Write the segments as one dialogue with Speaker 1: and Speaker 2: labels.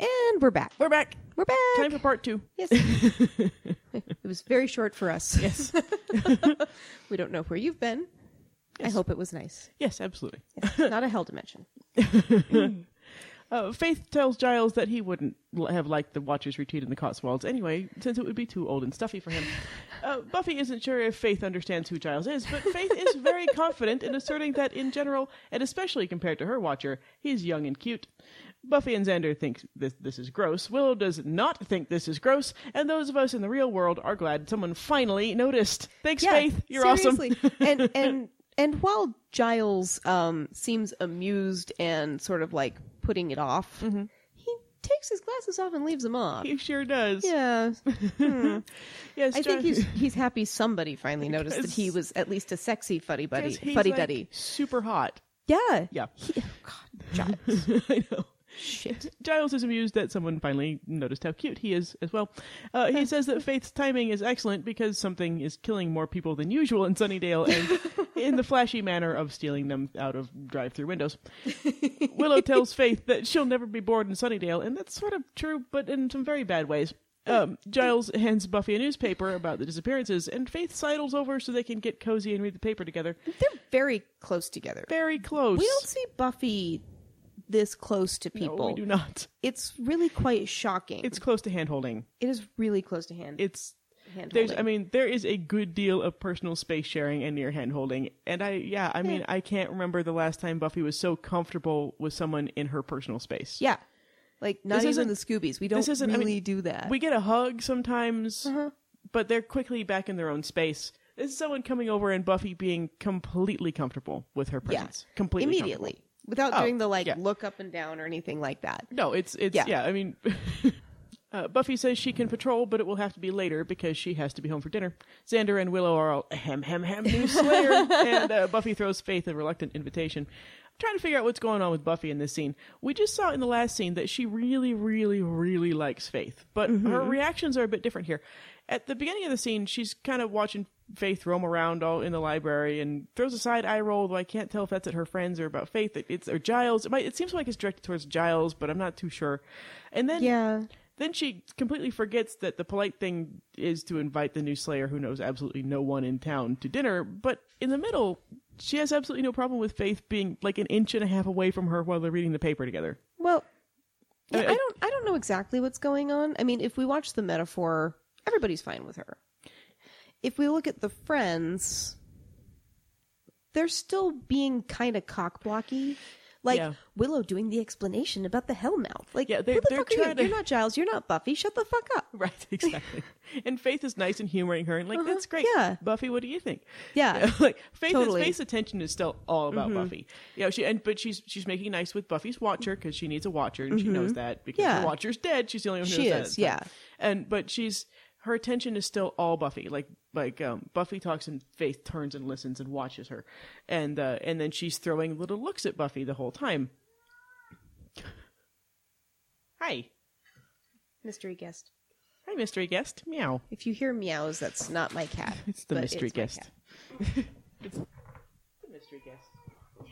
Speaker 1: And we're back.
Speaker 2: We're back.
Speaker 1: We're back.
Speaker 2: Time for part two.
Speaker 1: Yes. it was very short for us.
Speaker 2: Yes.
Speaker 1: We don't know where you've been. I hope it was nice.
Speaker 2: yes, absolutely.
Speaker 1: Yes. Not a hell dimension.
Speaker 2: Uh, Faith tells Giles that he wouldn't l- have liked the Watcher's retreat in the Cotswolds anyway, since it would be too old and stuffy for him. Uh, Buffy isn't sure if Faith understands who Giles is, but Faith is very confident in asserting that, in general, and especially compared to her Watcher, he's young and cute. Buffy and Xander think this, this is gross. Willow does not think this is gross, and those of us in the real world are glad someone finally noticed. Thanks, Faith. You're awesome.
Speaker 1: seriously. and and and while Giles um, seems amused and sort of like putting it off, he takes his glasses off and leaves them on.
Speaker 2: Mm-hmm. He sure does.
Speaker 1: yeah,
Speaker 2: Yes,
Speaker 1: I think
Speaker 2: Gi-
Speaker 1: he's he's happy somebody finally noticed that he was at least a sexy fuddy buddy,
Speaker 2: yes, he's,
Speaker 1: fuddy
Speaker 2: like,
Speaker 1: duddy.
Speaker 2: super hot.
Speaker 1: Yeah,
Speaker 2: Yeah.
Speaker 1: He, oh, God, Giles,
Speaker 2: I know.
Speaker 1: shit.
Speaker 2: Giles is amused that someone finally noticed how cute he is as well. Uh, he says that Faith's timing is excellent because something is killing more people than usual in Sunnydale and in the flashy manner of stealing them out of drive through windows. Willow tells Faith that she'll never be bored in Sunnydale, and that's sort of true, but in some very bad ways. Um, Giles hands Buffy a newspaper about the disappearances, and Faith sidles over so they can get cozy and read the paper together.
Speaker 1: They're very close together.
Speaker 2: Very close.
Speaker 1: We don't see Buffy this close to people.
Speaker 2: No, we do not.
Speaker 1: It's really quite shocking.
Speaker 2: It's close to hand holding.
Speaker 1: it is really close to hand.
Speaker 2: It's
Speaker 1: hand
Speaker 2: There's,
Speaker 1: holding.
Speaker 2: I mean, there is a good deal of personal space sharing and near hand holding. And I, yeah, I mean, I can't remember the last time Buffy was so comfortable with someone in her personal space.
Speaker 1: Yeah. Like not
Speaker 2: This
Speaker 1: even
Speaker 2: isn't-
Speaker 1: the Scoobies. We don't
Speaker 2: isn't- I
Speaker 1: really
Speaker 2: mean,
Speaker 1: do that. Uh-huh.
Speaker 2: We get a hug sometimes, but they're quickly back in their own space. This is someone coming over and Buffy being completely comfortable with her
Speaker 1: yeah.
Speaker 2: presence. Completely. comfortable.
Speaker 1: Immediately. Without
Speaker 2: Oh,
Speaker 1: doing the like
Speaker 2: yeah.
Speaker 1: look up and down or anything like that.
Speaker 2: No, it's, it's,
Speaker 1: Yeah.
Speaker 2: yeah, I mean, uh, Buffy says she can patrol, but it will have to be later because she has to be home for dinner. Xander and Willow are all hem, hem, hem, new Slayer, and uh, Buffy throws Faith a reluctant invitation. I'm trying to figure out what's going on with Buffy in this scene. We just saw in the last scene that she really, really, really likes Faith, but her reactions are a bit different here. At the beginning of the scene, she's kind of watching Faith roam around all in the library and throws a side eye roll, though I can't tell if that's at her friends or about Faith. It- It's or Giles. It, might, it seems like it's directed towards Giles, but I'm not too sure. And then
Speaker 1: Yeah.
Speaker 2: then she completely forgets that the polite thing is to invite the new Slayer who knows absolutely no one in town to dinner, but in the middle, she has absolutely no problem with Faith being like an inch and a half away from her while they're reading the paper together.
Speaker 1: Well yeah,
Speaker 2: Uh,
Speaker 1: I don't I don't know exactly what's going on. I mean, if we watch the metaphor, everybody's fine with her. If we look at the friends, they're still being kind of cockblocky. Like
Speaker 2: Yeah.
Speaker 1: Willow doing the explanation about the hell mouth. Like,
Speaker 2: Yeah, they-
Speaker 1: who the
Speaker 2: they're
Speaker 1: fuck are you?
Speaker 2: trying to-
Speaker 1: You're not Giles. You're not Buffy. Shut the fuck up.
Speaker 2: Right, exactly. Uh-huh, and Faith is nice and humoring her and like, that's great.
Speaker 1: yeah.
Speaker 2: Buffy, what do you think?
Speaker 1: Yeah.
Speaker 2: like Faith
Speaker 1: Totally. Mm-hmm.
Speaker 2: Faith's attention is still all about Buffy. Yeah, she and but she's she's making nice with Buffy's watcher because she needs a watcher and she knows that because
Speaker 1: Mm-hmm. Yeah.
Speaker 2: the watcher's dead. She's the only one who
Speaker 1: She
Speaker 2: knows that.
Speaker 1: is,
Speaker 2: at the time.
Speaker 1: yeah.
Speaker 2: And but she's her attention is still all Buffy. Like like um, Buffy talks and Faith turns and listens and watches her, and uh, and then she's throwing little looks at Buffy the whole time. Hi,
Speaker 1: Mystery guest.
Speaker 2: hi, mystery guest. Meow.
Speaker 1: If you hear meows, that's not my cat.
Speaker 2: It's the
Speaker 1: but
Speaker 2: mystery
Speaker 1: it's my
Speaker 2: guest.
Speaker 1: cat.
Speaker 2: it's the mystery guest.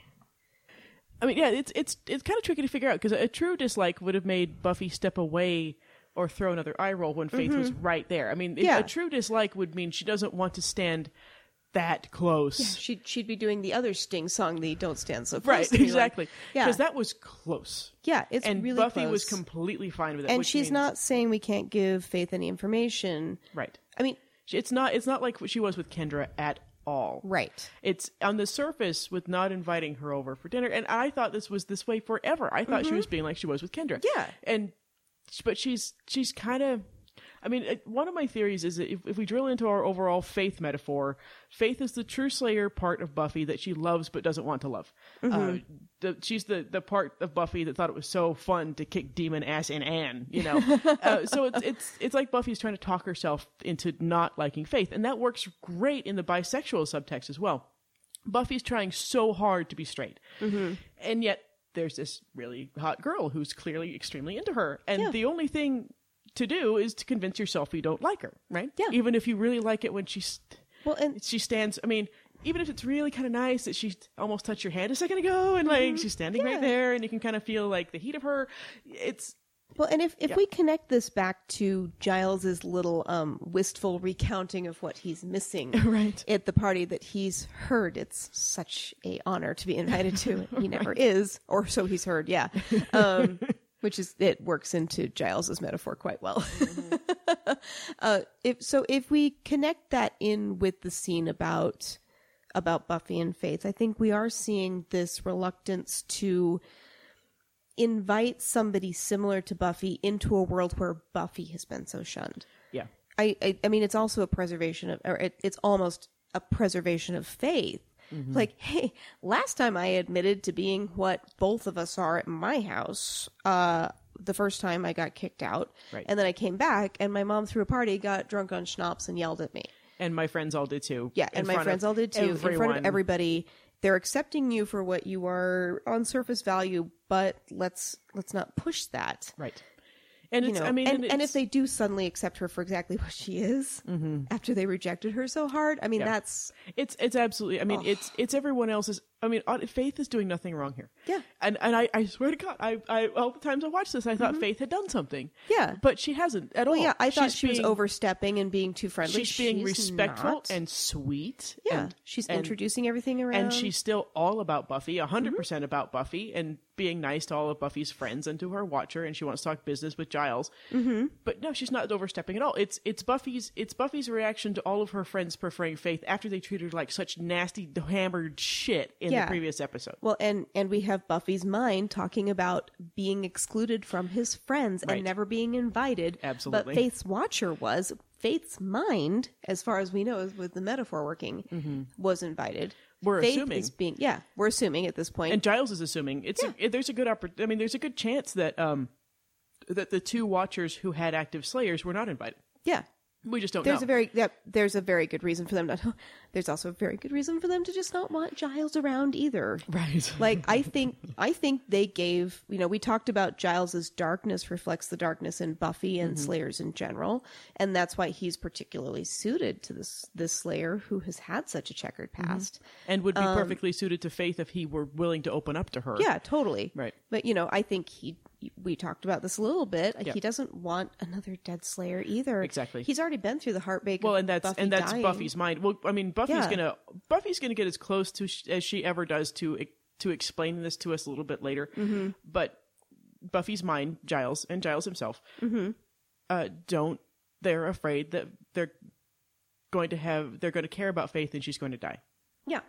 Speaker 2: I mean, yeah, it's it's it's kind of tricky to figure out because a true dislike would have made Buffy step away or throw another eye roll when Faith was right there. I mean, if-
Speaker 1: Mm-hmm. Yeah.
Speaker 2: a true dislike would mean she doesn't want to stand that close.
Speaker 1: She'd she'd be doing the other Sting song, the "Don't Stand So Close."
Speaker 2: Right,
Speaker 1: to Me" one.
Speaker 2: exactly.
Speaker 1: Yeah.
Speaker 2: Because that was close.
Speaker 1: Yeah, it's
Speaker 2: and
Speaker 1: really
Speaker 2: Buffy
Speaker 1: close.
Speaker 2: was completely fine with it.
Speaker 1: and
Speaker 2: which
Speaker 1: she's
Speaker 2: means-
Speaker 1: not saying we can't give Faith any information.
Speaker 2: right.
Speaker 1: I mean,
Speaker 2: She- It's not. It's not like what she was with Kendra at all.
Speaker 1: right?
Speaker 2: it's on the surface with not inviting her over for dinner and i thought this was this way forever i thought she was being like she was with kendra
Speaker 1: Yeah.
Speaker 2: and but she's she's kind of i mean uh, one of my theories is that if, if we drill into our overall faith metaphor faith is the true slayer part of buffy that she loves but doesn't want to love uh, the, she's the, the part of buffy that thought it was so fun to kick demon ass in anne you know uh, so it's, it's, it's like buffy's trying to talk herself into not liking faith and that works great in the bisexual subtext as well Buffy's trying so hard to be straight.
Speaker 1: Mm-hmm.
Speaker 2: And yet there's this really hot girl who's clearly extremely into her. And the only thing to do is to convince yourself you don't like her, right?
Speaker 1: Yeah.
Speaker 2: Even if you really like it when she's
Speaker 1: Well, and
Speaker 2: she stands, I mean, even if it's really kind of nice that she almost
Speaker 1: Mm-hmm.
Speaker 2: touched your hand a second ago and like she's standing right there and you can kind of feel like the heat of her, it's
Speaker 1: Well, and if, if we connect this back to Giles's little um, wistful recounting of what he's missing
Speaker 2: Right.
Speaker 1: at the party that he's heard, it's such a honor to be invited to. He never is, or so he's heard. Yeah, um, which is it works into Giles's metaphor quite well. uh, if so, if we connect that in with the scene about about Buffy and Faith, I think we are seeing this reluctance to invite somebody similar to Buffy into a world where Buffy has been so shunned.
Speaker 2: Yeah.
Speaker 1: I, I, I mean, it's also a preservation of, or it, it's almost a preservation of faith. Like, hey, last time I admitted to being what both of us are at my house, uh, the first time I got kicked out.
Speaker 2: Right.
Speaker 1: And then I came back, and my mom threw a party, got drunk on schnapps, and yelled at me.
Speaker 2: And my friends all did too.
Speaker 1: Yeah,
Speaker 2: In
Speaker 1: and my
Speaker 2: front of
Speaker 1: friends all did too. In front
Speaker 2: everyone.
Speaker 1: of everybody, they're accepting you for what you are on surface value, but let's let's not push that.
Speaker 2: Right. And
Speaker 1: You
Speaker 2: it's,
Speaker 1: know,
Speaker 2: I mean,
Speaker 1: and, and
Speaker 2: it's- Mm-hmm.
Speaker 1: if they do suddenly accept her for exactly what she is after they rejected her so hard, I mean, that's
Speaker 2: It's it's absolutely. I mean, it's it's everyone else's. I mean, on- Faith is doing nothing wrong here.
Speaker 1: Yeah.
Speaker 2: And and I, I swear to God, I, I all the times I watched this, I thought Faith had done something.
Speaker 1: Mm-hmm. Yeah.
Speaker 2: But she hasn't at
Speaker 1: well,
Speaker 2: all.
Speaker 1: yeah. I thought
Speaker 2: She's
Speaker 1: she was
Speaker 2: being-
Speaker 1: overstepping and being too friendly.
Speaker 2: She's being respectful
Speaker 1: not.
Speaker 2: and sweet.
Speaker 1: yeah,
Speaker 2: and-
Speaker 1: she's
Speaker 2: and-
Speaker 1: introducing everything around,
Speaker 2: And she's still all about Buffy,
Speaker 1: Mm-hmm.
Speaker 2: 100% percent about Buffy, and being nice to all of Buffy's friends and to her watcher, and she wants to talk business with Giles. Mm-hmm. But no, she's not overstepping at all. It's it's Buffy's it's Buffy's reaction to all of her friends preferring Faith after they treated her like such nasty, hammered shit in
Speaker 1: Yeah.
Speaker 2: the previous episode.
Speaker 1: well, and and we have Buffy's mind talking about being excluded from his friends
Speaker 2: Right.
Speaker 1: and never being invited.
Speaker 2: Absolutely.
Speaker 1: but Faith's watcher was. Faith's mind, as far as we know, is with the metaphor working, was invited.
Speaker 2: Mm-hmm. We're
Speaker 1: Faith
Speaker 2: assuming.
Speaker 1: is being yeah, we're assuming at this point.
Speaker 2: And Giles is assuming it's a, there's a good oppor- I mean, there's a good chance that um that the two watchers who had active slayers were not invited.
Speaker 1: yeah,
Speaker 2: We just don't
Speaker 1: There's
Speaker 2: know.
Speaker 1: a very yeah, there's a very good reason for them not. There's also a very good reason for them to just not want Giles around either.
Speaker 2: right.
Speaker 1: Like I think I think they gave you know we talked about Giles's darkness reflects the darkness in Buffy and
Speaker 2: Mm-hmm.
Speaker 1: Slayers in general, and that's why he's particularly suited to this this Slayer who has had such a checkered
Speaker 2: Mm-hmm.
Speaker 1: past.
Speaker 2: and would be perfectly suited to Faith if he were willing to open up to her.
Speaker 1: Um, Yeah, totally.
Speaker 2: Right.
Speaker 1: But you know I think he we talked about this a little bit.
Speaker 2: Yeah.
Speaker 1: He doesn't want another dead Slayer either.
Speaker 2: Exactly.
Speaker 1: He's already been through the heartbreak.
Speaker 2: Well,
Speaker 1: of
Speaker 2: and that's
Speaker 1: Buffy
Speaker 2: and that's
Speaker 1: dying.
Speaker 2: Buffy's mind. Well, I mean, Buffy's
Speaker 1: Yeah.
Speaker 2: gonna Buffy's gonna get as close to sh- as she ever does to e, to explaining this to us a little bit later.
Speaker 1: Mm-hmm.
Speaker 2: But Buffy's mind, Giles, and Giles himself
Speaker 1: Mm-hmm.
Speaker 2: uh, don't. They're afraid that they're going to have they're going to care about Faith and she's going to die.
Speaker 1: Yeah.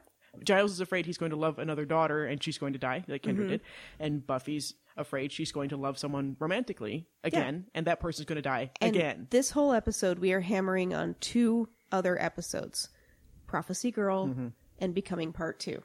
Speaker 2: Giles is afraid he's going to love another daughter and she's going to die, like
Speaker 1: Mm-hmm.
Speaker 2: Kendra did. And Buffy's afraid she's going to love someone romantically again, and that person's going to die
Speaker 1: And
Speaker 2: again.
Speaker 1: This whole episode, we are hammering on two other episodes Prophecy Girl
Speaker 2: Mm-hmm.
Speaker 1: and Becoming Part Two.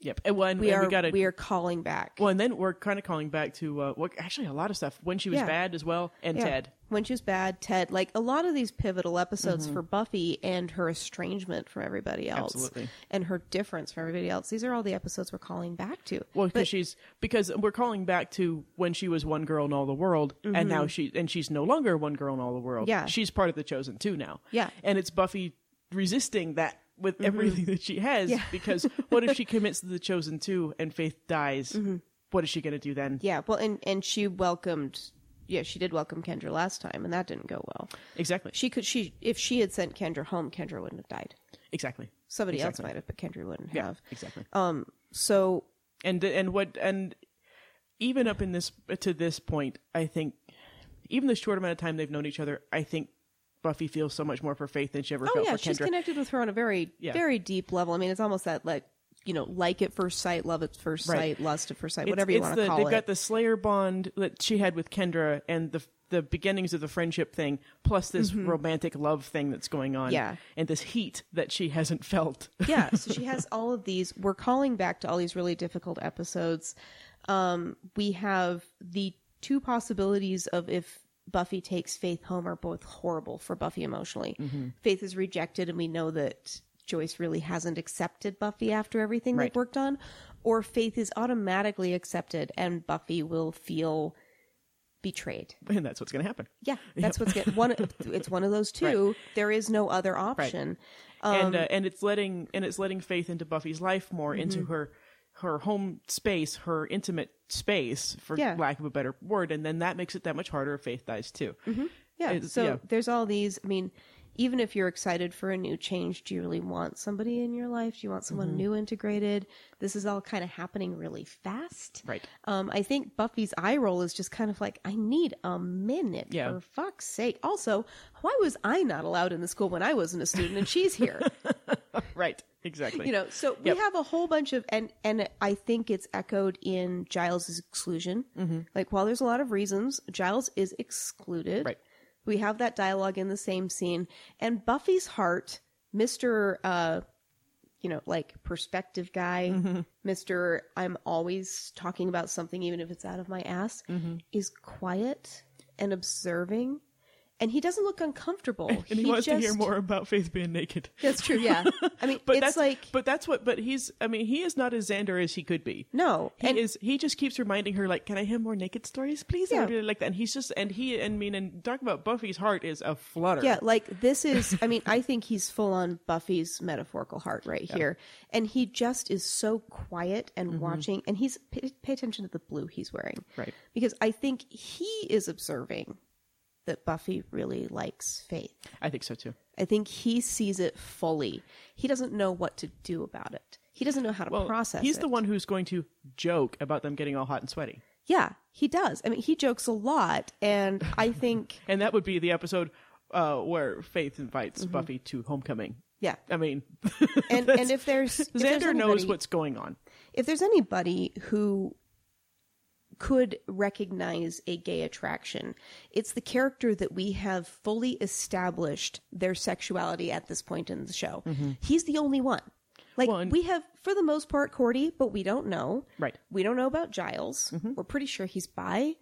Speaker 2: Yep. And when
Speaker 1: We
Speaker 2: and
Speaker 1: are
Speaker 2: we got
Speaker 1: we are calling back.
Speaker 2: Well, and then we're kind of calling back to uh, what actually a lot of stuff when she was
Speaker 1: Yeah.
Speaker 2: bad as well, and
Speaker 1: Yeah.
Speaker 2: Ted.
Speaker 1: When she was bad, Ted, like a lot of these pivotal episodes
Speaker 2: Mm-hmm.
Speaker 1: for Buffy and her estrangement from everybody else.
Speaker 2: Absolutely.
Speaker 1: And her difference from everybody else. These are all the episodes we're calling back to.
Speaker 2: Well, because she's because we're calling back to when she was one girl in all the world, and now she and she's no longer one girl in all the world.
Speaker 1: Mm-hmm. Yeah.
Speaker 2: she's part of the chosen two now.
Speaker 1: Yeah. Mm-hmm.
Speaker 2: and it's Buffy resisting that with everything that she has because what if she commits to the chosen two and Faith dies? What is she going to do then?
Speaker 1: Mm-hmm. Yeah, well and and she welcomed yeah, she did welcome Kendra last time and that didn't go well.
Speaker 2: Exactly,
Speaker 1: She could she if she had sent Kendra home, Kendra wouldn't have died.
Speaker 2: exactly,
Speaker 1: Somebody
Speaker 2: Exactly.
Speaker 1: else might have, but Kendra wouldn't
Speaker 2: yeah,
Speaker 1: have.
Speaker 2: exactly.
Speaker 1: So
Speaker 2: and and what and even up in this to this point, I think even the short amount of time they've known each other, I think Buffy feels so much more for Faith than she ever
Speaker 1: Oh
Speaker 2: felt
Speaker 1: yeah,
Speaker 2: for
Speaker 1: she's
Speaker 2: Kendra.
Speaker 1: connected with her on a very,
Speaker 2: Yeah.
Speaker 1: very deep level. I mean, it's almost that like you know, like at first sight, love at first
Speaker 2: Right.
Speaker 1: sight, lust at first sight,
Speaker 2: It's-
Speaker 1: whatever you
Speaker 2: it's
Speaker 1: want
Speaker 2: the-
Speaker 1: to call
Speaker 2: They've
Speaker 1: it.
Speaker 2: got the Slayer bond that she had with Kendra, and the the beginnings of the friendship thing, plus this romantic love thing that's going on,
Speaker 1: Mm-hmm. Yeah.
Speaker 2: and this heat that she hasn't felt.
Speaker 1: yeah, so she has all of these. We're calling back to all these really difficult episodes. Um, we have the two possibilities of if Buffy takes Faith home are both horrible for Buffy emotionally. Faith is rejected, and we know that Joyce really hasn't accepted Buffy after everything
Speaker 2: Right.
Speaker 1: they've worked on, or Faith is automatically accepted, and Buffy will feel betrayed.
Speaker 2: and that's what's going to happen.
Speaker 1: Yeah, that's what's get one. It's one of those two. There is no other option. Um, Mm-hmm.
Speaker 2: and uh, and it's letting and it's letting faith into Buffy's life more into her her home space, her intimate space, for
Speaker 1: Yeah.
Speaker 2: lack of a better word, and then that makes it that much harder if Faith dies too.
Speaker 1: Yeah.
Speaker 2: It's-
Speaker 1: so
Speaker 2: yeah.
Speaker 1: there's all these. I mean, even if you're excited for a new change, do you really want somebody in your life? Do you want
Speaker 2: Mm-hmm.
Speaker 1: someone new integrated? This is all kind of happening really fast.
Speaker 2: Right.
Speaker 1: Um, I think Buffy's eye roll is just kind of like, I need a minute
Speaker 2: Yeah.
Speaker 1: for fuck's sake. Also, why was I not allowed in the school when I wasn't a student and she's here?
Speaker 2: Right. Exactly.
Speaker 1: you know, so
Speaker 2: Yep.
Speaker 1: we have a whole bunch of and and I think it's echoed in Giles's exclusion. Mm-hmm. Like while there's a lot of reasons, Giles is excluded.
Speaker 2: Right.
Speaker 1: We have that dialogue in the same scene, and Buffy's heart, Mister, uh, you know, like perspective guy,
Speaker 2: Mm-hmm.
Speaker 1: Mister, I'm always talking about something, even if it's out of my ass,
Speaker 2: Mm-hmm.
Speaker 1: is quiet and observing, and he doesn't look uncomfortable.
Speaker 2: and he, wants to hear
Speaker 1: just-
Speaker 2: more about Faith being naked.
Speaker 1: That's true. Yeah, I mean,
Speaker 2: But
Speaker 1: it's
Speaker 2: that's
Speaker 1: like
Speaker 2: but that's what but he's I mean, he is not as Xander as he could be.
Speaker 1: no,
Speaker 2: He
Speaker 1: and
Speaker 2: is he just keeps reminding her like, Can I have more naked stories, please? I
Speaker 1: Yeah.
Speaker 2: really like that. And he's just and he and I mean and talk about Buffy's heart is a flutter.
Speaker 1: Yeah, like this is, I mean, I think he's full on Buffy's metaphorical heart right here. And he just is so quiet and watching. And he's, pay, pay attention to the blue he's wearing.
Speaker 2: Mm-hmm. Right.
Speaker 1: Because I think he is observing that Buffy really likes Faith.
Speaker 2: I think so too.
Speaker 1: I think he sees it fully. He doesn't know what to do about it. He doesn't know how to
Speaker 2: Well
Speaker 1: process
Speaker 2: he's
Speaker 1: it.
Speaker 2: the one who's going to joke about them getting all hot and sweaty.
Speaker 1: Yeah, he does. I mean, he jokes a lot. And I think,
Speaker 2: And that would be the episode uh, where Faith invites Buffy to homecoming.
Speaker 1: yeah.
Speaker 2: I mean,
Speaker 1: Mm-hmm. And, and if there's. if there's
Speaker 2: Xander knows
Speaker 1: anybody-
Speaker 2: what's going on.
Speaker 1: if there's anybody who could recognize a gay attraction, it's the character that we have fully established their sexuality at this point in the show. He's the only one. Like
Speaker 2: Mm-hmm. Well, and-
Speaker 1: we have, for the most part, Cordy, but we don't know.
Speaker 2: Right. Mm-hmm.
Speaker 1: We don't know about Giles. We're pretty sure he's bi,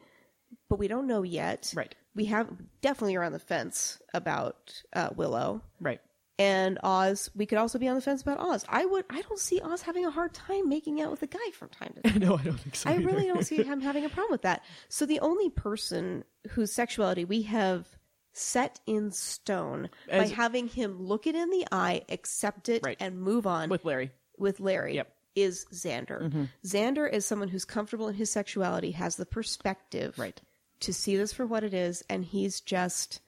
Speaker 1: but we don't know yet.
Speaker 2: Right.
Speaker 1: We have definitely are on the fence about uh, Willow
Speaker 2: Right.
Speaker 1: and Oz. We could also be on the fence about Oz. I would. I don't see Oz having a hard time making out with a guy from time to time.
Speaker 2: No, I don't think so.
Speaker 1: I
Speaker 2: either.
Speaker 1: really don't see him having a problem with that. So the only person whose sexuality we have set in stone
Speaker 2: As-
Speaker 1: by having him look it in the eye, accept it,
Speaker 2: Right.
Speaker 1: and move on
Speaker 2: with Larry.
Speaker 1: with Larry
Speaker 2: Yep. Mm-hmm.
Speaker 1: is Xander. Xander is someone who's comfortable in his sexuality, has the perspective
Speaker 2: Right.
Speaker 1: to see this for what it is, and he's just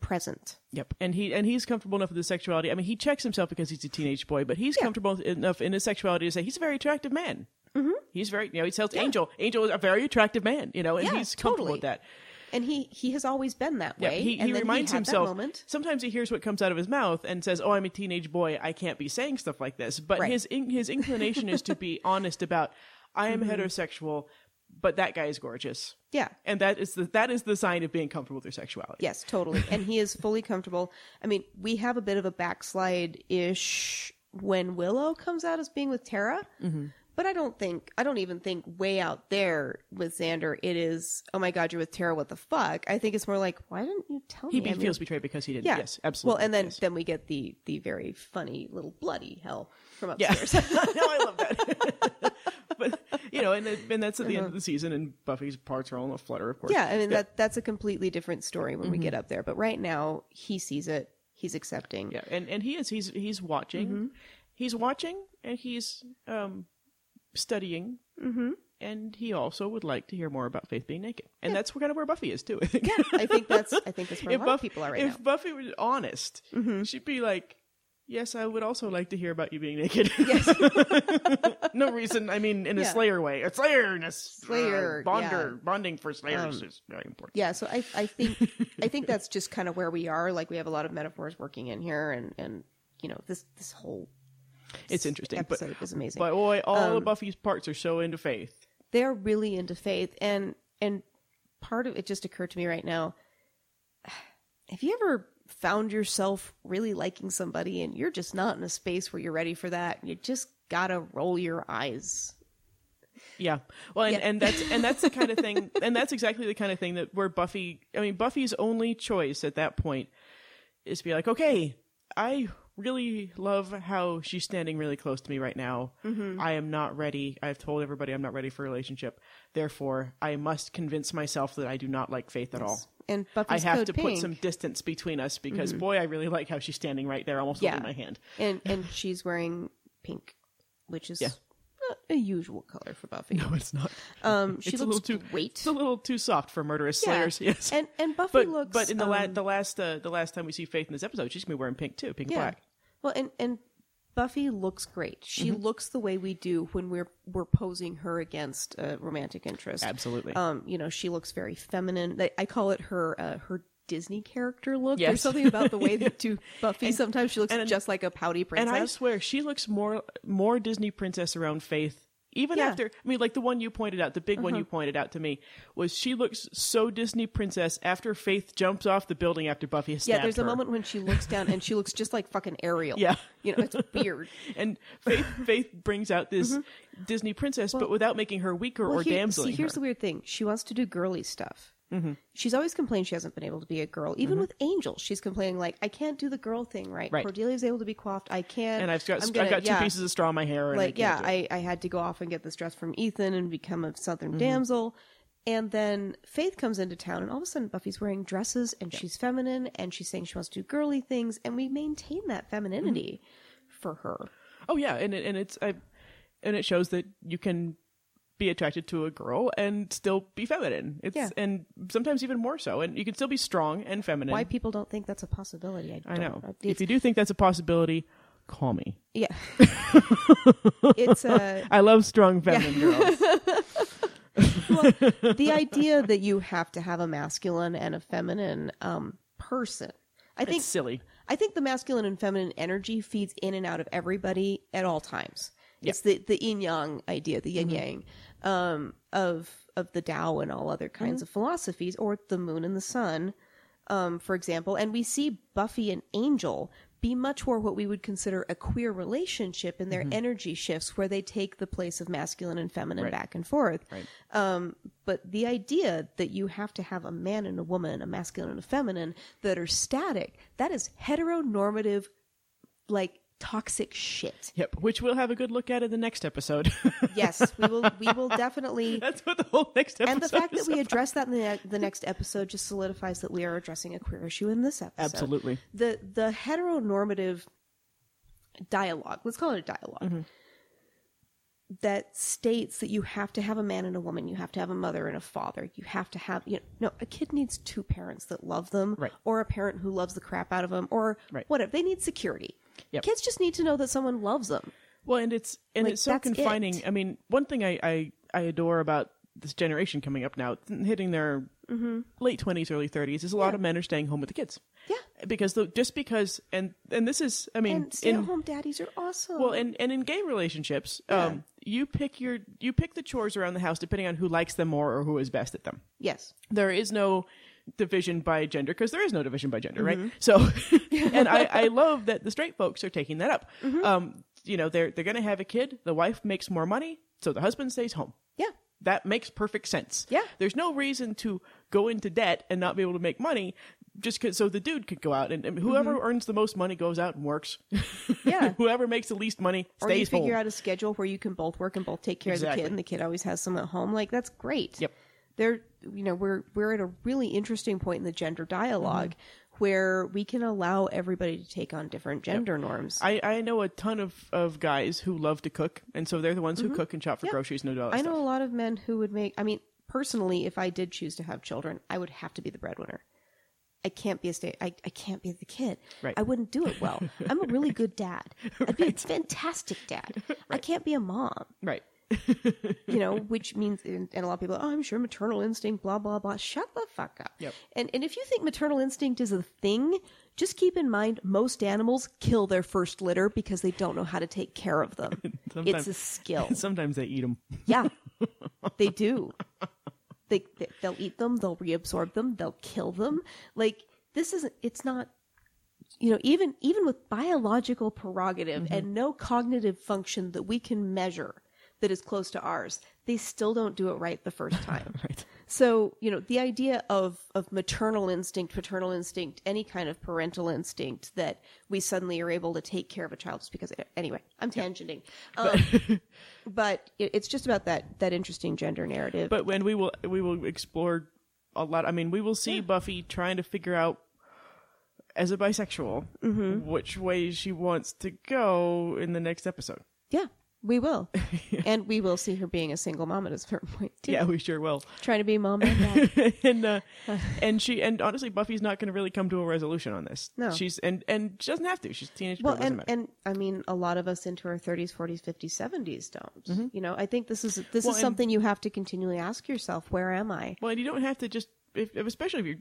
Speaker 1: present.
Speaker 2: Yep, and he and he's comfortable enough with his sexuality. I mean, he checks himself because he's a teenage boy, but he's comfortable enough in his sexuality to say he's a very attractive man. Mm-hmm. He's very, you know, he tells Angel, Angel is a very attractive man, you know, and
Speaker 1: Yeah,
Speaker 2: he's comfortable
Speaker 1: totally.
Speaker 2: with that.
Speaker 1: And he he has always been that
Speaker 2: Yeah,
Speaker 1: way.
Speaker 2: he,
Speaker 1: and
Speaker 2: he
Speaker 1: then
Speaker 2: reminds
Speaker 1: had that
Speaker 2: himself.
Speaker 1: moment.
Speaker 2: Sometimes he hears what comes out of his mouth and says, "Oh, I'm a teenage boy. I can't be saying stuff like this." But
Speaker 1: Right.
Speaker 2: his in, his inclination is to be honest about, "I
Speaker 1: Mm-hmm.
Speaker 2: am heterosexual, but that guy is gorgeous."
Speaker 1: Yeah.
Speaker 2: and that is the that is the sign of being comfortable with your sexuality.
Speaker 1: Yes, totally. And he is fully comfortable. I mean, we have a bit of a backslide ish when Willow comes out as being with Tara.
Speaker 2: Mm-hmm.
Speaker 1: But I don't think, I don't even think way out there with Xander, it is, oh my God, you're with Tara, what the fuck? I think it's more like, why didn't you tell
Speaker 2: He
Speaker 1: me?
Speaker 2: be-
Speaker 1: I mean,
Speaker 2: feels betrayed because he didn't.
Speaker 1: yeah.
Speaker 2: Yes, absolutely.
Speaker 1: Well, and then,
Speaker 2: yes.
Speaker 1: then we get the, the very funny little bloody hell from
Speaker 2: Yeah.
Speaker 1: upstairs.
Speaker 2: no, I love that. but you know, and, then- and that's at the end of the season, and Buffy's parts are all in a flutter, of course.
Speaker 1: Uh-huh.
Speaker 2: Mm-hmm.
Speaker 1: Yeah, I mean that that's a completely different story when we get up there. But right now, he sees it. He's accepting.
Speaker 2: yeah, and and he is he's he's watching,
Speaker 1: Mm-hmm.
Speaker 2: he's watching, and he's um studying, mm-hmm. and he also would like to hear more about Faith being naked, and that's kind of where Buffy is too. I think. Yeah,
Speaker 1: I think that's I think that's where a lot of people are right Mm-hmm.
Speaker 2: if
Speaker 1: now.
Speaker 2: Buffy was honest, she'd be like. Yes, I would also like to hear about you being naked.
Speaker 1: Yes.
Speaker 2: no reason. I mean, in a
Speaker 1: Yeah.
Speaker 2: Slayer way, a Slayer, in a s- uh,
Speaker 1: Slayer, Um,
Speaker 2: bonder, bonding for Slayers is very important.
Speaker 1: Yeah, so I I think I think that's just kind of where we are. Like we have a lot of metaphors working in here, and and you know this this whole
Speaker 2: It's interesting, but
Speaker 1: episode is Um, amazing.
Speaker 2: but boy, all of Buffy's parts are so into faith.
Speaker 1: They're really into faith, and and part of it just occurred to me right now. Have you ever found yourself really liking somebody, and you're just not in a space where you're ready for that? You just gotta roll your eyes.
Speaker 2: Yeah, well, and,
Speaker 1: Yeah.
Speaker 2: and that's and that's the kind of thing, and that's exactly the kind of thing that where Buffy. I mean, Buffy's only choice at that point is to be like, okay, I really love how she's standing really close to me right now.
Speaker 1: Mm-hmm.
Speaker 2: I am not ready. I've told everybody I'm not ready for a relationship. Therefore, I must convince myself that I do not like Faith at all.
Speaker 1: And Buffy's
Speaker 2: I have
Speaker 1: Code
Speaker 2: to put
Speaker 1: Pink- Mm-hmm.
Speaker 2: some distance between us because boy, I really like how she's standing right there, almost
Speaker 1: Yeah.
Speaker 2: holding my hand.
Speaker 1: and and she's wearing pink, which is
Speaker 2: Yeah.
Speaker 1: not a usual color for Buffy.
Speaker 2: No, it's not.
Speaker 1: Um, she
Speaker 2: It's a
Speaker 1: looks
Speaker 2: little too-
Speaker 1: great.
Speaker 2: It's a little too soft for murderous
Speaker 1: Yeah.
Speaker 2: slayers. Yes,
Speaker 1: And and Buffy
Speaker 2: but
Speaker 1: looks
Speaker 2: but in the la-
Speaker 1: um,
Speaker 2: the last uh, the last time we see Faith in this episode, she's gonna be wearing pink too, pink and
Speaker 1: yeah.
Speaker 2: black.
Speaker 1: Well, and and Buffy looks great. She
Speaker 2: Mm-hmm.
Speaker 1: looks the way we do when we're we're posing her against a romantic interest.
Speaker 2: Absolutely.
Speaker 1: Um, you know, she looks very feminine. They- I call it her uh, her Disney character look.
Speaker 2: Yes.
Speaker 1: There's something about the way they do Buffy. Sometimes she looks
Speaker 2: and-
Speaker 1: just like a pouty
Speaker 2: and I
Speaker 1: princess.
Speaker 2: swear, she looks more more Disney princess around Faith. Even
Speaker 1: Yeah. Uh-huh.
Speaker 2: after, I mean, like the one you pointed out, the big one you pointed out to me was she looks so Disney princess after Faith jumps off the building after Buffy has
Speaker 1: yeah,
Speaker 2: stabbed
Speaker 1: there's a
Speaker 2: her.
Speaker 1: moment when she looks down and she looks just like fucking Ariel.
Speaker 2: Yeah.
Speaker 1: You know, it's weird.
Speaker 2: and Faith Faith brings out this Disney princess, but without making her weaker
Speaker 1: Mm-hmm. Well,
Speaker 2: or
Speaker 1: here-
Speaker 2: damseling
Speaker 1: See, here's
Speaker 2: her. Mm-hmm.
Speaker 1: the weird thing. She wants to do girly stuff. She's always complained she hasn't been able to be a girl. Even with Angel, she's complaining like, "I can't do the girl thing right."
Speaker 2: Right.
Speaker 1: Cordelia's able to be coiffed. I can't.
Speaker 2: and I've got
Speaker 1: I'm
Speaker 2: I've
Speaker 1: gonna-
Speaker 2: got two
Speaker 1: yeah.
Speaker 2: pieces of straw in my hair. And
Speaker 1: Like,
Speaker 2: I can't
Speaker 1: yeah,
Speaker 2: do it. Mm-hmm.
Speaker 1: I, I had to go off and get this dress from Ethan and become a Southern damsel. And then Faith comes into town, and all of a sudden Buffy's wearing dresses, and she's feminine, and she's saying she wants to do girly things, and we maintain that femininity for her.
Speaker 2: Oh yeah, and it, and it's I, and it shows that you can be attracted to a girl and still be feminine. It's
Speaker 1: Yeah.
Speaker 2: and sometimes even more so, and you can still be strong and feminine.
Speaker 1: Why people don't think that's a possibility? I,
Speaker 2: I
Speaker 1: don't-
Speaker 2: know.
Speaker 1: It's
Speaker 2: If you do think that's a possibility, call me.
Speaker 1: Yeah. it's uh,
Speaker 2: I love strong feminine girls.
Speaker 1: the idea that you have to have a masculine and a feminine um, person. I think
Speaker 2: It's silly.
Speaker 1: I think the masculine and feminine energy feeds in and out of everybody at all times. It's the the yin yang idea, the
Speaker 2: Mm-hmm.
Speaker 1: yin yang um, of of the Tao and all other kinds
Speaker 2: Mm-hmm.
Speaker 1: of philosophies, or the moon and the sun, um, for example. And we see Buffy and Angel be much more what we would consider a queer relationship in their energy shifts, where they take the place of masculine and feminine back and forth.
Speaker 2: Mm-hmm. Right.
Speaker 1: Um, but the idea that you have to have a man and a woman, a masculine and a feminine, that are static, that is heteronormative, like toxic shit.
Speaker 2: Yep, which we'll have a good look at in the next episode.
Speaker 1: Yes, we will. We will definitely.
Speaker 2: that's what the whole next episode.
Speaker 1: And the fact
Speaker 2: is
Speaker 1: that we address that in the, the next episode just solidifies that we are addressing a queer issue in this episode.
Speaker 2: Absolutely.
Speaker 1: The the heteronormative dialogue, let's call it a dialog
Speaker 2: Mm-hmm.
Speaker 1: that states that you have to have a man and a woman, you have to have a mother and a father, you have to have you know, no, a kid needs two parents that love them,
Speaker 2: Right.
Speaker 1: or a parent who loves the crap out of them, or
Speaker 2: Right.
Speaker 1: whatever. They need security.
Speaker 2: Yep.
Speaker 1: Kids just need to know that someone loves them.
Speaker 2: Well, and it's and
Speaker 1: Like,
Speaker 2: it's so
Speaker 1: that's it.
Speaker 2: confining. I mean, one thing I, I I adore about this generation coming up now, hitting their late twenties, early thirties, is a lot of men are staying home with the kids.
Speaker 1: Yeah.
Speaker 2: because the, just because and and this is I mean
Speaker 1: And
Speaker 2: in
Speaker 1: stay-at-home daddies are awesome.
Speaker 2: well and and in gay relationships, um, you pick your you pick the chores around the house depending on who likes them more or who is best at them.
Speaker 1: yes.
Speaker 2: There is no division by gender because there is no division by gender,
Speaker 1: Mm-hmm.
Speaker 2: right? So, and I, I love that the straight folks are taking that up.
Speaker 1: Mm-hmm.
Speaker 2: Um, you know, they're they're going to have a kid. The wife makes more money, so the husband stays home.
Speaker 1: Yeah.
Speaker 2: That makes perfect sense.
Speaker 1: Yeah.
Speaker 2: There's no reason to go into debt and not be able to make money just 'cause- so the dude could go out and, and whoever earns the most money goes out and works.
Speaker 1: Mm-hmm. Yeah.
Speaker 2: whoever makes the least money
Speaker 1: Or you
Speaker 2: stays home.
Speaker 1: figure out a schedule where you can both work and both take care of the
Speaker 2: Exactly.
Speaker 1: kid, and the kid always has some at home. Like that's great.
Speaker 2: Yep.
Speaker 1: There, you know, we're we're at a really interesting point in the gender dialog
Speaker 2: Mm-hmm.
Speaker 1: where we can allow everybody to take on different gender norms.
Speaker 2: I, I know a ton of, of guys who love to cook, and so they're the ones who cook and shop for groceries and do all that
Speaker 1: Mm-hmm. I
Speaker 2: stuff.
Speaker 1: know a lot of men who would make. I mean, personally, if I did choose to have children, I would have to be the breadwinner. I can't be a stay. I, I can't be the kid.
Speaker 2: Right.
Speaker 1: I wouldn't do it well. I'm a really good dad. I'd be a fantastic dad. I can't be a mom.
Speaker 2: Right.
Speaker 1: you know, which means, and and a lot of people, oh, I'm sure maternal instinct, blah, blah, blah. Shut the fuck up.
Speaker 2: Yep.
Speaker 1: And, and if you think maternal instinct is a thing, just keep in mind most animals kill their first litter because they don't know how to take care of them. it's
Speaker 2: Sometimes-
Speaker 1: a skill.
Speaker 2: Sometimes they eat them.
Speaker 1: Yeah, they do. They, they they'll eat them. They'll reabsorb them. They'll kill them. Like this isn't. It's not. You know, even even with biological prerogative and no cognitive function that we can measure that is close to ours, they still don't do it right the first time.
Speaker 2: Right.
Speaker 1: So, you know, the idea of, of maternal instinct, paternal instinct, any kind of parental instinct that we suddenly are able to take care of a child just because, anyway, I'm tangenting. Um, but it, it's just about that, that interesting gender narrative.
Speaker 2: But when we will we will explore a lot. I mean, we will see Buffy trying to figure out as a
Speaker 1: Mm-hmm.
Speaker 2: bisexual which way she wants to go in the next episode.
Speaker 1: yeah. We will. And we will see her being a single mom at a certain point, too.
Speaker 2: Yeah, we sure will.
Speaker 1: Trying to be mom and dad.
Speaker 2: and uh, and she and honestly, Buffy's not going to really come to a resolution on this.
Speaker 1: No.
Speaker 2: she's and and she doesn't have to. She's a teenage.
Speaker 1: Well,
Speaker 2: girl, doesn't
Speaker 1: and,
Speaker 2: matter.
Speaker 1: and I mean, a lot of us into our 30s, 40s, 50s, 70s don't. You know, I think this is this
Speaker 2: Mm-hmm. Well,
Speaker 1: is
Speaker 2: and-
Speaker 1: something you have to continually ask yourself: Where am I?
Speaker 2: well, and you don't have to just if, if- especially if you're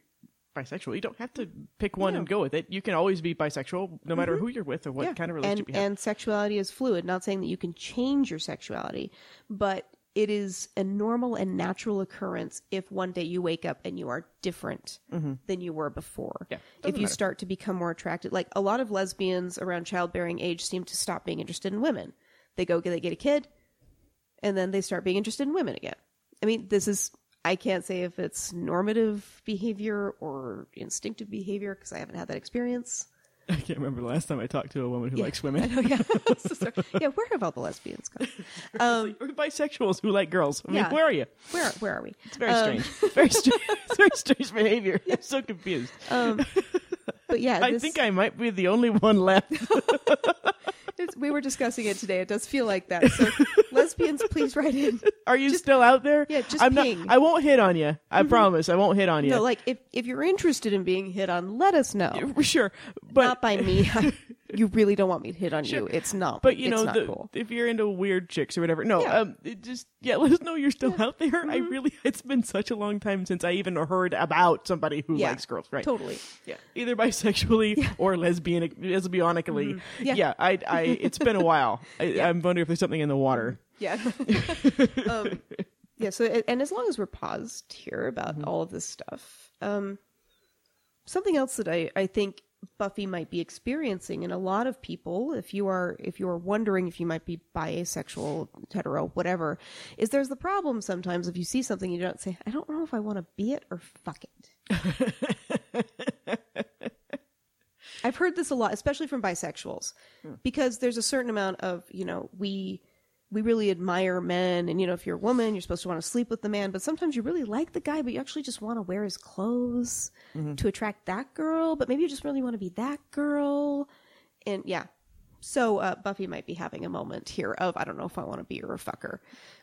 Speaker 2: bisexual, you don't have to pick one
Speaker 1: No. Mm-hmm.
Speaker 2: and go with it. You can always be bisexual, no matter who you're with or what
Speaker 1: Yeah.
Speaker 2: kind of
Speaker 1: and
Speaker 2: relationship you have.
Speaker 1: and sexuality is fluid. Not saying that you can change your sexuality, but it is a normal and natural occurrence if one day you wake up and you are different than you were before.
Speaker 2: Mm-hmm. Yeah.
Speaker 1: If
Speaker 2: Doesn't
Speaker 1: you
Speaker 2: matter.
Speaker 1: start to become more attracted, like a lot of lesbians around childbearing age seem to stop being interested in women. They go they get a kid, and then they start being interested in women again. I mean, this is I can't say if it's normative behavior or instinctive behavior because I haven't had that experience.
Speaker 2: I can't remember the last time I talked to a woman who likes
Speaker 1: I
Speaker 2: women
Speaker 1: know, yeah. So sorry. yeah, where have all the lesbians gone? Um,
Speaker 2: or bisexuals who like girls. I mean,
Speaker 1: Yeah. Um,
Speaker 2: where are you?
Speaker 1: where where are we?
Speaker 2: It's very strange. It's very strange. it's very strange behavior. I'm so confused.
Speaker 1: But yeah,
Speaker 2: I
Speaker 1: Uh, this-
Speaker 2: think I might be the only one left.
Speaker 1: it's- we were discussing it today. It does feel like that. So lesbians, please write in.
Speaker 2: Are you still out there?
Speaker 1: yeah, just
Speaker 2: I'm
Speaker 1: ping. Mm-hmm.
Speaker 2: not. I won't hit on you. I promise. I won't hit on you.
Speaker 1: No, like if if you're interested in being hit on, let us know.
Speaker 2: For sure, but
Speaker 1: not by me. you really don't want me to hit on you.
Speaker 2: Sure.
Speaker 1: It's not.
Speaker 2: but you know,
Speaker 1: it's not
Speaker 2: the,
Speaker 1: cool.
Speaker 2: if you're into weird chicks or whatever, no,
Speaker 1: Yeah. Mm-hmm.
Speaker 2: um, it just yeah, let us know you're still out there. I really, it's been such a long time since I even heard about somebody who
Speaker 1: Yeah.
Speaker 2: likes girls, right?
Speaker 1: Totally.
Speaker 2: Yeah, either bisexually or lesbian, lesbionically.
Speaker 1: Mm-hmm. Yeah.
Speaker 2: Yeah, I, I, it's been a while. I, I'm wondering if there's something in the water.
Speaker 1: Yeah. um, yeah. So, a- and as long as we're paused here about all of this stuff, um, something else that I, I think Buffy might be experiencing, and a lot of people, if you are if you are wondering if you might be bisexual, hetero, whatever, is there's the problem sometimes if you see something you don't say, I don't know if I want to be it or fuck it. I've heard this a lot, especially from bisexuals,
Speaker 2: Hmm.
Speaker 1: because there's a certain amount of you know we we really admire men and you know if you're a woman you're supposed to want to sleep with the man but sometimes you really like the guy but you actually just want to wear his clothes
Speaker 2: Mm-hmm.
Speaker 1: to attract that girl but maybe you just really want to be that girl and yeah so uh, buffy might be having a moment here of i don't know if i want to be her or fuck her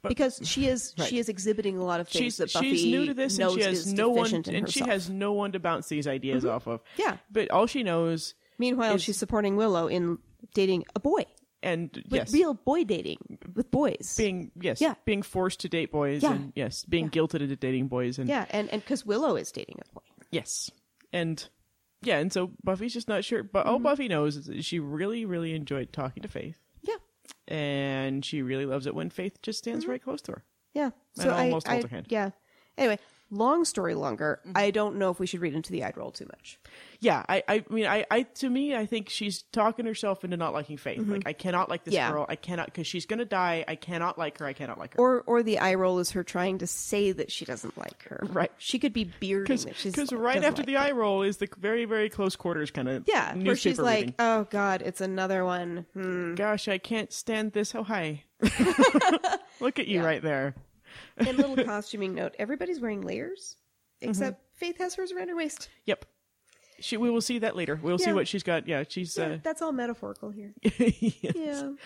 Speaker 1: because she is she is exhibiting a lot of things
Speaker 2: she's
Speaker 1: that buffy
Speaker 2: she's new to this and
Speaker 1: knows
Speaker 2: she has
Speaker 1: is
Speaker 2: no one
Speaker 1: deficient in
Speaker 2: and she
Speaker 1: herself. Mm-hmm.
Speaker 2: has no one to bounce these ideas off of.
Speaker 1: Yeah.
Speaker 2: But all she knows
Speaker 1: meanwhile she's supporting willow in dating a boy
Speaker 2: and
Speaker 1: with
Speaker 2: yes,
Speaker 1: real boy dating with boys
Speaker 2: being yes,
Speaker 1: Yeah.
Speaker 2: being forced to date boys
Speaker 1: Yeah.
Speaker 2: and yes, being guilted into dating boys and
Speaker 1: yeah and and because willow is dating a boy
Speaker 2: yes. And yeah, and so Buffy's just not sure, but
Speaker 1: Mm-hmm.
Speaker 2: all Buffy knows is that she really really enjoyed talking to Faith
Speaker 1: yeah
Speaker 2: and she really loves it when Faith just stands
Speaker 1: Mm-hmm.
Speaker 2: right close to her.
Speaker 1: Yeah.
Speaker 2: And almost hold her hand.
Speaker 1: Yeah. Anyway, long story longer. I don't know if we should read into the eye roll too much.
Speaker 2: Yeah, I, I mean, I, I, to me, I think she's talking herself into not liking Faith. Like, I cannot like this
Speaker 1: Mm-hmm. Yeah.
Speaker 2: girl. I cannot because she's gonna die. I cannot like her. I cannot like her.
Speaker 1: Or or the eye roll is her trying to say that she doesn't like her.
Speaker 2: Right.
Speaker 1: She could be bearding that she's
Speaker 2: Because right
Speaker 1: doesn't
Speaker 2: after
Speaker 1: like
Speaker 2: the
Speaker 1: her.
Speaker 2: eye roll is the very, very close quarters kind of
Speaker 1: Yeah, where she's
Speaker 2: newspaper
Speaker 1: like,
Speaker 2: reading.
Speaker 1: "Oh God, it's another one." Hmm.
Speaker 2: Gosh, I can't stand this. How high? Look at you right there.
Speaker 1: And little costuming note: everybody's wearing layers,
Speaker 2: Mm-hmm.
Speaker 1: except Faith has hers around her waist.
Speaker 2: Yep. She, we will see that later. We'll see
Speaker 1: Yeah.
Speaker 2: what she's got. Yeah, she's.
Speaker 1: Yeah,
Speaker 2: Uh,
Speaker 1: that's all metaphorical here.
Speaker 2: yeah.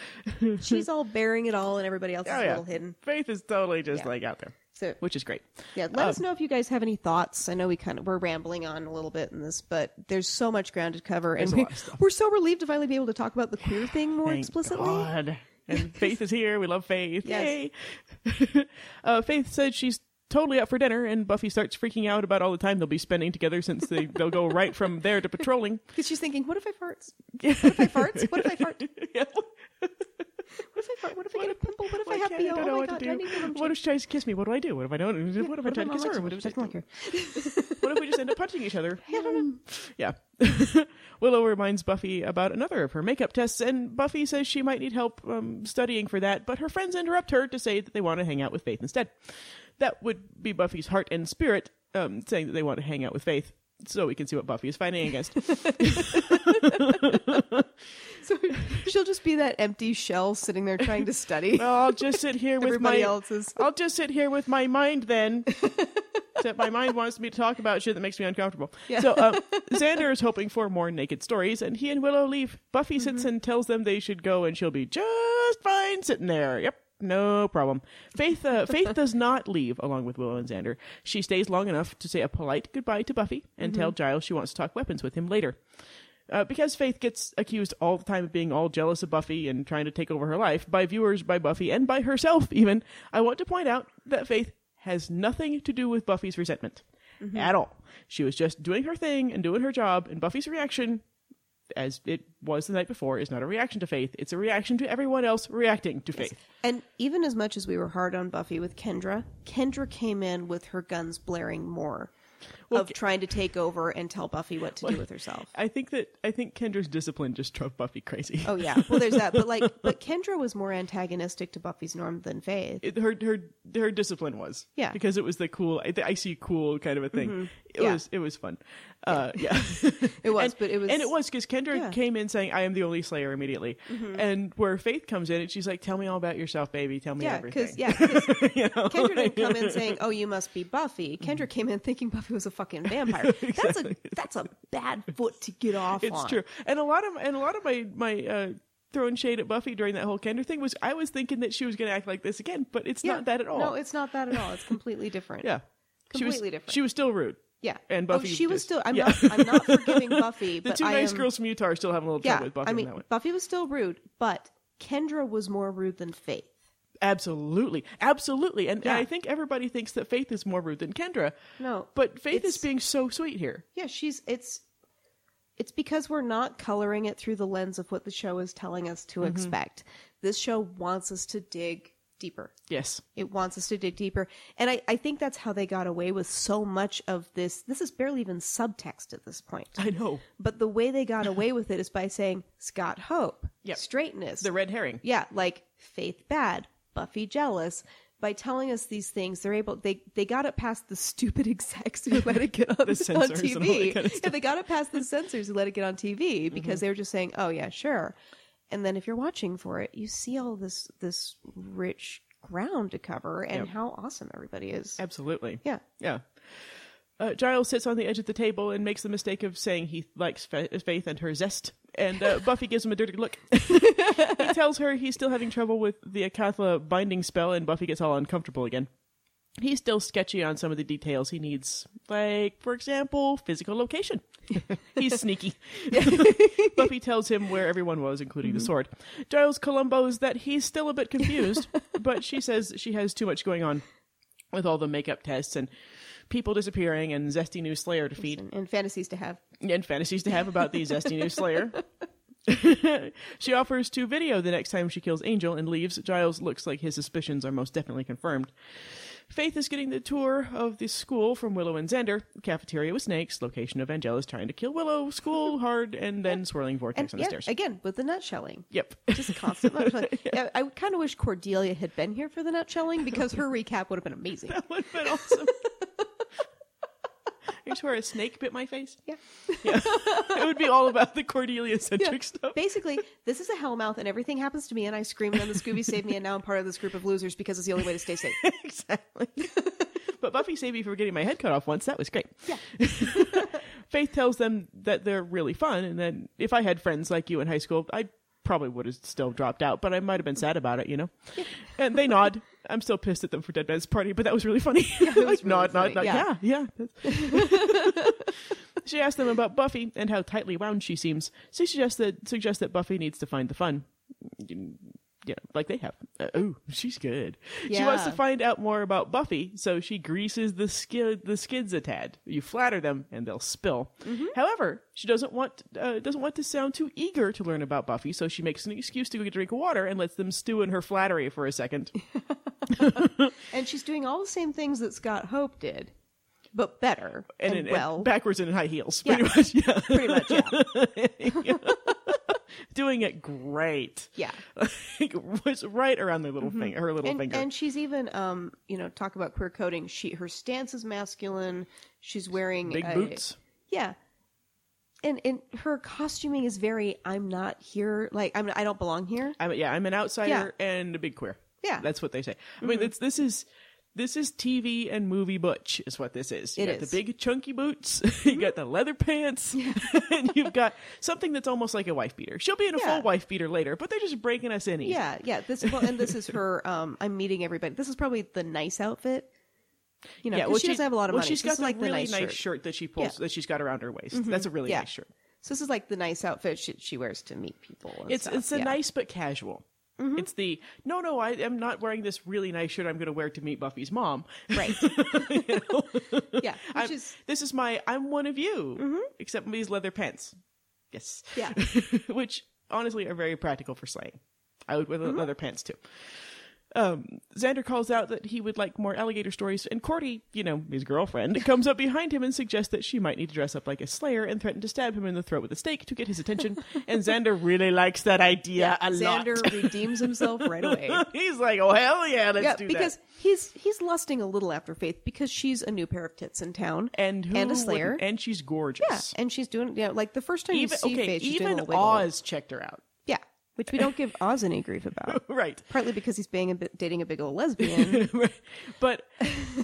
Speaker 1: Yeah, she's all bearing it all, and everybody else is
Speaker 2: Oh,
Speaker 1: a
Speaker 2: yeah.
Speaker 1: little hidden.
Speaker 2: Faith is totally just
Speaker 1: Yeah.
Speaker 2: like out there,
Speaker 1: So
Speaker 2: which is great.
Speaker 1: Yeah, let
Speaker 2: um,
Speaker 1: us know if you guys have any thoughts. I know we kind of we're rambling on a little bit in this, but there's so much ground to cover, and
Speaker 2: There's a
Speaker 1: we,
Speaker 2: lot of stuff.
Speaker 1: we're so relieved to finally be able to talk about the queer thing more
Speaker 2: Thank
Speaker 1: explicitly.
Speaker 2: God. And Faith is here. We love Faith.
Speaker 1: Yes.
Speaker 2: Yay. uh, Faith said she's totally up for dinner, and Buffy starts freaking out about all the time they'll be spending together since they, they'll go right from there to patrolling.
Speaker 1: Because she's thinking, what if I farts? What if I farts? What if I fart? What
Speaker 2: Yeah.
Speaker 1: if I fart? What if I get a pimple? What if I
Speaker 2: Why
Speaker 1: have
Speaker 2: can't
Speaker 1: BO?
Speaker 2: don't know
Speaker 1: Oh my
Speaker 2: what
Speaker 1: God!
Speaker 2: to
Speaker 1: do I need to
Speaker 2: do. What if she tries to kiss me? What do I do? What if I don't? What if I try to kiss her? What if, I-
Speaker 1: like her?
Speaker 2: what if we just end up punching each other? Yeah. Willow reminds Buffy about another of her makeup tests, and Buffy says she might need help um, studying for that, but her friends interrupt her to say that they want to hang out with Faith instead. That would be Buffy's heart and spirit um, saying that they want to hang out with Faith. So we can see what Buffy is fighting against.
Speaker 1: So she'll just be that empty shell sitting there trying to study.
Speaker 2: I'll just sit here with
Speaker 1: Everybody
Speaker 2: my
Speaker 1: else's.
Speaker 2: I'll just sit here with my mind then. Except my mind wants me to talk about shit that makes me uncomfortable. So uh, Xander is hoping for more naked stories, and he and Willow leave. Buffy sits and tells them they should go, and she'll be just fine. fine sitting there. Yep. No problem. Faith uh, Faith does not leave along with Willow and Xander. She stays long enough to say a polite goodbye to Buffy and tell Giles she wants to talk weapons with him later. Uh, because Faith gets accused all the time of being all jealous of Buffy and trying to take over her life by viewers, by Buffy, and by herself, even, I want to point out that Faith has nothing to do with Buffy's resentment
Speaker 1: Mm-hmm.
Speaker 2: at all. She was just doing her thing and doing her job, and Buffy's reaction, as it was the night before, is not a reaction to Faith. It's a reaction to everyone else reacting to Faith.
Speaker 1: And even as much as we were hard on Buffy with Kendra, Kendra came in with her guns blaring more of trying to take over and tell Buffy what to do with herself.
Speaker 2: I think that I think Kendra's discipline just drove Buffy crazy.
Speaker 1: Oh yeah. Well, there's that. But like, but Kendra was more antagonistic to Buffy's norm than Faith.
Speaker 2: it, her her her discipline was
Speaker 1: Yeah. Mm-hmm.
Speaker 2: because it was the cool I- the icy cool kind of a thing. It
Speaker 1: Yeah.
Speaker 2: was it was fun, uh, yeah.
Speaker 1: It was,
Speaker 2: and,
Speaker 1: but it was.
Speaker 2: and it was because Kendra
Speaker 1: Yeah. Mm-hmm.
Speaker 2: came in saying I am the only Slayer immediately, and where Faith comes in and she's like, tell me all about yourself, baby, tell me
Speaker 1: Yeah,
Speaker 2: everything.
Speaker 1: because yeah, 'cause Kendra didn't come in saying, "Oh, you must be Buffy."
Speaker 2: Mm-hmm.
Speaker 1: Kendra came in thinking Buffy was a fucking vampire. That's a that's a bad foot to get off
Speaker 2: it's
Speaker 1: on.
Speaker 2: true. And a lot of and a lot of my my uh, throwing shade at Buffy during that whole Kendra thing was I was thinking that she was going to act like this again, but it's
Speaker 1: Yeah.
Speaker 2: not that at all.
Speaker 1: No, it's not that at all. It's completely different.
Speaker 2: yeah, she
Speaker 1: completely
Speaker 2: was,
Speaker 1: different.
Speaker 2: She was still rude.
Speaker 1: yeah.
Speaker 2: And Buffy
Speaker 1: oh, she was
Speaker 2: just-
Speaker 1: still. I'm
Speaker 2: yeah.
Speaker 1: not. I'm not forgiving Buffy.
Speaker 2: The
Speaker 1: but
Speaker 2: two
Speaker 1: I
Speaker 2: nice
Speaker 1: am,
Speaker 2: girls from Utah are still having a little
Speaker 1: Yeah,
Speaker 2: trouble with Buffy
Speaker 1: I
Speaker 2: on
Speaker 1: mean,
Speaker 2: that one.
Speaker 1: Buffy was still rude, but Kendra was more rude than Faith.
Speaker 2: Absolutely, absolutely, and, and
Speaker 1: Yeah.
Speaker 2: I think everybody thinks that Faith is more rude than Kendra,
Speaker 1: No,
Speaker 2: but Faith
Speaker 1: It's-
Speaker 2: is being so sweet here.
Speaker 1: yeah, she's it's. It's because we're not coloring it through the lens of what the show is telling us to
Speaker 2: Mm-hmm.
Speaker 1: expect. This show wants us to dig deeper.
Speaker 2: Yes,
Speaker 1: It wants us to dig deeper. And I, I think that's how they got away with so much of this. This is barely even subtext at this point.
Speaker 2: I know
Speaker 1: But the way they got away with it is by saying Scott Hope,
Speaker 2: Yep.
Speaker 1: straightness.
Speaker 2: the red herring.
Speaker 1: yeah, like Faith bad, Buffy jealous. By telling us these things, they're able they they got it past the stupid execs who let it get on, on
Speaker 2: censors and all that Mm-hmm.
Speaker 1: TV.
Speaker 2: kind of
Speaker 1: yeah, they got it past the censors who let it get on TV because they were just saying, "Oh yeah, sure." And then if you're watching for it, you see all this this rich ground to cover and how awesome everybody is.
Speaker 2: Absolutely,
Speaker 1: Yeah,
Speaker 2: yeah. Uh, Giles sits on the edge of the table and makes the mistake of saying he likes Fa- Faith and her zest, and uh, Buffy gives him a dirty look. he tells her he's still having trouble with the Akatha binding spell, and Buffy gets all uncomfortable again. He's still sketchy on some of the details he needs, like, for example, physical location. He's sneaky. Buffy tells him where everyone was, including the sword. Giles Columbos that he's still a bit confused, but she says she has too much going on with all the makeup tests and people disappearing and zesty new Slayer defeat
Speaker 1: and, and fantasies to have.
Speaker 2: and fantasies to have about the zesty new Slayer. she offers to video the next time she kills Angel and leaves. Giles looks like his suspicions are most definitely confirmed. Faith is getting the tour of the school from Willow and Xander. Cafeteria with snakes, location of Angela's trying to kill Willow, school hard, and then swirling
Speaker 1: And
Speaker 2: vortex on the
Speaker 1: yeah,
Speaker 2: stairs.
Speaker 1: again with the nutshelling.
Speaker 2: yep.
Speaker 1: Just constant nutshelling. yeah. I kind of wish Cordelia had been here for the nutshelling because her recap would have been amazing.
Speaker 2: That would have been awesome. I swear a snake bit my face.
Speaker 1: Yeah.
Speaker 2: It would be all about the Cordelia centric
Speaker 1: Yeah.
Speaker 2: stuff.
Speaker 1: Basically, this is a hellmouth, and everything happens to me, and I scream, and then the Scooby save me, and now I'm part of this group of losers because it's the only way to stay safe.
Speaker 2: exactly. but Buffy saved me from getting my head cut off once. That was great.
Speaker 1: Yeah.
Speaker 2: Faith tells them that they're really fun, and then if I had friends like you in high school, I probably would have still dropped out, but I might have been sad about it, you know. and they nod. I'm still pissed at them for Dead Man's Party, but that was really funny.
Speaker 1: it was
Speaker 2: Like,
Speaker 1: really
Speaker 2: nod, nod, nod.
Speaker 1: funny.
Speaker 2: Yeah, yeah. she asks them about Buffy and how tightly wound she seems. She suggests that suggests that Buffy needs to find the fun. Yeah, like they have. Uh, oh, she's good. She wants to
Speaker 1: Yeah.
Speaker 2: find out more about Buffy, so she greases the skid the skids a tad. You flatter them, and they'll spill.
Speaker 1: Mm-hmm.
Speaker 2: However, she doesn't want uh, doesn't want to sound too eager to learn about Buffy, so she makes an excuse to go get a drink of water and lets them stew in her flattery for a second.
Speaker 1: And she's doing all the same things that Scott Hope did, but better
Speaker 2: And,
Speaker 1: and,
Speaker 2: in- and
Speaker 1: well.
Speaker 2: backwards and in high heels,
Speaker 1: Yeah.
Speaker 2: pretty much. Yeah,
Speaker 1: pretty much, yeah.
Speaker 2: doing it great.
Speaker 1: yeah. Mm-hmm.
Speaker 2: Like, was right around their little finger, her little
Speaker 1: And,
Speaker 2: finger.
Speaker 1: and she's even, um, you know, talk about queer coding. She her stance is masculine. She's wearing
Speaker 2: Big
Speaker 1: a-
Speaker 2: boots.
Speaker 1: Yeah. And and her costuming is very I'm not here like I'm I don't belong here.
Speaker 2: I'm, yeah, I'm an outsider and a big queer.
Speaker 1: Yeah. Mm-hmm.
Speaker 2: that's what they say. I mean, it's, this is This is TV and movie butch, is what this is. You
Speaker 1: It
Speaker 2: got
Speaker 1: is. Mm-hmm.
Speaker 2: the big chunky boots, you got the leather pants, and you've got something that's almost like a wife beater. She'll be in a
Speaker 1: Yeah.
Speaker 2: full wife beater later, but they're just breaking us in. easy.
Speaker 1: Yeah, yeah. This well, and this is her. Um, I'm meeting everybody. This is probably the nice outfit. You know, 'cause she, doesn't have a lot of
Speaker 2: well,
Speaker 1: money.
Speaker 2: She's
Speaker 1: This
Speaker 2: got
Speaker 1: is
Speaker 2: the
Speaker 1: like the
Speaker 2: really
Speaker 1: nice, shirt.
Speaker 2: that she pulls
Speaker 1: Yeah. Mm-hmm.
Speaker 2: that she's got around her waist. That's a really
Speaker 1: Yeah.
Speaker 2: nice shirt.
Speaker 1: So this is like the nice outfit she, she wears to meet people. and
Speaker 2: It's
Speaker 1: stuff.
Speaker 2: it's a
Speaker 1: Yeah. Mm-hmm.
Speaker 2: nice but casual. It's the no no I am not wearing this really nice shirt I'm going to wear to meet Buffy's mom.
Speaker 1: right. yeah, which
Speaker 2: I'm-
Speaker 1: is Mm-hmm.
Speaker 2: this is my I'm one of you except these leather pants. Yes.
Speaker 1: Yeah.
Speaker 2: Which honestly are very practical for slaying. I would wear
Speaker 1: Mm-hmm.
Speaker 2: the leather pants too. Um, Xander calls out that he would like more alligator stories, and Cordy, you know, his girlfriend, comes up behind him and suggests that she might need to dress up like a slayer and threaten to stab him in the throat with a stake to get his attention. and Xander really likes that idea a
Speaker 1: Xander
Speaker 2: lot.
Speaker 1: redeems himself right away.
Speaker 2: He's like, oh hell yeah, let's
Speaker 1: yeah,
Speaker 2: do
Speaker 1: because
Speaker 2: that.
Speaker 1: he's he's lusting a little after Faith because she's a new pair of tits in town,
Speaker 2: And who
Speaker 1: and a
Speaker 2: wouldn't?
Speaker 1: slayer.
Speaker 2: and she's
Speaker 1: yeah,
Speaker 2: gorgeous.
Speaker 1: and she's doing you know, like the first time
Speaker 2: even
Speaker 1: you see
Speaker 2: okay,
Speaker 1: Faith, she's doing
Speaker 2: even
Speaker 1: a little wiggle.
Speaker 2: Oz checked her out.
Speaker 1: yeah, which we don't give Oz any grief about,
Speaker 2: Right.
Speaker 1: partly because he's being a bit, dating a big old lesbian.
Speaker 2: but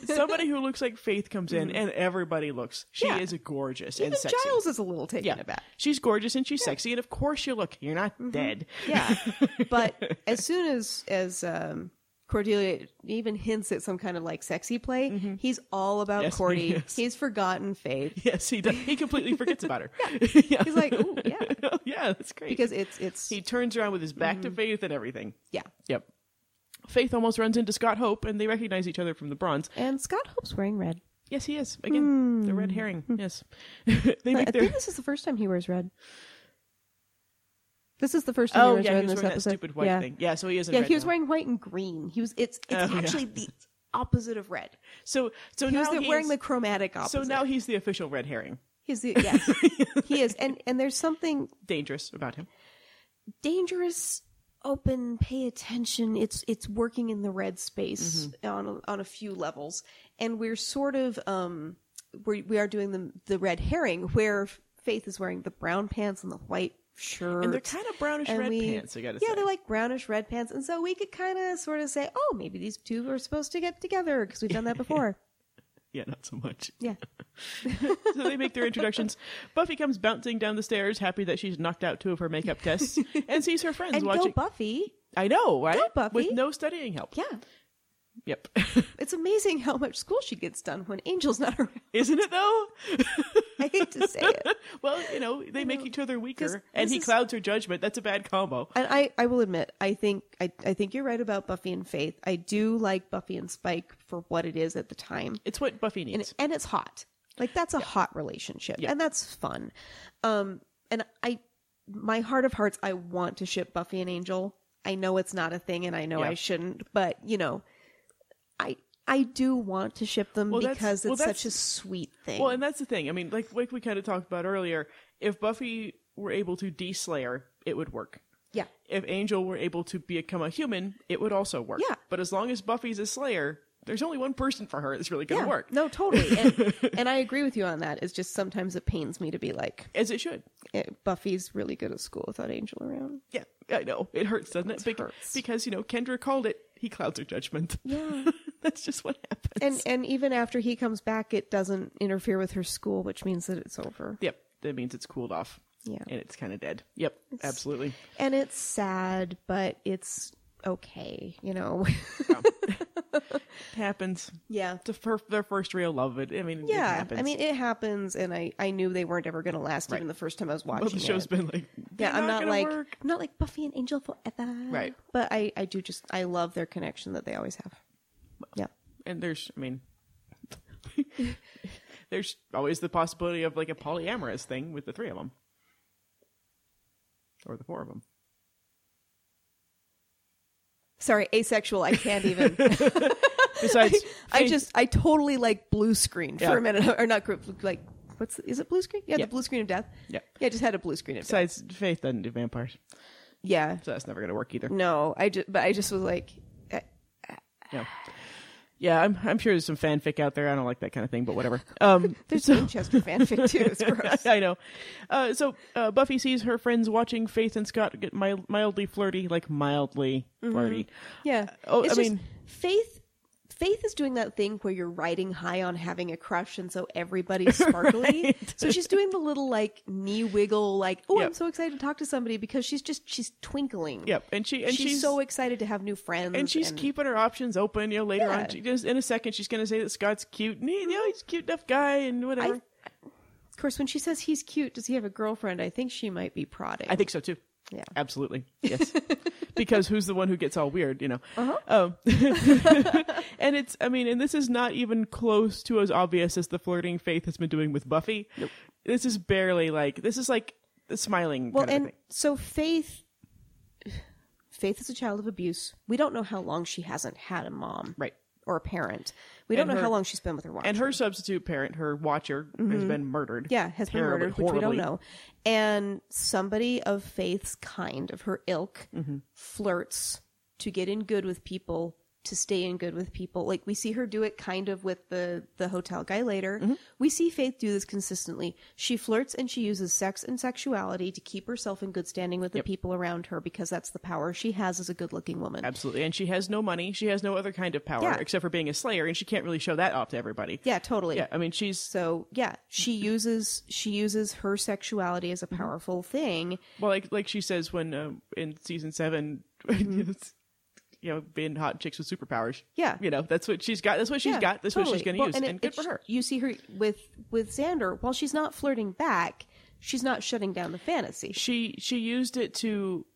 Speaker 2: somebody who looks like Faith comes in, and everybody looks. She
Speaker 1: Mm-hmm. Yeah.
Speaker 2: is gorgeous and
Speaker 1: Even
Speaker 2: sexy.
Speaker 1: Giles is a little taken
Speaker 2: yeah,
Speaker 1: aback.
Speaker 2: she's gorgeous and she's sexy, and of course you look. You're not
Speaker 1: Mm-hmm.
Speaker 2: dead.
Speaker 1: Yeah, but as soon as as um, Cordelia even hints at some kind of like sexy play, he's all about
Speaker 2: Mm-hmm. Yes,
Speaker 1: Cordy.
Speaker 2: he is.
Speaker 1: He's forgotten Faith.
Speaker 2: Yes, he does. He completely forgets about her. yeah.
Speaker 1: He's like, oh yeah,
Speaker 2: yeah, that's great.
Speaker 1: because Mm-hmm. it's it's
Speaker 2: he turns around with his back to Faith and everything.
Speaker 1: yeah.
Speaker 2: Yep. Faith almost runs into Scott Hope, and they recognize each other from the bronze.
Speaker 1: And Scott Hope's wearing red.
Speaker 2: Yes, he is again the red herring. Yes, they
Speaker 1: Hmm. I
Speaker 2: make their
Speaker 1: think this is the first time he wears red. This is the first time he
Speaker 2: oh
Speaker 1: wears
Speaker 2: yeah,
Speaker 1: red
Speaker 2: he
Speaker 1: in
Speaker 2: was
Speaker 1: this
Speaker 2: wearing that
Speaker 1: episode.
Speaker 2: stupid white
Speaker 1: yeah.
Speaker 2: thing. Yeah, so he is. in
Speaker 1: Yeah,
Speaker 2: red
Speaker 1: he was
Speaker 2: now.
Speaker 1: wearing white and green. He was it's it's
Speaker 2: Oh, yeah.
Speaker 1: actually the opposite of red.
Speaker 2: So so
Speaker 1: He
Speaker 2: now
Speaker 1: was the-
Speaker 2: he's
Speaker 1: wearing the chromatic opposite.
Speaker 2: so now he's the official red herring.
Speaker 1: he's the yes. he is. And and there's something
Speaker 2: Dangerous about him.
Speaker 1: dangerous open pay attention it's it's working in the red space on
Speaker 2: Mm-hmm.
Speaker 1: a, on a few levels and we're sort of um we we are doing the the red herring where faith is wearing the brown pants and the white shirt
Speaker 2: And they're kind of brownish red pants, I gotta
Speaker 1: yeah
Speaker 2: say.
Speaker 1: they're like brownish red pants and so we could kind of sort of say oh maybe these two are supposed to get together because we've done that before
Speaker 2: Yeah, not so much.
Speaker 1: yeah
Speaker 2: so they make their introductions. Buffy comes bouncing down the stairs, happy that she's knocked out two of her makeup tests, and sees her friends
Speaker 1: and go
Speaker 2: watching.
Speaker 1: buffy
Speaker 2: I know, right?
Speaker 1: Buffy.
Speaker 2: With no studying help.
Speaker 1: yeah
Speaker 2: Yep.
Speaker 1: it's amazing how much school she gets done when angel's not around
Speaker 2: Isn't it though?
Speaker 1: i hate to say it
Speaker 2: well, you know, they make each other weaker, and
Speaker 1: this
Speaker 2: he
Speaker 1: is-
Speaker 2: clouds her judgment. That's a bad combo.
Speaker 1: And I, I will admit, I think I, I think you're right about Buffy and Faith. I do like Buffy and Spike for what it is at the time.
Speaker 2: It's what Buffy needs.
Speaker 1: And, and it's hot. Like that's a hot relationship. And that's fun. Um and I my heart of hearts, I want to ship Buffy and Angel. I know it's not a thing and I know
Speaker 2: Yeah.
Speaker 1: I shouldn't, but you know, I I do want to ship them
Speaker 2: Well, that's-
Speaker 1: because
Speaker 2: well,
Speaker 1: it's
Speaker 2: that's-
Speaker 1: such a sweet thing.
Speaker 2: Well, and that's the thing. I mean, like like we kind of talked about earlier, if Buffy were able to deslayer, it would work.
Speaker 1: yeah.
Speaker 2: If Angel were able to become a human, it would also work.
Speaker 1: Yeah.
Speaker 2: But as long as Buffy's a slayer, there's only one person for her that's really going to
Speaker 1: Yeah.
Speaker 2: work.
Speaker 1: No, totally. And, and I agree with you on that. It's just sometimes it pains me to be like,
Speaker 2: As it should.
Speaker 1: it- Buffy's really good at school without Angel around.
Speaker 2: Yeah, I know. It hurts, doesn't it? Bec-
Speaker 1: hurts.
Speaker 2: Because, you know, Kendra called it, he clouds her judgment.
Speaker 1: Yeah.
Speaker 2: that's just what happens.
Speaker 1: and and even after he comes back, it doesn't interfere with her school, which means that it's over.
Speaker 2: yep. That means it's cooled off.
Speaker 1: Yeah.
Speaker 2: And it's kind of dead. Yep. absolutely.
Speaker 1: And it's sad, but it's okay, you know.
Speaker 2: It happens.
Speaker 1: yeah.
Speaker 2: It's her, their first real love. It, I mean, it
Speaker 1: Yeah.
Speaker 2: happens.
Speaker 1: I mean, it happens, and I I knew they weren't ever going to last, even the first time I was watching
Speaker 2: well, the show's
Speaker 1: it.
Speaker 2: been like,
Speaker 1: yeah, I'm not
Speaker 2: gonna
Speaker 1: like
Speaker 2: work.
Speaker 1: I'm not like Buffy and Angel forever.
Speaker 2: Right.
Speaker 1: But I I do just I love their connection that they always have. Yeah.
Speaker 2: and there's i mean there's always the possibility of like a polyamorous thing with the three of them or the four of them
Speaker 1: Sorry, asexual. I can't even.
Speaker 2: besides
Speaker 1: I
Speaker 2: Faith-
Speaker 1: just I totally like blue screen for
Speaker 2: Yeah.
Speaker 1: a minute or not group like what's is it blue screen? Yeah,
Speaker 2: Yeah.
Speaker 1: the blue screen of death.
Speaker 2: Yeah.
Speaker 1: yeah, I just had a blue screen of death.
Speaker 2: besides faith doesn't do vampires
Speaker 1: Yeah,
Speaker 2: so that's never gonna work either
Speaker 1: no, I just but I just was like, eh,
Speaker 2: yeah yeah i'm, I'm sure there's some fanfic out there i don't like that kind of thing but whatever um
Speaker 1: there's Winchester fanfic too. It's gross.
Speaker 2: I know. Uh, so uh, Buffy sees her friends watching Faith and Scott get mild,
Speaker 1: Mm-hmm.
Speaker 2: mildly flirty, like mildly flirty.
Speaker 1: Yeah,
Speaker 2: Oh,
Speaker 1: It's
Speaker 2: I
Speaker 1: just
Speaker 2: mean-
Speaker 1: Faith. Faith is doing that thing where you're riding high on having a crush, and so everybody's sparkly.
Speaker 2: Right.
Speaker 1: So she's doing the little like knee wiggle, like, oh, I'm
Speaker 2: Yep.
Speaker 1: so excited to talk to somebody because she's just she's twinkling.
Speaker 2: Yep, and she and
Speaker 1: she's, so excited to have new friends,
Speaker 2: and she's keeping her options open. You know, later
Speaker 1: Yeah. Mm-hmm.
Speaker 2: on, she just, in a second, she's going to say that Scott's cute. And he, you know, he's a cute enough guy and whatever.
Speaker 1: I- Of course, when she says he's cute, does he have a girlfriend? I think she might be prodding.
Speaker 2: I think so too.
Speaker 1: Yeah.
Speaker 2: Absolutely. Yes. because who's the one who gets all weird, you know?
Speaker 1: Uh-huh.
Speaker 2: Um, and it's, I mean, and this is not even close to as obvious as the flirting Faith has been doing with Buffy. This is barely like, this is like the smiling
Speaker 1: Well,
Speaker 2: kind of
Speaker 1: and
Speaker 2: thing.
Speaker 1: so Faith, Faith is a child of abuse. We don't know how long she hasn't had a mom,
Speaker 2: Right.
Speaker 1: or a parent. We don't
Speaker 2: And
Speaker 1: know
Speaker 2: her-
Speaker 1: how long she's been with her watcher.
Speaker 2: And her substitute parent, her watcher, has been murdered.
Speaker 1: Mm-hmm. yeah, has been
Speaker 2: Terribly-
Speaker 1: murdered, which we don't
Speaker 2: horribly.
Speaker 1: know. And somebody of Faith's kind, of her ilk,
Speaker 2: Mm-hmm.
Speaker 1: flirts to get in good with people, to stay in good with people. Like we see her do it kind of with the the hotel guy later.
Speaker 2: Mm-hmm.
Speaker 1: We see Faith do this consistently. She flirts and she uses sex and sexuality to keep herself in good standing with the people around her because that's the power she has as a good-looking woman.
Speaker 2: Absolutely. And she has no money. She has no other kind of power
Speaker 1: Yeah.
Speaker 2: except for being a slayer, and she can't really show that off to everybody.
Speaker 1: Yeah, totally.
Speaker 2: Yeah, I mean, she's
Speaker 1: So, yeah, she uses she uses her sexuality
Speaker 2: Mm-hmm.
Speaker 1: as a powerful thing.
Speaker 2: well, like like she says when um, in season 7 it's, you know, being hot chicks with superpowers.
Speaker 1: Mm-hmm. Yeah.
Speaker 2: you know, that's what she's got. That's what she's
Speaker 1: Yeah,
Speaker 2: got. That's what she's
Speaker 1: totally.
Speaker 2: going to
Speaker 1: Well,
Speaker 2: use, and,
Speaker 1: it-
Speaker 2: good
Speaker 1: it-
Speaker 2: for her.
Speaker 1: You see her with with Xander. While she's not flirting back, she's not shutting down the fantasy.
Speaker 2: She she used it to.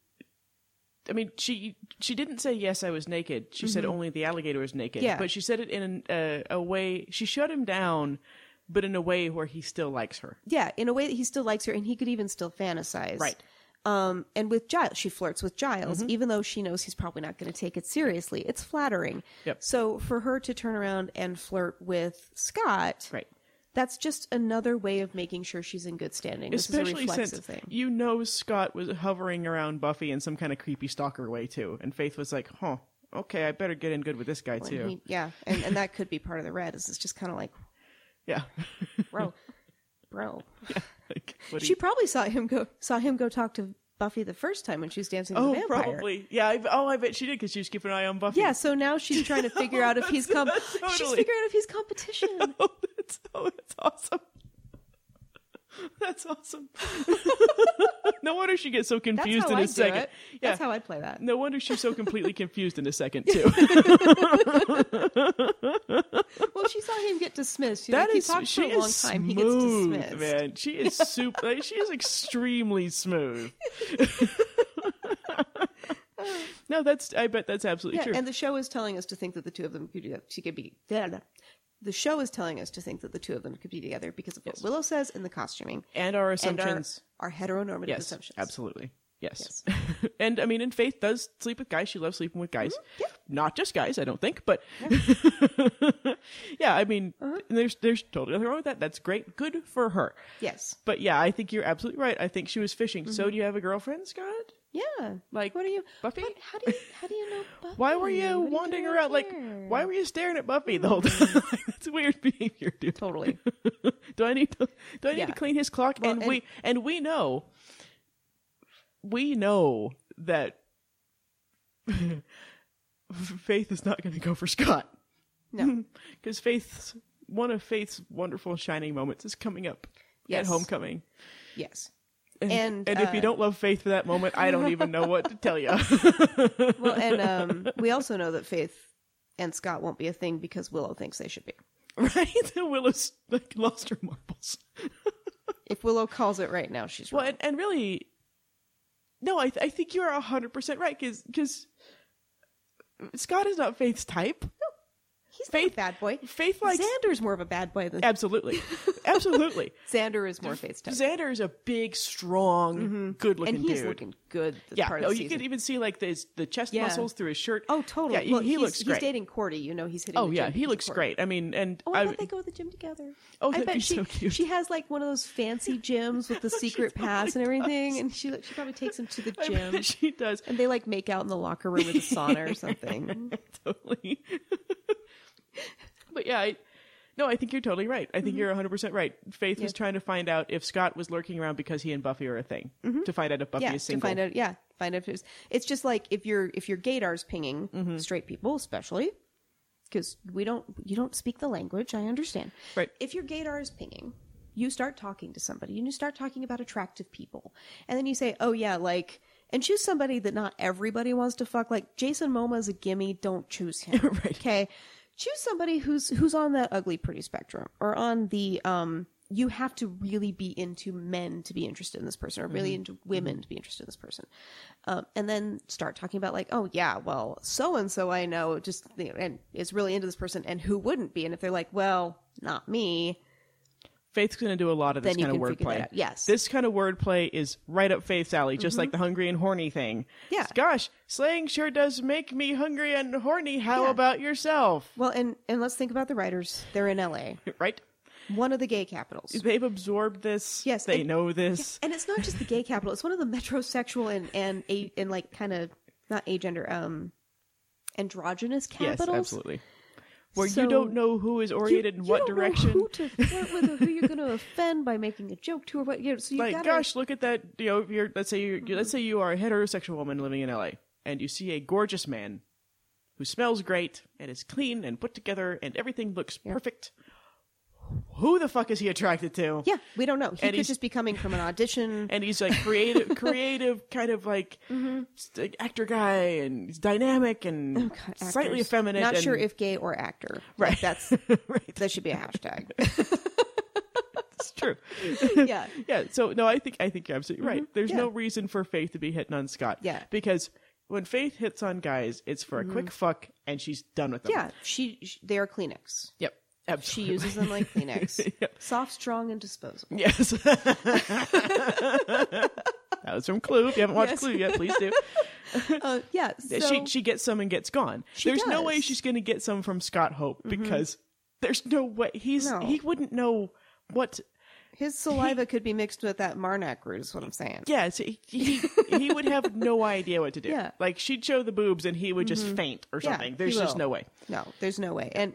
Speaker 2: I mean, she she didn't say yes. I was naked. She said only the alligator was naked.
Speaker 1: Mm-hmm. Yeah.
Speaker 2: but she said it in uh, a, a way. She shut him down, but in a way where he still likes her.
Speaker 1: Yeah, in a way that he still likes her, and he could even still fantasize.
Speaker 2: Right. Mm-hmm.
Speaker 1: Um, and with Giles, she flirts with Giles, even though she knows he's probably not going to take it seriously. It's flattering.
Speaker 2: Yep.
Speaker 1: So for her to turn around and flirt with Scott,
Speaker 2: Right.
Speaker 1: That's just another way of making sure she's in good standing. this is a
Speaker 2: Especially
Speaker 1: reflexive
Speaker 2: since
Speaker 1: thing.
Speaker 2: you know Scott was hovering around Buffy in some kind of creepy stalker way too, and Faith was like, "Huh, okay, I better get in good with this guy
Speaker 1: And
Speaker 2: too."
Speaker 1: he- yeah, and, and that could be part of the red. Is it's just kind of like,
Speaker 2: Yeah,
Speaker 1: bro, bro.
Speaker 2: like, what do
Speaker 1: She probably saw him go saw him go talk to Buffy the first time when she was dancing with
Speaker 2: Oh,
Speaker 1: the vampire.
Speaker 2: probably. Yeah. I, oh, I bet she did because she was keeping an eye on Buffy.
Speaker 1: Yeah, so now she's trying to figure out if he's com-
Speaker 2: That's- that's
Speaker 1: she's
Speaker 2: totally-
Speaker 1: figuring out if he's competition.
Speaker 2: Oh, that's, oh, that's awesome. That's awesome. no wonder she gets so
Speaker 1: That's
Speaker 2: confused
Speaker 1: how
Speaker 2: in a
Speaker 1: I do
Speaker 2: second.
Speaker 1: it.
Speaker 2: Yeah.
Speaker 1: That's how I play that.
Speaker 2: no wonder she's so completely confused in a second too.
Speaker 1: Well, she saw him get dismissed. She,
Speaker 2: That
Speaker 1: like,
Speaker 2: is
Speaker 1: he talks
Speaker 2: she
Speaker 1: for a
Speaker 2: is
Speaker 1: long time. He gets
Speaker 2: smooth,
Speaker 1: dismissed.
Speaker 2: man. She is super. like, she is extremely smooth. no, that's. I bet that's absolutely
Speaker 1: Yeah,
Speaker 2: true.
Speaker 1: and the show is telling us to think that the two of them could be she could be blah, blah. the show is telling us to think that the two of them could be together because of what Willow says and the costuming
Speaker 2: And our
Speaker 1: and our,
Speaker 2: assumptions.
Speaker 1: our heteronormative
Speaker 2: yes,
Speaker 1: assumptions.
Speaker 2: absolutely. Yes. and I mean, and Faith does sleep with guys. She loves sleeping with guys.
Speaker 1: Mm-hmm. yeah.
Speaker 2: Not just guys, I don't think, but yeah, I mean,
Speaker 1: Uh-huh.
Speaker 2: there's there's totally nothing wrong with that. That's great. Good for her.
Speaker 1: Yes.
Speaker 2: But yeah, I think you're absolutely right. I think she was fishing.
Speaker 1: Mm-hmm.
Speaker 2: So do you have a girlfriend, Scott?
Speaker 1: Yeah.
Speaker 2: Like,
Speaker 1: what are you
Speaker 2: Buffy?
Speaker 1: what- how do you how do you know Buffy?
Speaker 2: Why were
Speaker 1: What are
Speaker 2: you
Speaker 1: doing
Speaker 2: wandering
Speaker 1: out
Speaker 2: around? Like,
Speaker 1: here?
Speaker 2: why were you staring at Buffy the whole time? Like, That's weird behavior, dude.
Speaker 1: Mm-hmm. Totally.
Speaker 2: do I need to? Do I need
Speaker 1: Yeah.
Speaker 2: to clean his clock?
Speaker 1: Well,
Speaker 2: and,
Speaker 1: and-
Speaker 2: we and we know, we know that Faith is not going to go for Scott
Speaker 1: No.
Speaker 2: because Faith's one of Faith's wonderful shining moments is coming up
Speaker 1: Yes.
Speaker 2: at homecoming.
Speaker 1: yes.
Speaker 2: And
Speaker 1: And,
Speaker 2: and, if
Speaker 1: uh,
Speaker 2: you don't love Faith for that moment, I don't even know what to tell you.
Speaker 1: Well, and um, we also know that Faith and Scott won't be a thing because Willow thinks they should be.
Speaker 2: right? Willow's like lost her marbles.
Speaker 1: If Willow calls it right now, she's
Speaker 2: Well,
Speaker 1: right.
Speaker 2: and, and really, no, I, th- I think you're 100% right because Scott is not Faith's type.
Speaker 1: He's
Speaker 2: Faith-
Speaker 1: not a bad boy.
Speaker 2: Faith likes.
Speaker 1: Xander's more of a bad boy than
Speaker 2: absolutely. Absolutely.
Speaker 1: Xander is more Faith's type. Mm-hmm.
Speaker 2: Xander is a big, strong, good looking
Speaker 1: and
Speaker 2: dude.
Speaker 1: he's looking good this
Speaker 2: yeah.
Speaker 1: part
Speaker 2: oh,
Speaker 1: of the
Speaker 2: you
Speaker 1: season.
Speaker 2: can even see like the, the chest
Speaker 1: Yeah.
Speaker 2: muscles through his shirt.
Speaker 1: oh, totally.
Speaker 2: Yeah, you-
Speaker 1: well,
Speaker 2: he
Speaker 1: he's,
Speaker 2: looks
Speaker 1: he's
Speaker 2: great.
Speaker 1: dating Cordy. You know he's hitting.
Speaker 2: oh,
Speaker 1: the
Speaker 2: yeah.
Speaker 1: gym
Speaker 2: He
Speaker 1: because of
Speaker 2: looks
Speaker 1: Cordy.
Speaker 2: great. I mean, and
Speaker 1: Oh, I,
Speaker 2: I,
Speaker 1: bet they go to the gym together.
Speaker 2: Oh,
Speaker 1: I
Speaker 2: that'd
Speaker 1: bet
Speaker 2: be
Speaker 1: she
Speaker 2: so cute.
Speaker 1: she has like one of those fancy gyms with the secret pass and everything, and she she probably takes him to the
Speaker 2: I bet
Speaker 1: gym,
Speaker 2: she does.
Speaker 1: and they like make out in the locker room with a sauna or something.
Speaker 2: totally. but yeah, I, no, I think you're totally right. I
Speaker 1: Mm-hmm.
Speaker 2: think you're 100% right. Faith was trying to find out if Scott was lurking around because he and Buffy are a thing, to find out if Buffy
Speaker 1: Mm-hmm. yeah,
Speaker 2: is
Speaker 1: to
Speaker 2: single.
Speaker 1: find out. Yeah,
Speaker 2: Mm-hmm.
Speaker 1: find out. If it's, it's just like if your if your gaydar's pinging straight people, especially, because we don't you don't speak the language. I understand.
Speaker 2: Right.
Speaker 1: If your gaydar is pinging, you start talking to somebody and you start talking about attractive people, and then you say, "Oh yeah, like." And choose somebody that not everybody wants to fuck. Like Jason Momoa is a gimme. Don't choose him.
Speaker 2: Right.
Speaker 1: Okay. Choose somebody who's who's on that ugly pretty spectrum or on the um you have to really be into men to be interested in this person or really into women to be interested in this person. Um, and then start talking about like, oh yeah, well, so and so I know just you know, and is really into this person and who wouldn't be and if they're like, well, not me,
Speaker 2: Faith's going to do a lot of this
Speaker 1: Then you
Speaker 2: kind of
Speaker 1: can figure that
Speaker 2: wordplay.
Speaker 1: out. Yes. Mm-hmm.
Speaker 2: This kind of wordplay is right up Faith's alley, just like the hungry and horny thing.
Speaker 1: Yeah.
Speaker 2: Gosh, slang sure does make me hungry and horny. How
Speaker 1: Yeah.
Speaker 2: about yourself?
Speaker 1: well, and and let's think about the writers. They're in L.A.,
Speaker 2: Right?
Speaker 1: one of the gay capitals.
Speaker 2: They've absorbed this.
Speaker 1: Yes,
Speaker 2: They
Speaker 1: and-
Speaker 2: know this.
Speaker 1: and it's not just the gay capital; it's one of the metrosexual and and a, and like kind of not agender, um, androgynous
Speaker 2: Yes,
Speaker 1: capitals.
Speaker 2: absolutely. Where
Speaker 1: So-
Speaker 2: you don't know who is
Speaker 1: You-
Speaker 2: oriented in
Speaker 1: you
Speaker 2: what
Speaker 1: don't know
Speaker 2: direction.
Speaker 1: who to flirt with, or who you're going to offend by making a joke to, or what. You know, so you
Speaker 2: like,
Speaker 1: gotta,
Speaker 2: gosh, look at that. You know, if you're, let's say you let's say you are a heterosexual woman living in LA, and you see a gorgeous man who smells great and is clean and put together, and everything looks perfect. Who the fuck is he attracted to?
Speaker 1: yeah, we don't know. He could
Speaker 2: he's-
Speaker 1: just be coming from an audition.
Speaker 2: And he's like creative, creative kind of like st- actor guy, and he's dynamic and
Speaker 1: Mm-hmm. Oh, God,
Speaker 2: slightly
Speaker 1: actors.
Speaker 2: effeminate.
Speaker 1: Not
Speaker 2: and-
Speaker 1: sure if gay or actor. Like,
Speaker 2: Right.
Speaker 1: that's
Speaker 2: right,
Speaker 1: that should be a hashtag.
Speaker 2: that's true.
Speaker 1: yeah.
Speaker 2: yeah. So no, I think I think you're absolutely right. There's
Speaker 1: Mm-hmm. Yeah.
Speaker 2: no reason for Faith to be hitting on Scott.
Speaker 1: Yeah. Mm-hmm.
Speaker 2: Because when Faith hits on guys, it's for a quick fuck and she's done with them.
Speaker 1: Yeah. She, she they are Kleenex.
Speaker 2: Yep.
Speaker 1: She
Speaker 2: Absolutely.
Speaker 1: uses them like Kleenex.
Speaker 2: Yeah.
Speaker 1: Soft, strong, and disposable.
Speaker 2: Yes. that was from Clue. If you haven't watched
Speaker 1: Yes.
Speaker 2: Clue yet, please do.
Speaker 1: Uh, yeah. So,
Speaker 2: she she gets some and gets gone.
Speaker 1: She
Speaker 2: there's no way
Speaker 1: does. Mm-hmm.
Speaker 2: she's going to get some from Scott Hope because there's no way he's
Speaker 1: No.
Speaker 2: he wouldn't know what
Speaker 1: his saliva could be mixed with that Marnak root. Is what I'm saying.
Speaker 2: Yeah, so he he- he would have no idea what to do.
Speaker 1: Yeah. Mm-hmm.
Speaker 2: Like she'd show the boobs and he would just faint or
Speaker 1: Yeah,
Speaker 2: something.
Speaker 1: he
Speaker 2: There's just
Speaker 1: will.
Speaker 2: no way.
Speaker 1: No, there's no way. And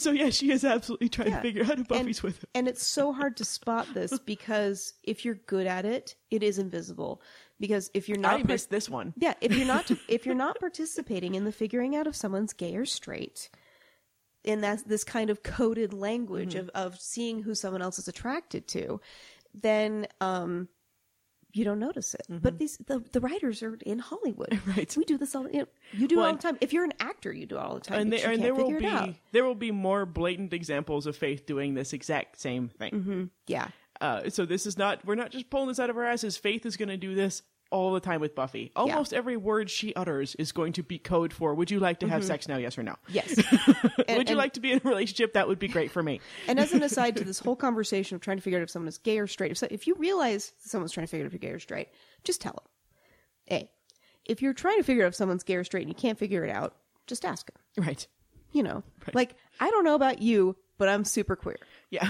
Speaker 2: So yeah, she is absolutely trying
Speaker 1: Yeah.
Speaker 2: to figure out who Buffy's with him.
Speaker 1: and it's so hard to spot this because if you're good at it, it is invisible. Because if you're not,
Speaker 2: I
Speaker 1: par-
Speaker 2: missed this one.
Speaker 1: yeah, if you're not, if you're not participating in the figuring out if someone's gay or straight, in that this kind of coded language
Speaker 2: Mm-hmm.
Speaker 1: of of seeing who someone else is attracted to, then um, you don't notice it. But these the, the writers are in Hollywood,
Speaker 2: Mm-hmm. Right.
Speaker 1: We do this all. You, know, you do it
Speaker 2: Well,
Speaker 1: all
Speaker 2: and-
Speaker 1: the time. If you're an actor, you do it all the time.
Speaker 2: And,
Speaker 1: but
Speaker 2: there,
Speaker 1: you
Speaker 2: and
Speaker 1: can't
Speaker 2: there will
Speaker 1: figure it out.
Speaker 2: be there will be more blatant examples of Faith doing this exact same thing.
Speaker 1: Mm-hmm. yeah.
Speaker 2: Uh, so this is not we're not just pulling this out of our asses. Faith is going to do this all the time with Buffy. Almost every word she utters is going to be code for "Would you like to have sex now? Yes or no?
Speaker 1: Mm-hmm. Yes. And-
Speaker 2: would you
Speaker 1: and-
Speaker 2: like to be in a relationship? That would be great for me."
Speaker 1: And as an aside to this whole conversation of trying to figure out if someone is gay or straight, if, so, if you realize someone's trying to figure out if you're gay or straight, just tell them. A. If you're trying to figure out if someone's gay or straight and you can't figure it out, just ask them.
Speaker 2: right.
Speaker 1: You know, like, I don't know about you, but I'm super queer.
Speaker 2: Yeah.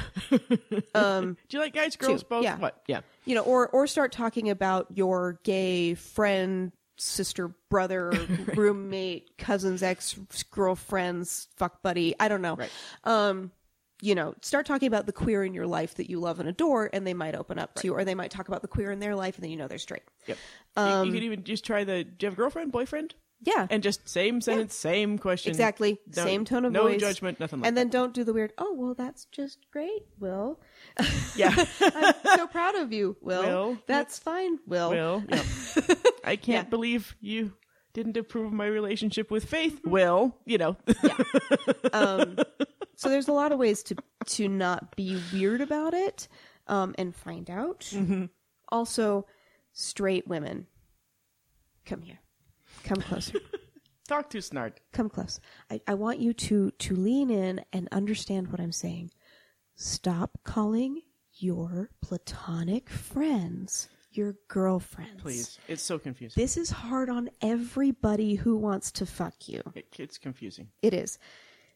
Speaker 1: Um,
Speaker 2: Do you like guys, girls,
Speaker 1: Two,
Speaker 2: both?
Speaker 1: yeah.
Speaker 2: What? Yeah.
Speaker 1: you know, or, or start talking about your gay friend, sister, brother, roommate, cousin's ex girlfriend's fuck buddy. I don't know.
Speaker 2: Right.
Speaker 1: um, you know, start talking about the queer in your life that you love and adore, and they might open up to you, or they might talk about the queer in their life, and then you know they're straight.
Speaker 2: Yep. You-
Speaker 1: Um,
Speaker 2: you, could even just try the. Do you have a girlfriend, boyfriend?
Speaker 1: Yeah,
Speaker 2: And just same sentence, same question.
Speaker 1: exactly.
Speaker 2: No-
Speaker 1: Same tone of
Speaker 2: no
Speaker 1: voice.
Speaker 2: judgment, nothing like
Speaker 1: And then don't do the weird. Oh well, that's just great, Will.
Speaker 2: Yeah.
Speaker 1: I'm so proud of you, Will.
Speaker 2: Will.
Speaker 1: That's fine, Will.
Speaker 2: Will. Yeah. I can't
Speaker 1: Yeah.
Speaker 2: believe you didn't approve of my relationship with Faith.
Speaker 1: Mm-hmm.
Speaker 2: Will. You know.
Speaker 1: So there's a lot of ways to to not be weird about it, um, and find out. Also, straight women, come here, come closer.
Speaker 2: Talk to Snart.
Speaker 1: come close. I, I want you to to lean in and understand what I'm saying. Stop calling your platonic friends your girlfriends.
Speaker 2: Please. It's so confusing.
Speaker 1: This is hard on everybody who wants to fuck you.
Speaker 2: It, it's confusing.
Speaker 1: It is.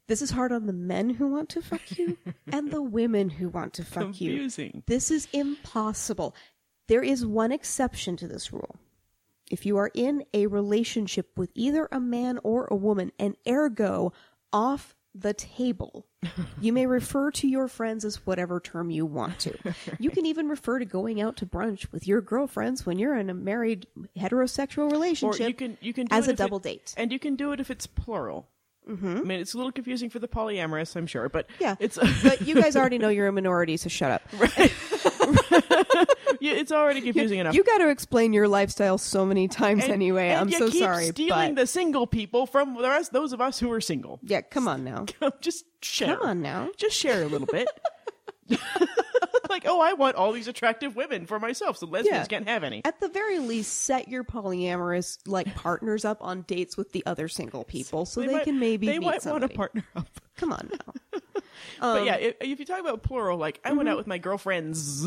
Speaker 1: This is hard on the men who want to fuck you and the women who want to fuck you.
Speaker 2: confusing.
Speaker 1: This is impossible. There is one exception to this rule. If you are in a relationship with either a man or a woman and ergo off the table, you may refer to your friends as whatever term you want to. You can even refer to going out to brunch with your girlfriends when you're in a married heterosexual
Speaker 2: Or
Speaker 1: relationship
Speaker 2: you can you can do
Speaker 1: as
Speaker 2: it
Speaker 1: a
Speaker 2: if it-
Speaker 1: double date. Mm-hmm.
Speaker 2: and you can do it if it's plural. I mean, it's a little confusing for the polyamorous, I'm sure, but
Speaker 1: Yeah.
Speaker 2: it's
Speaker 1: but you guys already know you're a minority, so shut up.
Speaker 2: yeah, it's already confusing enough.
Speaker 1: You got to explain your lifestyle so many times
Speaker 2: And-
Speaker 1: anyway.
Speaker 2: and
Speaker 1: I'm
Speaker 2: you
Speaker 1: so
Speaker 2: keep
Speaker 1: sorry,
Speaker 2: Stealing
Speaker 1: but
Speaker 2: the single people from the rest, those of us who are single.
Speaker 1: yeah, come on now.
Speaker 2: Just share.
Speaker 1: Come on now.
Speaker 2: Just share a little bit. like, oh, I want all these attractive women for myself, so lesbians
Speaker 1: Yeah.
Speaker 2: can't have any.
Speaker 1: At the very least, set your polyamorous like partners up on dates with the other single people, so they,
Speaker 2: might-
Speaker 1: can maybe
Speaker 2: they
Speaker 1: meet
Speaker 2: might
Speaker 1: somebody. Um,
Speaker 2: want to partner up.
Speaker 1: Come on now.
Speaker 2: but yeah, if, if you talk about plural, like I
Speaker 1: mm-hmm.
Speaker 2: went out with my girlfriends,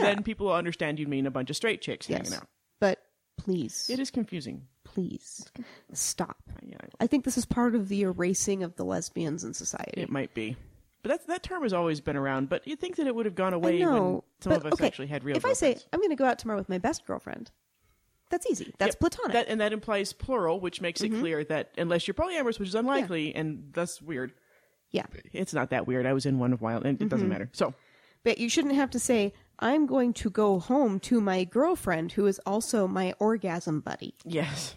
Speaker 2: then people will understand you mean a bunch of straight chicks
Speaker 1: Yes,
Speaker 2: hanging out.
Speaker 1: but please,
Speaker 2: It is confusing.
Speaker 1: please stop.
Speaker 2: Yeah,
Speaker 1: I think this is part of the erasing of the lesbians in society.
Speaker 2: it might be. But that's, that term has always been around. But you'd think that it would have gone
Speaker 1: I
Speaker 2: away when
Speaker 1: know,
Speaker 2: some
Speaker 1: but
Speaker 2: of us
Speaker 1: okay,
Speaker 2: actually had real.
Speaker 1: If I say
Speaker 2: girlfriends.
Speaker 1: I'm going to go out tomorrow with my best girlfriend, that's easy. That's
Speaker 2: Yeah,
Speaker 1: platonic. Mm-hmm.
Speaker 2: that, and that implies plural, which makes it clear that unless you're polyamorous, which is unlikely, and that's weird.
Speaker 1: yeah,
Speaker 2: It's not that weird. I was in one of wild, and it
Speaker 1: Mm-hmm.
Speaker 2: doesn't matter. So
Speaker 1: but you shouldn't have to say I'm going to go home to my girlfriend who is also my orgasm buddy.
Speaker 2: yes,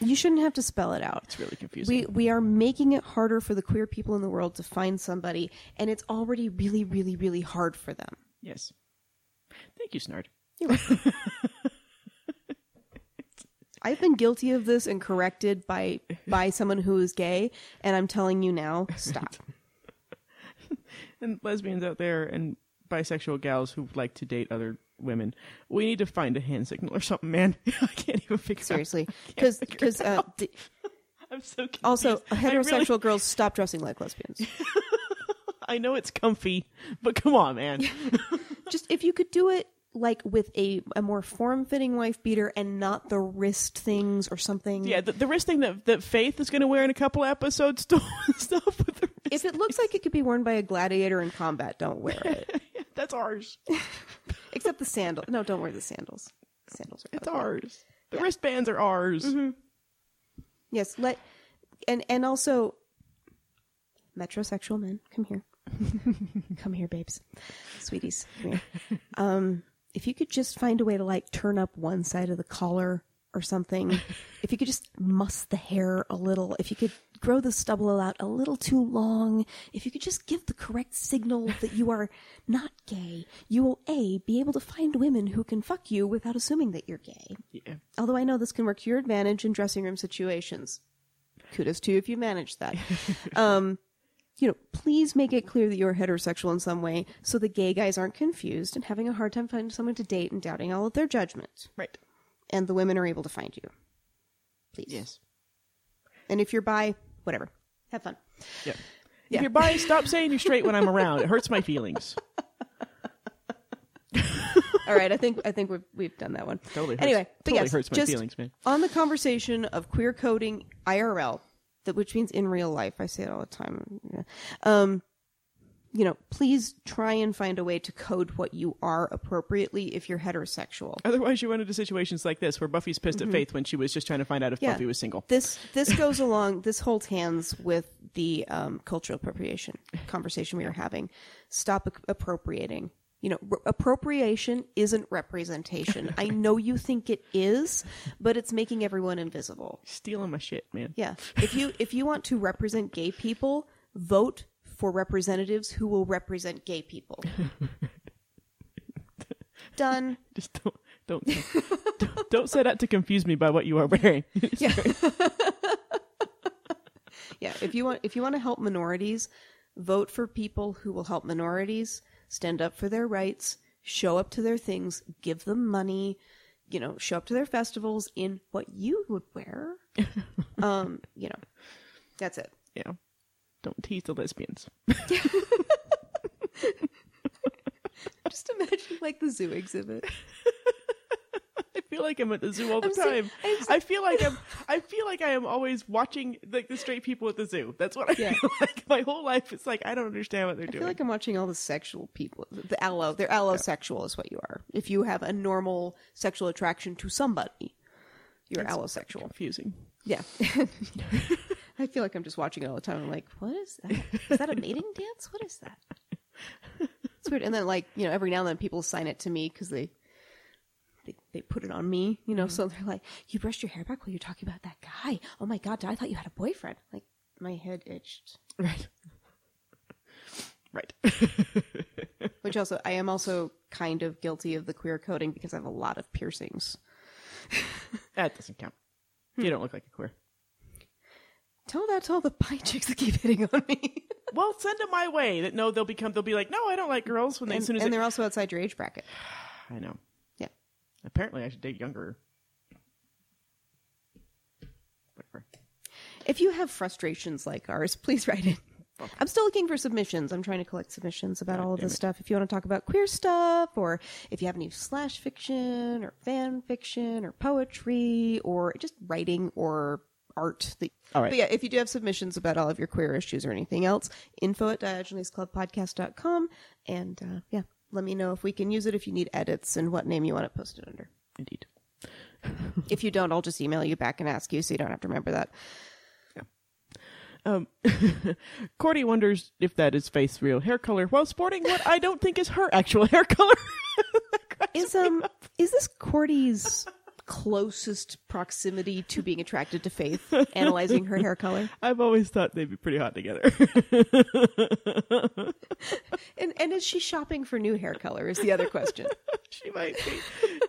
Speaker 1: You shouldn't have to spell it out.
Speaker 2: it's really confusing.
Speaker 1: We we are making it harder for the queer people in the world to find somebody, and it's already really, really, really hard for them.
Speaker 2: yes, thank you, Snard.
Speaker 1: I've been guilty of this and corrected by by someone who is gay, and I'm telling you now, stop.
Speaker 2: and lesbians out there and bisexual gals who like to date other women. We need to find a hand signal or something, man. I can't even figure
Speaker 1: Seriously, because because uh, d-
Speaker 2: out. I'm so confused.
Speaker 1: also
Speaker 2: I really-
Speaker 1: heterosexual girls stop dressing like lesbians.
Speaker 2: I know it's comfy, but come on, man.
Speaker 1: Just if you could do it like with a a more form fitting wife beater and not the wrist things or something.
Speaker 2: yeah, the, the wrist thing that that Faith is going to wear in a couple episodes to- stuff with the wrist.
Speaker 1: If it looks like it could be worn by a gladiator in combat, don't wear it.
Speaker 2: That's ours.
Speaker 1: Except the sandal. No, don't wear the sandals. Sandals are
Speaker 2: It's
Speaker 1: ugly.
Speaker 2: ours. The wristbands are ours.
Speaker 1: Mm-hmm. Yes, let and and also metrosexual men, come here. come here, babes. Sweeties, come here. Um if you could just find a way to like turn up one side of the collar or something. If you could just muss the hair a little, if you could grow the stubble out a little too long, if you could just give the correct signal that you are not gay, you will A, be able to find women who can fuck you without assuming that you're gay.
Speaker 2: Yeah.
Speaker 1: Although I know this can work to your advantage in dressing room situations. Kudos to you if you manage that. um, you know, please make it clear that you're heterosexual in some way so the gay guys aren't confused and having a hard time finding someone to date and doubting all of their judgment.
Speaker 2: Right.
Speaker 1: And the women are able to find you. Please.
Speaker 2: Yes.
Speaker 1: And if you're bi, whatever. Have fun.
Speaker 2: Yeah.
Speaker 1: Yeah.
Speaker 2: If you're bi, stop saying you're straight when I'm around. It hurts my feelings.
Speaker 1: All right, I think I think we've we've done that one.
Speaker 2: Totally hurts-
Speaker 1: Anyway, but
Speaker 2: totally
Speaker 1: yes,
Speaker 2: hurts my
Speaker 1: just
Speaker 2: feelings, man.
Speaker 1: On the conversation of queer coding IRL, that which means in real life, I say it all the time. Yeah. Um, you know, please try and find a way to code what you are appropriately if you're heterosexual.
Speaker 2: Otherwise, you run into situations like this where Buffy's pissed at Faith when she was just trying to find out if
Speaker 1: Mm-hmm. Yeah.
Speaker 2: Buffy was single.
Speaker 1: This this goes along. This holds hands with the um, cultural appropriation conversation we were having. Stop ap- appropriating. You know, r- appropriation isn't representation. I know you think it is, but it's making everyone invisible.
Speaker 2: Stealing my shit, man.
Speaker 1: Yeah. If you if you want to represent gay people, vote for representatives who will represent gay people. Done.
Speaker 2: Just don't don't don't- don't set out to confuse me by what you are wearing.
Speaker 1: Yeah. yeah. If you want, if you want to help minorities, vote for people who will help minorities stand up for their rights, show up to their things, give them money, you know, show up to their festivals in what you would wear. um, you know, that's it.
Speaker 2: yeah. Don't tease the lesbians.
Speaker 1: Just imagine like the zoo exhibit.
Speaker 2: I feel like I'm at the zoo all the
Speaker 1: I'm so-
Speaker 2: time.
Speaker 1: I'm so-
Speaker 2: I feel like I'm I feel like I am always watching like the straight people at the zoo. That's what I
Speaker 1: Yeah.
Speaker 2: feel like. My whole life it's like I don't understand what they're
Speaker 1: I
Speaker 2: doing.
Speaker 1: feel like I'm watching all the sexual people. The allo, they're allosexual is what you are. If you have a normal sexual attraction to somebody, you're allosexual.
Speaker 2: confusing.
Speaker 1: Yeah. I feel like I'm just watching it all the time. I'm like, what is that? Is that a mating dance? What is that? It's weird. And then, like, you know, every now and then people sign it to me because
Speaker 2: Mm-hmm.
Speaker 1: they, they they put it on me, you know. So they're like, you brushed your hair back while you're talking about that guy. hi. Oh my god, I thought you had a boyfriend. Like my head itched.
Speaker 2: Right. right.
Speaker 1: Which also, I am also kind of guilty of the queer coding because I have a lot of piercings.
Speaker 2: that doesn't count. You don't look like a queer.
Speaker 1: Tell that to all the pie chicks that keep hitting on me.
Speaker 2: Well, send them my way. That no, they'll become. They'll be like, no, I don't like girls. When they,
Speaker 1: and
Speaker 2: as soon as
Speaker 1: and
Speaker 2: they,
Speaker 1: they're also outside your age bracket.
Speaker 2: I know.
Speaker 1: Yeah.
Speaker 2: Apparently, I should date younger. Whatever.
Speaker 1: If you have frustrations like ours, please write in. I'm still looking for submissions. I'm trying to collect submissions about all of
Speaker 2: damn
Speaker 1: this
Speaker 2: it.
Speaker 1: stuff. If you want to talk about queer stuff, or if you have any slash fiction, or fan fiction, or poetry, or just writing or art. That,
Speaker 2: All right.
Speaker 1: But yeah, if you do have submissions about all of your queer issues or anything else, info at diogenesclubpodcast.com. And uh, yeah, let me know if we can use it, if you need edits, and what name you want it posted under.
Speaker 2: Indeed.
Speaker 1: If you don't, I'll just email you back and ask you so you don't have to remember that.
Speaker 2: Um, Cordy wonders if that is Faith's real hair color while sporting what I don't think is her actual hair color.
Speaker 1: is um is this Cordy's closest proximity to being attracted to Faith? Analyzing her hair color,
Speaker 2: I've always thought they'd be pretty hot together.
Speaker 1: and and is she shopping for new hair color? Is the other question.
Speaker 2: she might be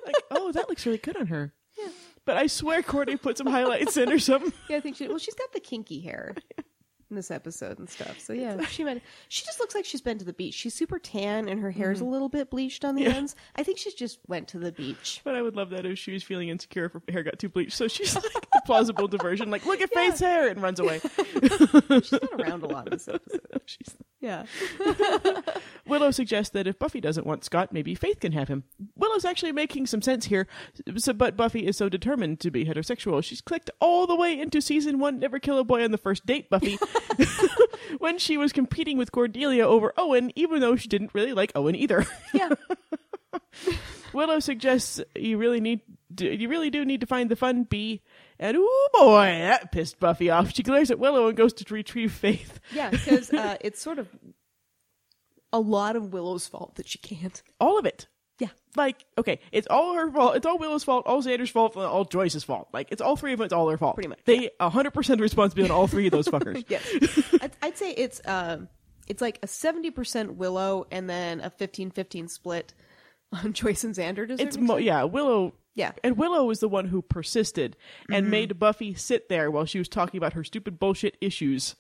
Speaker 2: like, oh, that looks really good on her. Yeah. But I swear Cordy put some highlights in or something.
Speaker 1: Yeah, I think she. Well, she's got the kinky hair in this episode and stuff. So yeah, she might. She just looks like she's been to the beach. She's super tan, and her hair's a little bit bleached on the ends. I think she just went to the beach.
Speaker 2: But I would love that if she was feeling insecure if her hair got too bleached. So she's like a plausible diversion, like, look at Faith's hair and runs away.
Speaker 1: She's not around a lot in this episode.
Speaker 2: She's-
Speaker 1: Yeah.
Speaker 2: Willow suggests that if Buffy doesn't want Scott, maybe Faith can have him. Willow's actually making some sense here, so, but Buffy is so determined to be heterosexual. She's clicked all the way into season one Never Kill a Boy on the First Date Buffy when she was competing with Cordelia over Owen, even though she didn't really like Owen either.
Speaker 1: Yeah.
Speaker 2: Willow suggests you really need do- you really do need to find the fun bee. And oh boy, that pissed Buffy off. She glares at Willow and goes to retrieve Faith.
Speaker 1: Yeah, because uh, it's sort of a lot of Willow's fault that she can't.
Speaker 2: All of it.
Speaker 1: Yeah.
Speaker 2: Like, okay, it's all her fault. It's all Willow's fault, all Xander's fault, and all Joyce's fault. Like, it's all three of them. It's all their fault.
Speaker 1: Pretty much,
Speaker 2: They a 100% responsibility on all three of those fuckers.
Speaker 1: Yes, I'd, I'd say it's um, it's like a seventy percent Willow and then a 15-15 split on Joyce and Xander. Does that
Speaker 2: It's
Speaker 1: make
Speaker 2: mo-
Speaker 1: sense?
Speaker 2: yeah, Willow.
Speaker 1: Yeah. Mm-hmm.
Speaker 2: And Willow is the one who persisted and made Buffy sit there while she was talking about her stupid bullshit issues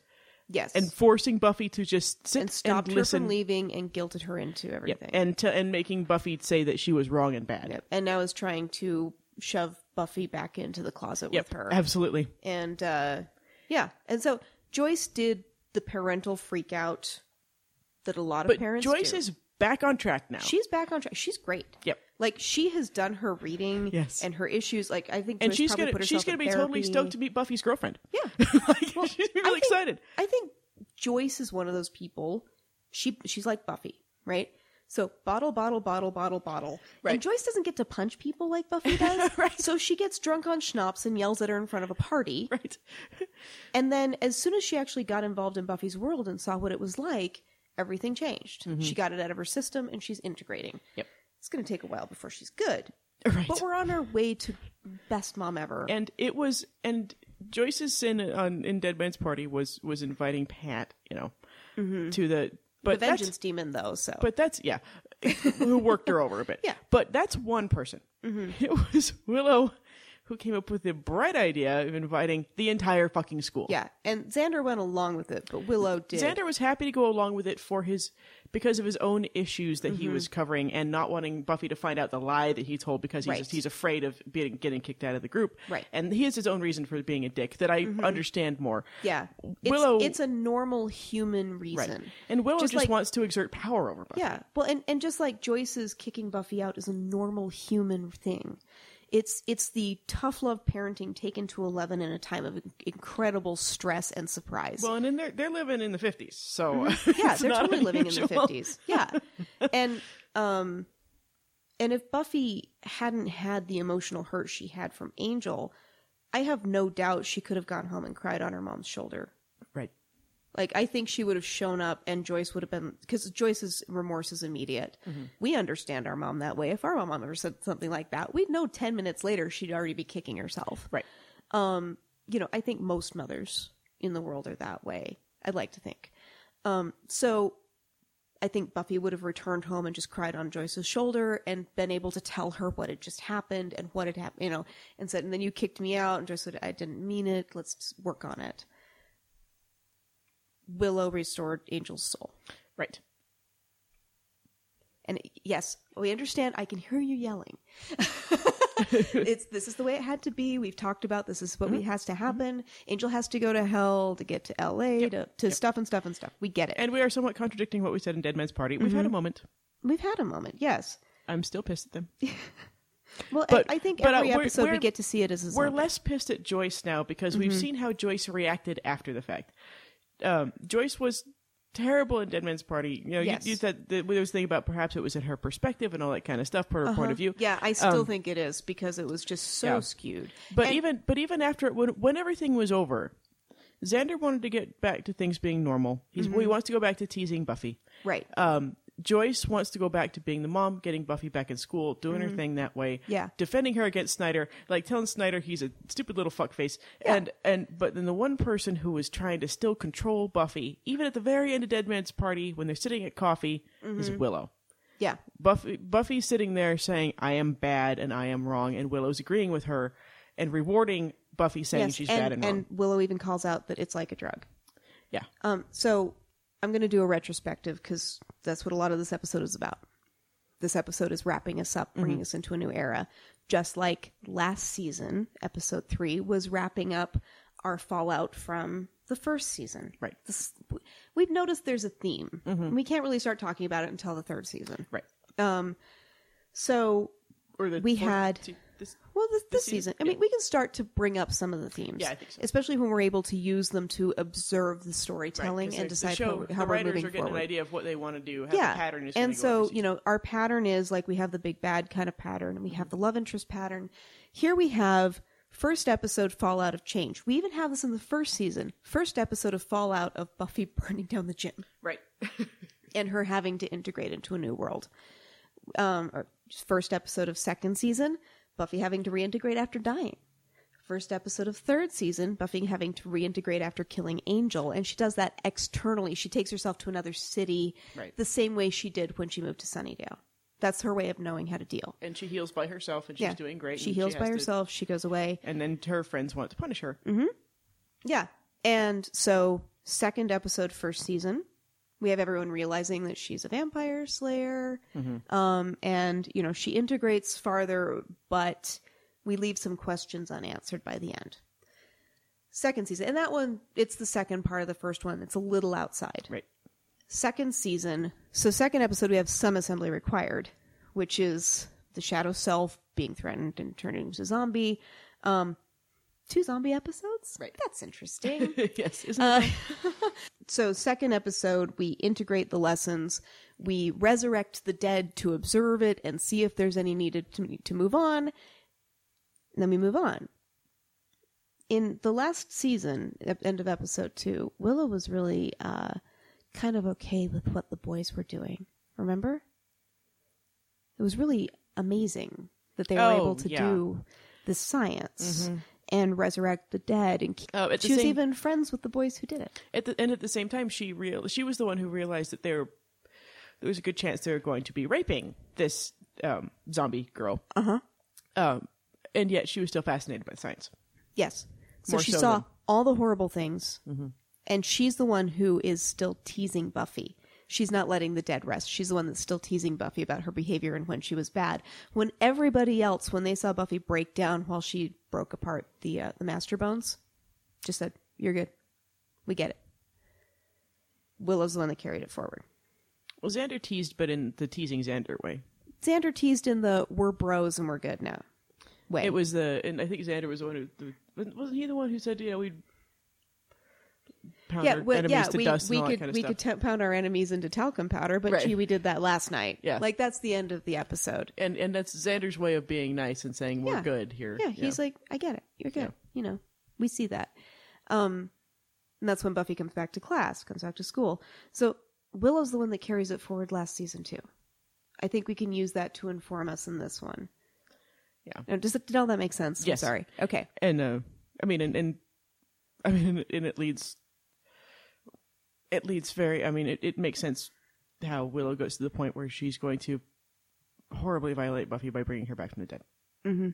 Speaker 1: yes,
Speaker 2: and forcing Buffy to just sit
Speaker 1: and stopped her
Speaker 2: listen.
Speaker 1: from leaving and guilted her into
Speaker 2: Yeah,
Speaker 1: everything.
Speaker 2: and t- and making Buffy say that she was wrong and bad.
Speaker 1: Yep. and now is trying to shove Buffy back into the closet
Speaker 2: Yep,
Speaker 1: with her.
Speaker 2: absolutely.
Speaker 1: and uh, yeah, and so Joyce did the parental freak out that a lot of
Speaker 2: But
Speaker 1: parents.
Speaker 2: Joyce
Speaker 1: do.
Speaker 2: is back on track now.
Speaker 1: she's back on track. She's great.
Speaker 2: Yep.
Speaker 1: Like she has done her reading
Speaker 2: Yes.
Speaker 1: and her issues. Like I think,
Speaker 2: and
Speaker 1: Joyce
Speaker 2: she's
Speaker 1: probably
Speaker 2: gonna
Speaker 1: put
Speaker 2: she's
Speaker 1: herself in
Speaker 2: gonna be totally
Speaker 1: therapy.
Speaker 2: stoked to meet Buffy's girlfriend.
Speaker 1: Yeah,
Speaker 2: like,
Speaker 1: I
Speaker 2: she's really
Speaker 1: think-
Speaker 2: excited.
Speaker 1: I think Joyce is one of those people. She she's like Buffy, right? So bottle, bottle, bottle, bottle, bottle.
Speaker 2: Right.
Speaker 1: And Joyce doesn't get to punch people like Buffy does.
Speaker 2: Right.
Speaker 1: So she gets drunk on schnapps and yells at her in front of a party.
Speaker 2: Right.
Speaker 1: And then as soon as she actually got involved in Buffy's world and saw what it was like, everything changed. She got it out of her system and she's integrating.
Speaker 2: Mm-hmm. Yep.
Speaker 1: It's going to take a while before she's good.
Speaker 2: Right.
Speaker 1: But we're on our way to best mom ever.
Speaker 2: and it was and Joyce's sin on in Dead Man's Party was was inviting Pat, you know, to the
Speaker 1: the
Speaker 2: but
Speaker 1: Mm-hmm.
Speaker 2: that's
Speaker 1: vengeance demon though, so
Speaker 2: but that's yeah, who worked her over a bit.
Speaker 1: Yeah. Mm-hmm.
Speaker 2: But that's one person. It was Willow who came up with the bright idea of inviting the entire fucking school.
Speaker 1: yeah. And Xander went along with it, but Willow did.
Speaker 2: Xander was happy to go along with it for his because of his own issues that he
Speaker 1: Mm-hmm.
Speaker 2: was covering and not wanting Buffy to find out the lie that he told because he's
Speaker 1: Right.
Speaker 2: he's afraid of being getting kicked out of the group.
Speaker 1: Right. Mm-hmm.
Speaker 2: And he has his own reason for being a dick that I understand more.
Speaker 1: yeah. It's,
Speaker 2: Willow-
Speaker 1: it's a normal human reason.
Speaker 2: And Willow just,
Speaker 1: Just like-
Speaker 2: wants to exert power over Buffy.
Speaker 1: Yeah. Well, and, and just like Joyce's kicking Buffy out is a normal human thing. It's it's the tough love parenting taken to eleven in a time of incredible stress and surprise.
Speaker 2: Well, and then they're they're living in the fifties, so
Speaker 1: Mm-hmm.
Speaker 2: uh,
Speaker 1: yeah,
Speaker 2: it's
Speaker 1: they're
Speaker 2: not
Speaker 1: totally living in the
Speaker 2: unusual.
Speaker 1: fifties. Yeah, and um, and if Buffy hadn't had the emotional hurt she had from Angel, I have no doubt she could have gone home and cried on her mom's shoulder
Speaker 2: Right.
Speaker 1: like I think she would have shown up, and Joyce would have been because Joyce's remorse is immediate.
Speaker 2: Mm-hmm.
Speaker 1: We understand our mom that way. If our mom ever said something like that, we'd know ten minutes later she'd already be kicking herself.
Speaker 2: Right.
Speaker 1: you know, I think most mothers in the world are that way. I'd like to think. Um, so I think Buffy would have returned home and just cried on Joyce's shoulder and been able to tell her what had just happened and what had happened, you know, and said, and then you kicked me out. And Joyce said, I didn't mean it. Let's just work on it. Willow restored Angel's soul.
Speaker 2: Right.
Speaker 1: And yes, we understand. I can hear you yelling. it's this is the way it had to be. We've talked about this is what we
Speaker 2: Mm-hmm.
Speaker 1: has to happen. Angel has to go to hell to get to L.A. to, to stuff and stuff and stuff. We get it.
Speaker 2: And we are somewhat contradicting what we said in Dead Man's Party. We've had
Speaker 1: Mm-hmm.
Speaker 2: a moment.
Speaker 1: We've had a moment. Yes.
Speaker 2: I'm still pissed at them.
Speaker 1: Well,
Speaker 2: But-
Speaker 1: I, I think
Speaker 2: but, uh,
Speaker 1: every
Speaker 2: we're-
Speaker 1: episode we
Speaker 2: we're-
Speaker 1: get to see it as a
Speaker 2: We're
Speaker 1: zombie.
Speaker 2: less pissed at Joyce now because we've
Speaker 1: Mm-hmm.
Speaker 2: seen how Joyce reacted after the fact. Um, Joyce was terrible in Dead Man's Party. You know,
Speaker 1: Yes.
Speaker 2: you, you said that there was a thing about perhaps it was in her perspective and all that kind of stuff, per her point of view.
Speaker 1: Uh-huh. Yeah, I still think it is because it was just so
Speaker 2: um, yeah.
Speaker 1: skewed.
Speaker 2: But even but even after when when everything was over, Xander wanted to get back to things being normal. He's,
Speaker 1: Mm-hmm.
Speaker 2: He wants to go back to teasing Buffy.
Speaker 1: Right.
Speaker 2: Um, Joyce wants to go back to being the mom, getting Buffy back in school, doing her thing that way.
Speaker 1: Mm-hmm. Yeah.
Speaker 2: defending her against Snyder, like telling Snyder he's a stupid little fuckface. And and but then the one person who was trying to still control Buffy, even at the very end of Dead Man's Party when they're sitting at coffee, is
Speaker 1: Mm-hmm.
Speaker 2: Willow.
Speaker 1: yeah.
Speaker 2: Buffy Buffy's sitting there saying, "I am bad and I am wrong," and Willow's agreeing with her and rewarding Buffy saying
Speaker 1: Yes.
Speaker 2: she's
Speaker 1: and,
Speaker 2: bad and wrong.
Speaker 1: and Willow even calls out that it's like a drug.
Speaker 2: yeah,
Speaker 1: Um, so I'm going to do a retrospective because that's what a lot of this episode is about. This episode is wrapping us up,
Speaker 2: Mm-hmm.
Speaker 1: bringing us into a new era. Just like last season, episode three was wrapping up our fallout from the first season.
Speaker 2: Right. Mm-hmm.
Speaker 1: This, we've noticed there's a theme. We can't really start talking about it until the third season.
Speaker 2: right.
Speaker 1: So,
Speaker 2: Or the
Speaker 1: We
Speaker 2: fourth
Speaker 1: had-
Speaker 2: se- this-
Speaker 1: well, this, this
Speaker 2: season,
Speaker 1: season, I mean, we can start to bring up some of the themes.
Speaker 2: Yeah, I think so.
Speaker 1: Especially when we're able to use them to observe the
Speaker 2: right, 'cause
Speaker 1: storytelling
Speaker 2: the-
Speaker 1: and
Speaker 2: the
Speaker 1: decide
Speaker 2: show,
Speaker 1: how, how
Speaker 2: the
Speaker 1: we're
Speaker 2: writers
Speaker 1: moving
Speaker 2: are getting
Speaker 1: forward.
Speaker 2: an idea of what they want to do. How
Speaker 1: yeah
Speaker 2: the pattern is
Speaker 1: and
Speaker 2: gonna go
Speaker 1: so
Speaker 2: this
Speaker 1: you know our pattern is like we have the big bad kind of pattern and we
Speaker 2: Mm-hmm.
Speaker 1: have the love interest pattern here we have first episode fallout of change we even have this in the first season first episode of fallout of buffy burning down the gym
Speaker 2: right.
Speaker 1: and her having to integrate into a new world um or first episode of second season buffy having to reintegrate after dying First episode of third season, Buffy having to reintegrate after killing Angel, and she does that externally. She takes herself to another city
Speaker 2: Right.
Speaker 1: the same way she did when she moved to Sunnydale. That's her way of knowing how to deal.
Speaker 2: and she heals by herself and she's
Speaker 1: Yeah.
Speaker 2: doing great.
Speaker 1: She
Speaker 2: and
Speaker 1: heals
Speaker 2: has
Speaker 1: by
Speaker 2: to-
Speaker 1: herself, Mm. she goes away.
Speaker 2: and then her friends want to punish her.
Speaker 1: Yeah. And so, second episode, first season, we have everyone realizing that she's a vampire slayer. Um, and, you know, she integrates farther, but we leave some questions unanswered by the end. Second season. And that one, it's the second part of the first one. It's a little outside.
Speaker 2: Right.
Speaker 1: Second season. So, second episode, we have some assembly required, which is the shadow self being threatened and turned into a zombie. Um, two zombie episodes?
Speaker 2: Right.
Speaker 1: That's interesting.
Speaker 2: yes, isn't
Speaker 1: Uh,
Speaker 2: it?
Speaker 1: so second episode we integrate the lessons we resurrect the dead to observe it and see if there's any needed to, to move on and then we move on in the last season at end of episode two willow was really uh, kind of okay with what the boys were doing remember it was really amazing that they were
Speaker 2: Oh,
Speaker 1: able to
Speaker 2: yeah.
Speaker 1: do the science and resurrect the dead and keep,
Speaker 2: Uh, at the
Speaker 1: she was
Speaker 2: same-
Speaker 1: even friends with the boys who did it
Speaker 2: At the and at the same time, she real she was the one who realized that there there was a good chance they were going to be raping this um, zombie girl. Uh
Speaker 1: Uh-huh.
Speaker 2: huh. Um, and yet she was still fascinated by science.
Speaker 1: Yes. So
Speaker 2: More
Speaker 1: she
Speaker 2: so
Speaker 1: saw
Speaker 2: than- Mm-hmm.
Speaker 1: all the horrible things, and she's the one who is still teasing Buffy. She's not letting the dead rest. She's the one that's still teasing Buffy about her behavior and when she was bad. When everybody else, when they saw Buffy break down while she broke apart the uh, the Master Bones, just said, "You're good. We get it." Willow's the one that carried it forward.
Speaker 2: Well, Xander teased, but in the teasing Xander way.
Speaker 1: Xander teased in the "We're bros and we're good now." Way.
Speaker 2: It was the and I think Xander was the one who who- wasn't he the one who said you know we'd pound our
Speaker 1: well,
Speaker 2: enemies to
Speaker 1: we,
Speaker 2: dust
Speaker 1: we
Speaker 2: and all
Speaker 1: could
Speaker 2: that kind of
Speaker 1: we
Speaker 2: stuff.
Speaker 1: could t- pound our enemies into talcum powder, but
Speaker 2: Right.
Speaker 1: gee, we did that last night.
Speaker 2: Yeah.
Speaker 1: like that's the end of the episode.
Speaker 2: and and that's Xander's way of being nice and saying we're
Speaker 1: Yeah.
Speaker 2: good here.
Speaker 1: Yeah, he's like, I get it, you're good. You know, we see that. Um, and that's when Buffy comes back to class, comes back to school. So Willow's the one that carries it forward last season too. I think we can use that to inform us in this one.
Speaker 2: Yeah.
Speaker 1: Now, does it, did all that make sense? I'm
Speaker 2: Yes.
Speaker 1: sorry. Okay.
Speaker 2: and uh, I mean, and, and I mean, and it leads. It leads very. I mean, it, it makes sense how Willow goes to the point where she's going to horribly violate Buffy by bringing her back from the dead.
Speaker 1: Mm-hmm.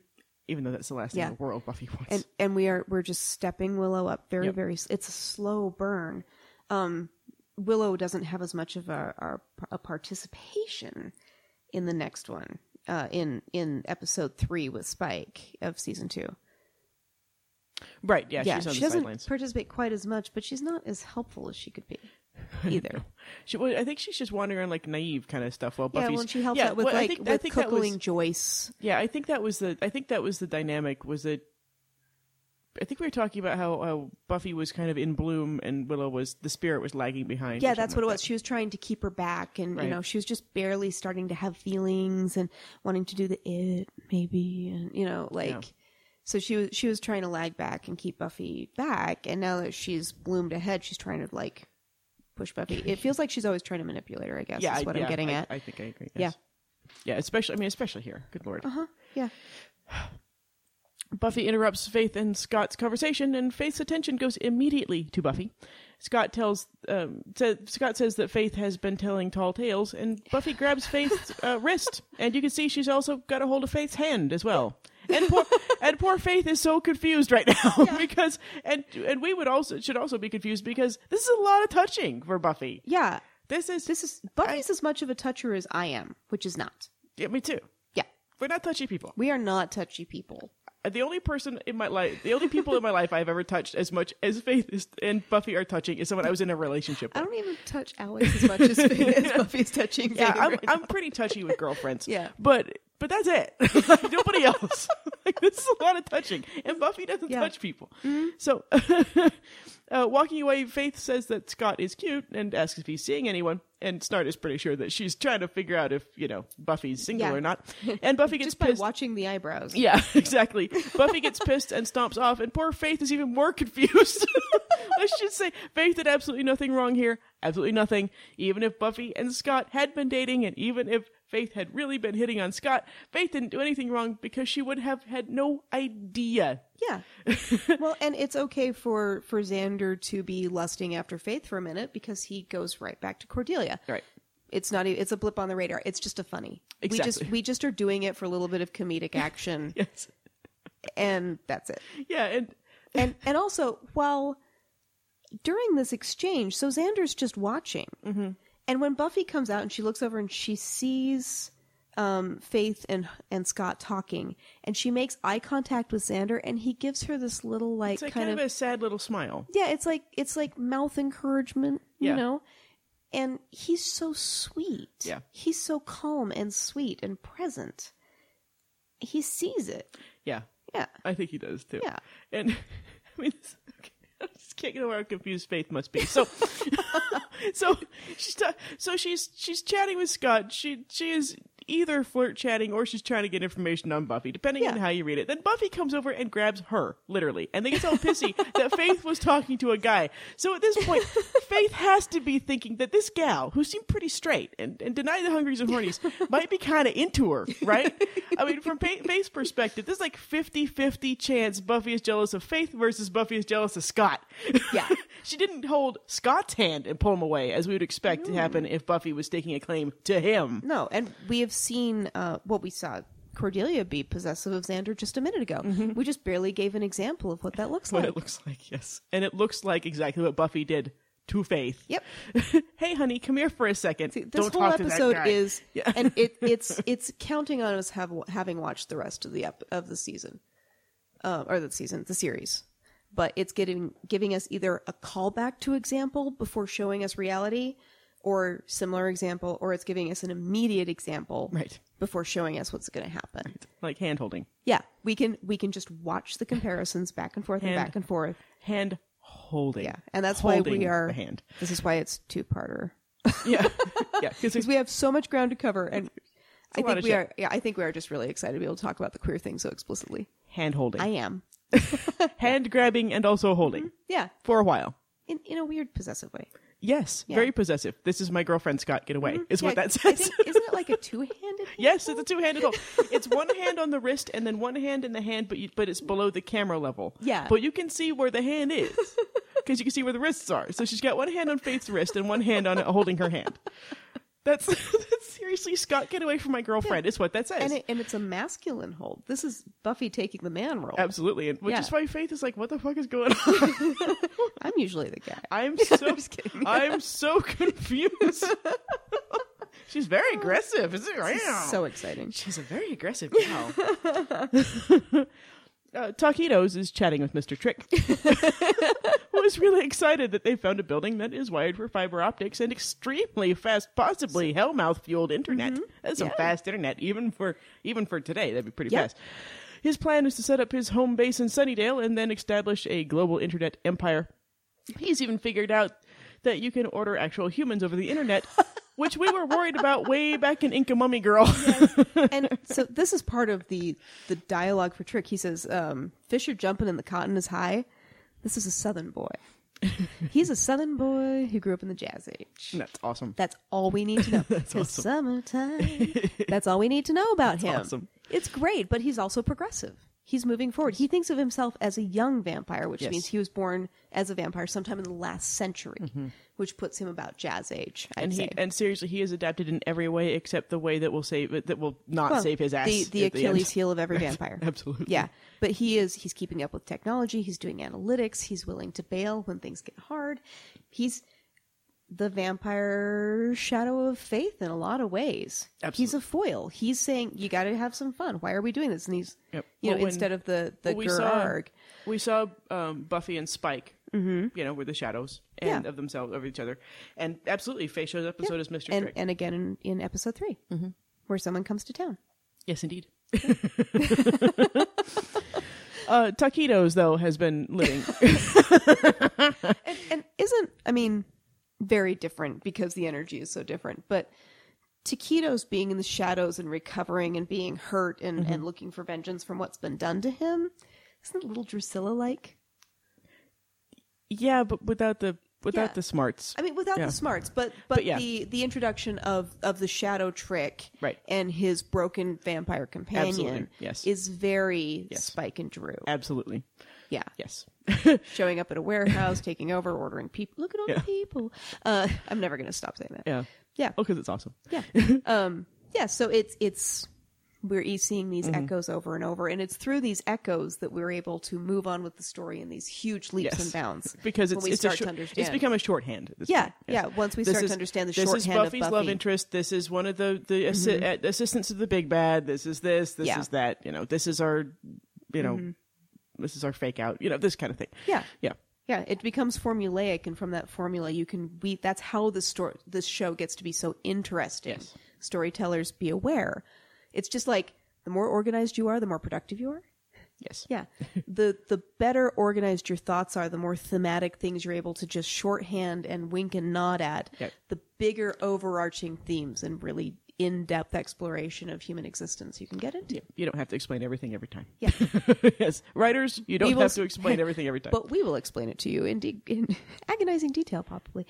Speaker 2: Even though that's the last
Speaker 1: Yeah.
Speaker 2: thing in the world Buffy wants.
Speaker 1: and and we are we're just stepping willow up very
Speaker 2: Yep.
Speaker 1: very s- it's a slow burn um willow doesn't have as much of a, our, a participation in the next one uh in in episode three with spike of season two
Speaker 2: right? Yeah, she's on
Speaker 1: she
Speaker 2: the
Speaker 1: doesn't
Speaker 2: sidelines.
Speaker 1: participate quite as much but she's not as helpful as she could be either
Speaker 2: She, well, I think she's just wandering around like naive kind of stuff. While
Speaker 1: yeah
Speaker 2: Buffy's
Speaker 1: well and she helps
Speaker 2: yeah,
Speaker 1: out with
Speaker 2: well, I
Speaker 1: like
Speaker 2: think, I
Speaker 1: with
Speaker 2: think that
Speaker 1: cuckooing
Speaker 2: was,
Speaker 1: joyce
Speaker 2: yeah, I think that was the I think that was the dynamic was that I think we were talking about how, how Buffy was kind of in bloom and Willow was the spirit was lagging behind.
Speaker 1: Yeah,
Speaker 2: or
Speaker 1: that's what
Speaker 2: something
Speaker 1: it
Speaker 2: like
Speaker 1: was. She was trying to keep her back, and
Speaker 2: Right.
Speaker 1: you know, she was just barely starting to have feelings and wanting to do the it maybe, and you know, like.
Speaker 2: Yeah.
Speaker 1: So she was she was trying to lag back and keep Buffy back, and now that she's bloomed ahead, she's trying to like push Buffy. It feels like she's always trying to manipulate her. I guess
Speaker 2: that. Yeah,
Speaker 1: is
Speaker 2: I-
Speaker 1: what
Speaker 2: yeah,
Speaker 1: I'm getting
Speaker 2: I,
Speaker 1: at.
Speaker 2: I think I agree.
Speaker 1: Yeah.
Speaker 2: yes. yeah, especially I mean especially here. Good lord.
Speaker 1: uh huh. Yeah.
Speaker 2: Buffy interrupts Faith and Scott's conversation, and Faith's attention goes immediately to Buffy. Scott tells um, sa- Scott says that Faith has been telling tall tales, and Buffy grabs Faith's uh, wrist, and you can see she's also got a hold of Faith's hand as well. And poor and poor Faith is so confused right now because and and we would also should also be confused because this is a lot of touching for Buffy.
Speaker 1: Yeah.
Speaker 2: This is
Speaker 1: This is Buffy's as much of a toucher as I am, which is not.
Speaker 2: yeah, me too.
Speaker 1: Yeah.
Speaker 2: We're not touchy people.
Speaker 1: We are not touchy people.
Speaker 2: the only person in my life, the only people in my life I've ever touched as much as Faith is, and Buffy are touching is someone I was in a relationship
Speaker 1: I
Speaker 2: with.
Speaker 1: don't even touch Alex as much as, as Buffy's touching.
Speaker 2: Yeah,
Speaker 1: Xander
Speaker 2: I'm,
Speaker 1: right
Speaker 2: I'm pretty touchy with girlfriends.
Speaker 1: Yeah.
Speaker 2: but but that's it. Like, nobody else. like this is a lot of touching, and Buffy doesn't
Speaker 1: Yeah. Mm-hmm.
Speaker 2: touch people. So, uh, walking away, Faith says that Scott is cute and asks if he's seeing anyone. And Snart is pretty sure that she's trying to figure out if you know Buffy's single
Speaker 1: Yeah.
Speaker 2: or not. And Buffy gets
Speaker 1: just by
Speaker 2: pissed.
Speaker 1: watching the eyebrows.
Speaker 2: Yeah, exactly. Buffy gets pissed and stomps off, and poor Faith is even more confused. I should say, Faith did absolutely nothing wrong here. Absolutely nothing. Even if Buffy and Scott had been dating, and even if Faith had really been hitting on Scott, Faith didn't do anything wrong because she would have had no idea.
Speaker 1: Yeah. well, and it's okay for for Xander to be lusting after Faith for a minute because he goes right back to Cordelia.
Speaker 2: Right.
Speaker 1: It's not. e- It's a blip on the radar. It's just a funny. We
Speaker 2: Exactly.
Speaker 1: just we just are doing it for a little bit of comedic action,
Speaker 2: Yes.
Speaker 1: and that's it.
Speaker 2: Yeah, and
Speaker 1: And and also while during this exchange, so Xander's just watching, mm-hmm. and when Buffy comes out and she looks over and she sees um, Faith and and Scott talking, and she makes eye contact with Xander, and he gives her this little like
Speaker 2: it's like
Speaker 1: kind of
Speaker 2: a sad little smile.
Speaker 1: yeah, it's like it's like mouth encouragement,
Speaker 2: Yeah.
Speaker 1: you know. And he's so sweet.
Speaker 2: Yeah.
Speaker 1: He's so calm and sweet and present. He sees it.
Speaker 2: Yeah,
Speaker 1: Yeah.
Speaker 2: I think he does too.
Speaker 1: Yeah.
Speaker 2: And I mean, this, okay, I just can't get over how confused Faith must be. So, so she's ta- so she's she's chatting with Scott. She she is either flirt chatting or she's trying to get information on Buffy, depending on
Speaker 1: Yeah.
Speaker 2: how you read it. Then Buffy comes over and grabs her literally, and they get so pissy that Faith was talking to a guy. So at this point, Faith has to be thinking that this gal who seemed pretty straight and and denied the hungries and hornies might be kind of into her, right? I mean, from Fa- Faith's perspective, this is like 50-50 chance Buffy is jealous of Faith versus Buffy is jealous of Scott.
Speaker 1: Yeah.
Speaker 2: She didn't hold Scott's hand and pull him away, as we would expect to happen if Buffy was taking a claim to him.
Speaker 1: No, and we have seen uh, what we saw Cordelia be possessive of Xander just a minute ago. We just barely gave an example of what that looks
Speaker 2: Mm-hmm. What
Speaker 1: like.
Speaker 2: it looks like, yes. And it looks like exactly what Buffy did to Faith.
Speaker 1: Yep.
Speaker 2: hey, honey, come here for a second.
Speaker 1: This
Speaker 2: Don't
Speaker 1: whole
Speaker 2: talk to that
Speaker 1: episode
Speaker 2: guy.
Speaker 1: is,
Speaker 2: Yeah.
Speaker 1: and it, it's it's counting on us have, having watched the rest of the ep- of the season, uh, or the season, the series. But it's getting giving us either a callback to example before showing us reality, or similar example, or it's giving us an immediate example
Speaker 2: Right.
Speaker 1: before showing us what's going to happen.
Speaker 2: Like hand holding.
Speaker 1: Yeah, we can we can just watch the comparisons back and forth and,
Speaker 2: Hand-
Speaker 1: back and forth.
Speaker 2: Hand holding.
Speaker 1: Yeah, and that's why
Speaker 2: Holding
Speaker 1: we are.
Speaker 2: the hand.
Speaker 1: This is why it's two parter
Speaker 2: Yeah. yeah. Because
Speaker 1: because we have so much ground to cover, and I
Speaker 2: lot
Speaker 1: think
Speaker 2: of
Speaker 1: we
Speaker 2: shit.
Speaker 1: are. Yeah, I think we are just really excited to be able to talk about the queer thing so explicitly.
Speaker 2: hand holding.
Speaker 1: I Mm-hmm. am.
Speaker 2: hand grabbing and also holding
Speaker 1: Yeah,
Speaker 2: for a while.
Speaker 1: in in a weird possessive way.
Speaker 2: Yes,
Speaker 1: Yeah. Mm-hmm.
Speaker 2: very possessive. This is my girlfriend, Scott. Get away. Is what
Speaker 1: Yeah,
Speaker 2: that
Speaker 1: I
Speaker 2: says.
Speaker 1: think, isn't it like a two-handed?
Speaker 2: yes, it's a two-handed hoe. It's one hand on the wrist and then one hand in the hand, but you, but it's below the camera level.
Speaker 1: Yeah.
Speaker 2: but you can see where the hand is because you can see where the wrists are. So she's got one hand on Faith's wrist and one hand on uh, holding her hand. That's, that's seriously Scott. Get away from my girlfriend. Is what that says.
Speaker 1: And, it, and it's a masculine hold. This is Buffy taking the man role.
Speaker 2: Absolutely, and which
Speaker 1: Yeah.
Speaker 2: is why Faith is like, "What the fuck is going on?"
Speaker 1: I'm usually the guy.
Speaker 2: I'm so
Speaker 1: I'm just kidding.
Speaker 2: I'm so confused. She's very aggressive, isn't
Speaker 1: This is
Speaker 2: it?
Speaker 1: so exciting.
Speaker 2: She's a very aggressive gal. uh, Taquitos is chatting with Mr. Trick, who is really excited that they found a building that is wired for fiber optics and extremely fast, possibly hellmouth fueled internet. That's some
Speaker 1: Mm-hmm. Yeah.
Speaker 2: fast internet, even for even for today. That'd be pretty
Speaker 1: Yeah.
Speaker 2: fast. His plan is to set up his home base in Sunnydale and then establish a global internet empire. He's even figured out that you can order actual humans over the internet, which we were worried about way back in Inca Mummy Girl.
Speaker 1: and so this is part of the the dialogue for Trick. He says, um, "Fish are jumping and the cotton is high." This is a Southern boy. He's a Southern boy who grew up in the Jazz Age.
Speaker 2: That's awesome.
Speaker 1: That's all we need to know. That's summertime. That's all we need to know about him.
Speaker 2: awesome.
Speaker 1: It's great, but he's also progressive. He's moving forward. He thinks of himself as a young vampire, which
Speaker 2: Yes.
Speaker 1: means he was born as a vampire sometime in the last century, which puts him about Jazz Age. I'd
Speaker 2: Mm-hmm. and he
Speaker 1: say.
Speaker 2: and seriously, he is adapted in every way except the way that will save that will not
Speaker 1: Well,
Speaker 2: save his ass.
Speaker 1: The, the
Speaker 2: at the
Speaker 1: Achilles
Speaker 2: end.
Speaker 1: heel of every vampire.
Speaker 2: Absolutely.
Speaker 1: Yeah, but he is he's keeping up with technology. He's doing analytics. He's willing to bail when things get hard. He's the vampire shadow of faith in a lot of ways.
Speaker 2: Absolutely.
Speaker 1: He's a foil. He's saying you got to have some fun. Why are we doing this? And he's
Speaker 2: Yep.
Speaker 1: you know
Speaker 2: Well, when-
Speaker 1: instead of the the
Speaker 2: well, we
Speaker 1: Gerarg.
Speaker 2: saw we saw um, Buffy and Spike. You know, were the shadows and
Speaker 1: Mm-hmm. Yeah.
Speaker 2: of themselves of each other, and absolutely, Faye shows up, and so does Mister
Speaker 1: and
Speaker 2: Trick.
Speaker 1: and again in, in episode 3
Speaker 2: Mm-hmm.
Speaker 1: where someone comes to town.
Speaker 2: yes, indeed. uh, Taquitos though has been living.
Speaker 1: and, and isn't I mean very different because the energy is so different, but Taquitos being in the shadows and recovering and being hurt and,
Speaker 2: Mm-hmm.
Speaker 1: and looking for vengeance from what's been done to him, isn't it a little Drusilla like?
Speaker 2: yeah, but without the without
Speaker 1: Yeah.
Speaker 2: the smarts.
Speaker 1: I mean, without
Speaker 2: Yeah.
Speaker 1: the smarts, but but,
Speaker 2: yeah.
Speaker 1: the the introduction of of the shadow trick
Speaker 2: Right.
Speaker 1: and his broken vampire companion
Speaker 2: Absolutely, yes.
Speaker 1: is very
Speaker 2: Yes.
Speaker 1: Spike and Drew,
Speaker 2: absolutely,
Speaker 1: yeah,
Speaker 2: yes.
Speaker 1: showing up at a warehouse, taking over, ordering people. Look at all
Speaker 2: Yeah.
Speaker 1: the people. Uh, I'm never going to stop saying that.
Speaker 2: yeah.
Speaker 1: yeah.
Speaker 2: Oh, because it's awesome.
Speaker 1: Yeah. um, yeah. So it's it's we're e- seeing these
Speaker 2: Mm-hmm.
Speaker 1: echoes over and over, and it's through these echoes that we're able to move on with the story in these huge leaps
Speaker 2: Yes.
Speaker 1: and bounds.
Speaker 2: because
Speaker 1: when
Speaker 2: it's
Speaker 1: we
Speaker 2: it's, a
Speaker 1: start
Speaker 2: short-
Speaker 1: to understand.
Speaker 2: it's become a shorthand. at this
Speaker 1: Yeah,
Speaker 2: point. Yes.
Speaker 1: yeah, once we
Speaker 2: This
Speaker 1: start to
Speaker 2: is-
Speaker 1: understand the
Speaker 2: this
Speaker 1: shorthand
Speaker 2: is
Speaker 1: of
Speaker 2: Buffy's love
Speaker 1: Buffy. Mm-hmm.
Speaker 2: interest. This is one of the the assi- uh, assistants of the big bad. This is this. This
Speaker 1: Yeah.
Speaker 2: is that. You know, this is our, you know, this is our fake out. You know, this kind of thing.
Speaker 1: Mm-hmm. yeah.
Speaker 2: yeah.
Speaker 1: Yeah, it becomes formulaic, and from that formula, you can we. That's how the story, this show gets to be so interesting.
Speaker 2: Yes.
Speaker 1: Storytellers, be aware. It's just like the more organized you are, the more productive you are.
Speaker 2: Yes.
Speaker 1: Yeah. the the better organized your thoughts are, the more thematic things you're able to just shorthand and wink and nod at.
Speaker 2: Yep.
Speaker 1: The bigger overarching themes and really in-depth exploration of human existence you can get into.
Speaker 2: You don't have to explain everything every time.
Speaker 1: Yeah.
Speaker 2: yes, writers, you don't
Speaker 1: We will
Speaker 2: have to
Speaker 1: s-
Speaker 2: explain everything every time.
Speaker 1: But we will explain it to you in, de- in agonizing detail probably.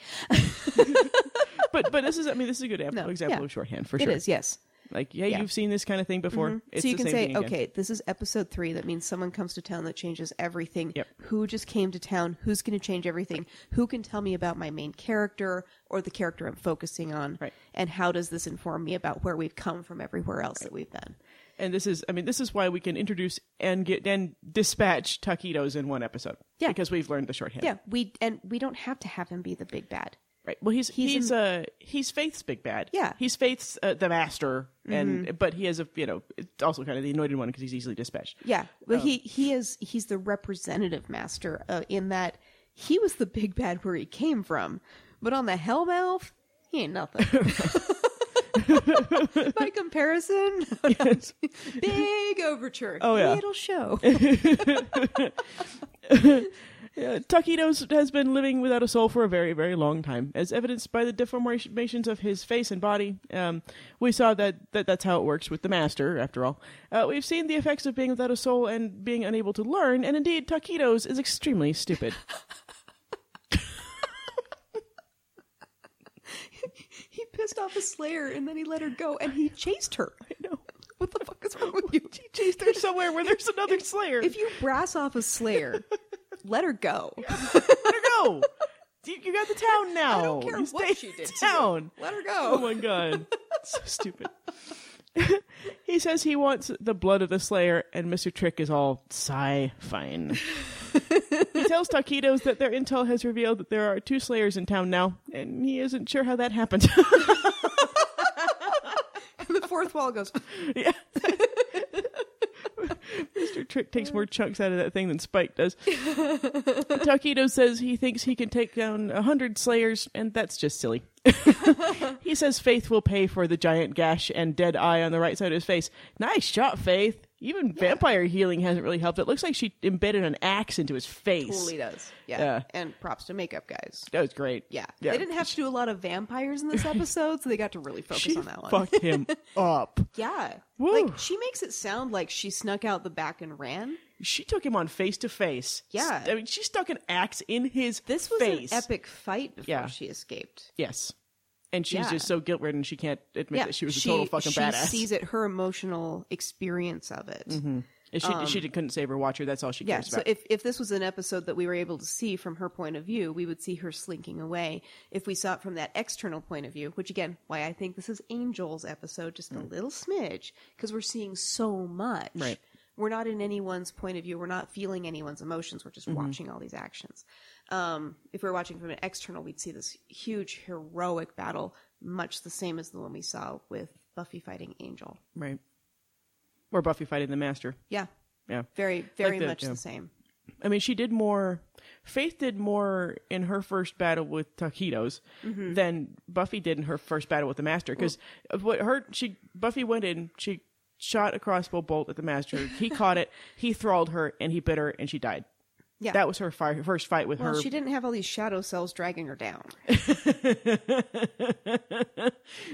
Speaker 2: but but this is I mean this is a good am-
Speaker 1: No,
Speaker 2: example
Speaker 1: yeah.
Speaker 2: of shorthand for
Speaker 1: It
Speaker 2: sure.
Speaker 1: is, yes.
Speaker 2: Like yeah,
Speaker 1: Yeah. Mm-hmm.
Speaker 2: you've seen this kind of thing before. It's
Speaker 1: so you
Speaker 2: the
Speaker 1: can
Speaker 2: same
Speaker 1: say,
Speaker 2: thing again.
Speaker 1: okay, this is episode three. That means someone comes to town that changes everything.
Speaker 2: Yep.
Speaker 1: Who just came to town? Who's going to change everything? Who can tell me about my main character or the character I'm focusing on?
Speaker 2: Right.
Speaker 1: And how does this inform me about where we've come from everywhere else that we've been?
Speaker 2: And this is, I mean, this is why we can introduce and get and dispatch taquitos in one episode.
Speaker 1: Yeah.
Speaker 2: because we've learned the shorthand.
Speaker 1: Yeah. We and we don't have to have him be the big bad.
Speaker 2: right. Well, he's
Speaker 1: He's
Speaker 2: he's, uh he's Faith's big bad.
Speaker 1: Yeah. Mm-hmm.
Speaker 2: he's Faith's uh, the master, and but he has a you know it's also kind of the anointed one because he's easily dispatched.
Speaker 1: Yeah. But
Speaker 2: Um,
Speaker 1: he he is he's the representative master uh, in that he was the big bad where he came from, but on the Hellmouth, he ain't nothing. By comparison, Big overture.
Speaker 2: Oh, yeah.
Speaker 1: Little show.
Speaker 2: Uh, Taquitos has been living without a soul for a very, very long time, as evidenced by the deformations of his face and body. Um, we saw that, that that's how it works with the master, after all. Uh, we've seen the effects of being without a soul and being unable to learn, and indeed, Taquitos is extremely stupid.
Speaker 1: pissed off a Slayer, and then he let her go, and he chased her. I know. What the fuck is wrong with you? He chased
Speaker 2: There's somewhere where there's another Slayer.
Speaker 1: If you brass off a Slayer, let her go.
Speaker 2: Let her go. You, you got the town now.
Speaker 1: I don't care
Speaker 2: You
Speaker 1: what
Speaker 2: stay
Speaker 1: she
Speaker 2: in
Speaker 1: did to
Speaker 2: Town.
Speaker 1: Let her
Speaker 2: Oh
Speaker 1: go.
Speaker 2: my god. so stupid. he says he wants the blood of the Slayer, and Mr. Trick is all sigh fine. he tells Taquitos that their intel has revealed that there are two Slayers in town now, and he isn't sure how that happened.
Speaker 1: And the fourth wall goes.
Speaker 2: yeah. Mr. Trick takes more chunks out of that thing than Spike does. Taquito says he thinks he can take down a hundred Slayers, and that's just silly. he says Faith will pay for the giant gash and dead eye on the right side of his face. Nice shot, Faith. Even vampire healing hasn't really helped. It looks like she embedded an axe into his face.
Speaker 1: Totally does. Yeah.
Speaker 2: Yeah.
Speaker 1: And props to makeup guys.
Speaker 2: That was great.
Speaker 1: Yeah. They didn't have to do a lot of vampires in this episode, so they got to really focus
Speaker 2: She
Speaker 1: on that one.
Speaker 2: fucked him up.
Speaker 1: Yeah.
Speaker 2: Woo.
Speaker 1: Like she makes it sound like she snuck out the back and ran.
Speaker 2: She took him on face to face.
Speaker 1: Yeah.
Speaker 2: I mean, she stuck an axe in his
Speaker 1: This was
Speaker 2: face.
Speaker 1: an epic fight before
Speaker 2: Yeah.
Speaker 1: she escaped.
Speaker 2: Yes. And she's
Speaker 1: Yeah.
Speaker 2: just so guilt ridden she can't admit
Speaker 1: Yeah.
Speaker 2: that she was a total fucking
Speaker 1: she
Speaker 2: badass. Mm-hmm.
Speaker 1: sees it her emotional experience of it.
Speaker 2: And she she did- couldn't save her watcher. That's all she
Speaker 1: um, Yeah.
Speaker 2: cares
Speaker 1: So
Speaker 2: about.
Speaker 1: if, if this was an episode that we were able to see from her point of view, we would see her slinking away. If we saw it from that external point of view, which again, why I think this is Angel's episode, just a little smidge, because we're seeing so much.
Speaker 2: Mm. Right.
Speaker 1: We're not in anyone's point of view. We're not feeling anyone's emotions. We're
Speaker 2: Mm-hmm.
Speaker 1: just watching all these actions. Um, if we we're watching from an external, we'd see this huge heroic battle, much the same as the one we saw with Buffy fighting Angel.
Speaker 2: right. Or Buffy fighting the master.
Speaker 1: Yeah.
Speaker 2: Yeah.
Speaker 1: Very, very
Speaker 2: the-
Speaker 1: much
Speaker 2: yeah.
Speaker 1: the same.
Speaker 2: I mean, she did more. Faith did more in her first battle with Taquitos
Speaker 1: Mm-hmm.
Speaker 2: than Buffy did in her first battle with the Master. Because what her she Buffy went in, she shot a crossbow bolt at the Master. He caught it. He thralled her, and he bit her, and she died.
Speaker 1: Yeah.
Speaker 2: That was her fi- first fight with
Speaker 1: Well,
Speaker 2: her. Uh,
Speaker 1: she didn't have all these shadow cells dragging her down.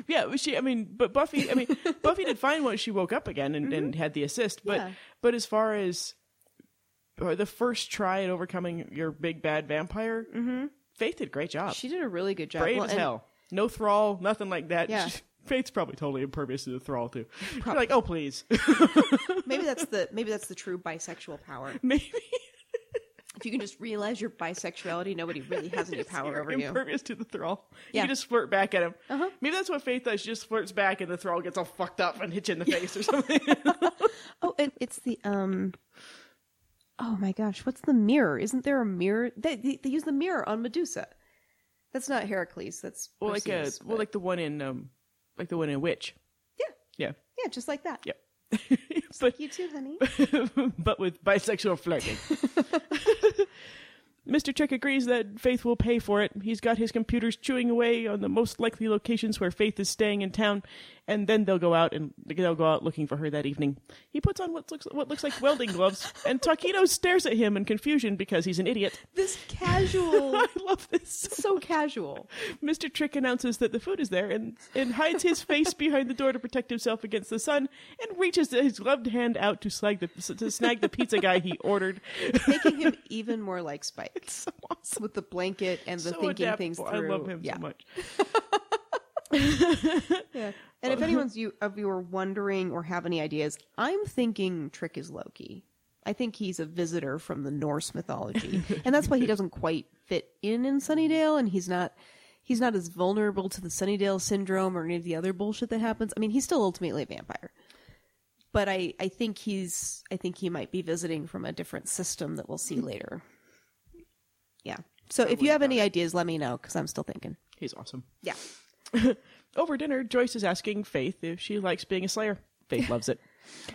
Speaker 2: Yeah, but she. I mean, but Buffy. I mean, Buffy did fine once she woke up again and, and had the assist. But
Speaker 1: Mm-hmm. Yeah.
Speaker 2: but as far as uh, the first try at overcoming your big bad vampire, Faith did a great job.
Speaker 1: She did a really good job.
Speaker 2: Brave
Speaker 1: Mm-hmm. Well,
Speaker 2: as
Speaker 1: and
Speaker 2: hell. No thrall, nothing like that.
Speaker 1: Yeah.
Speaker 2: She- Faith's probably totally impervious to the thrall too. You're Like, oh please,
Speaker 1: Maybe that's the maybe that's the true bisexual power.
Speaker 2: maybe
Speaker 1: If you can just realize your bisexuality, nobody really has any power
Speaker 2: you're
Speaker 1: over you.
Speaker 2: impervious to the thrall.
Speaker 1: Yeah. Uh-huh.
Speaker 2: You just flirt back at him. Maybe that's what Faith does. She just flirts back, and the thrall gets all fucked up and hits you in the face or something.
Speaker 1: Oh, and it's the um. Oh my gosh, what's the mirror? Isn't there a mirror? They they, they use the mirror on Medusa. That's not Heracles. That's
Speaker 2: well, like a,
Speaker 1: Perseus,
Speaker 2: well,
Speaker 1: but-
Speaker 2: like the one in um, like the one in Witch.
Speaker 1: yeah,
Speaker 2: Yeah.
Speaker 1: yeah, just like that.
Speaker 2: Yep. but
Speaker 1: You too, honey.
Speaker 2: but with bisexual flirting. Mr. Trick agrees that Faith will pay for it. He's got his computers chewing away on the most likely locations where Faith is staying in town, and then they'll go out and they'll go out looking for her that evening. He puts on what looks what looks like welding gloves, and Taquito stares at him in confusion because he's an idiot.
Speaker 1: This casual,
Speaker 2: I love this.
Speaker 1: so casual.
Speaker 2: Mr. Trick announces that the food is there and, and hides his face behind the door to protect himself against the sun and reaches his gloved hand out to, slag the, to snag the pizza guy he ordered.
Speaker 1: making him even more like Spike.
Speaker 2: so awesome.
Speaker 1: with the blanket and the
Speaker 2: so
Speaker 1: thinking
Speaker 2: adaptable.
Speaker 1: things through.
Speaker 2: I love him
Speaker 1: yeah.
Speaker 2: so much.
Speaker 1: Yeah. And if anyone's you of you are wondering or have any ideas, I'm thinking Trick is Loki. I think he's a visitor from the Norse mythology, and that's why he doesn't quite fit in in Sunnydale, and he's not he's not as vulnerable to the Sunnydale syndrome or any of the other bullshit that happens. I mean, he's still ultimately a vampire, but I I think he's I think he might be visiting from a different system that we'll see later. Yeah. So if you have any ideas, let me know because I'm still thinking.
Speaker 2: He's awesome.
Speaker 1: Yeah.
Speaker 2: Over dinner, Joyce is asking Faith if she likes being a slayer. Faith loves it.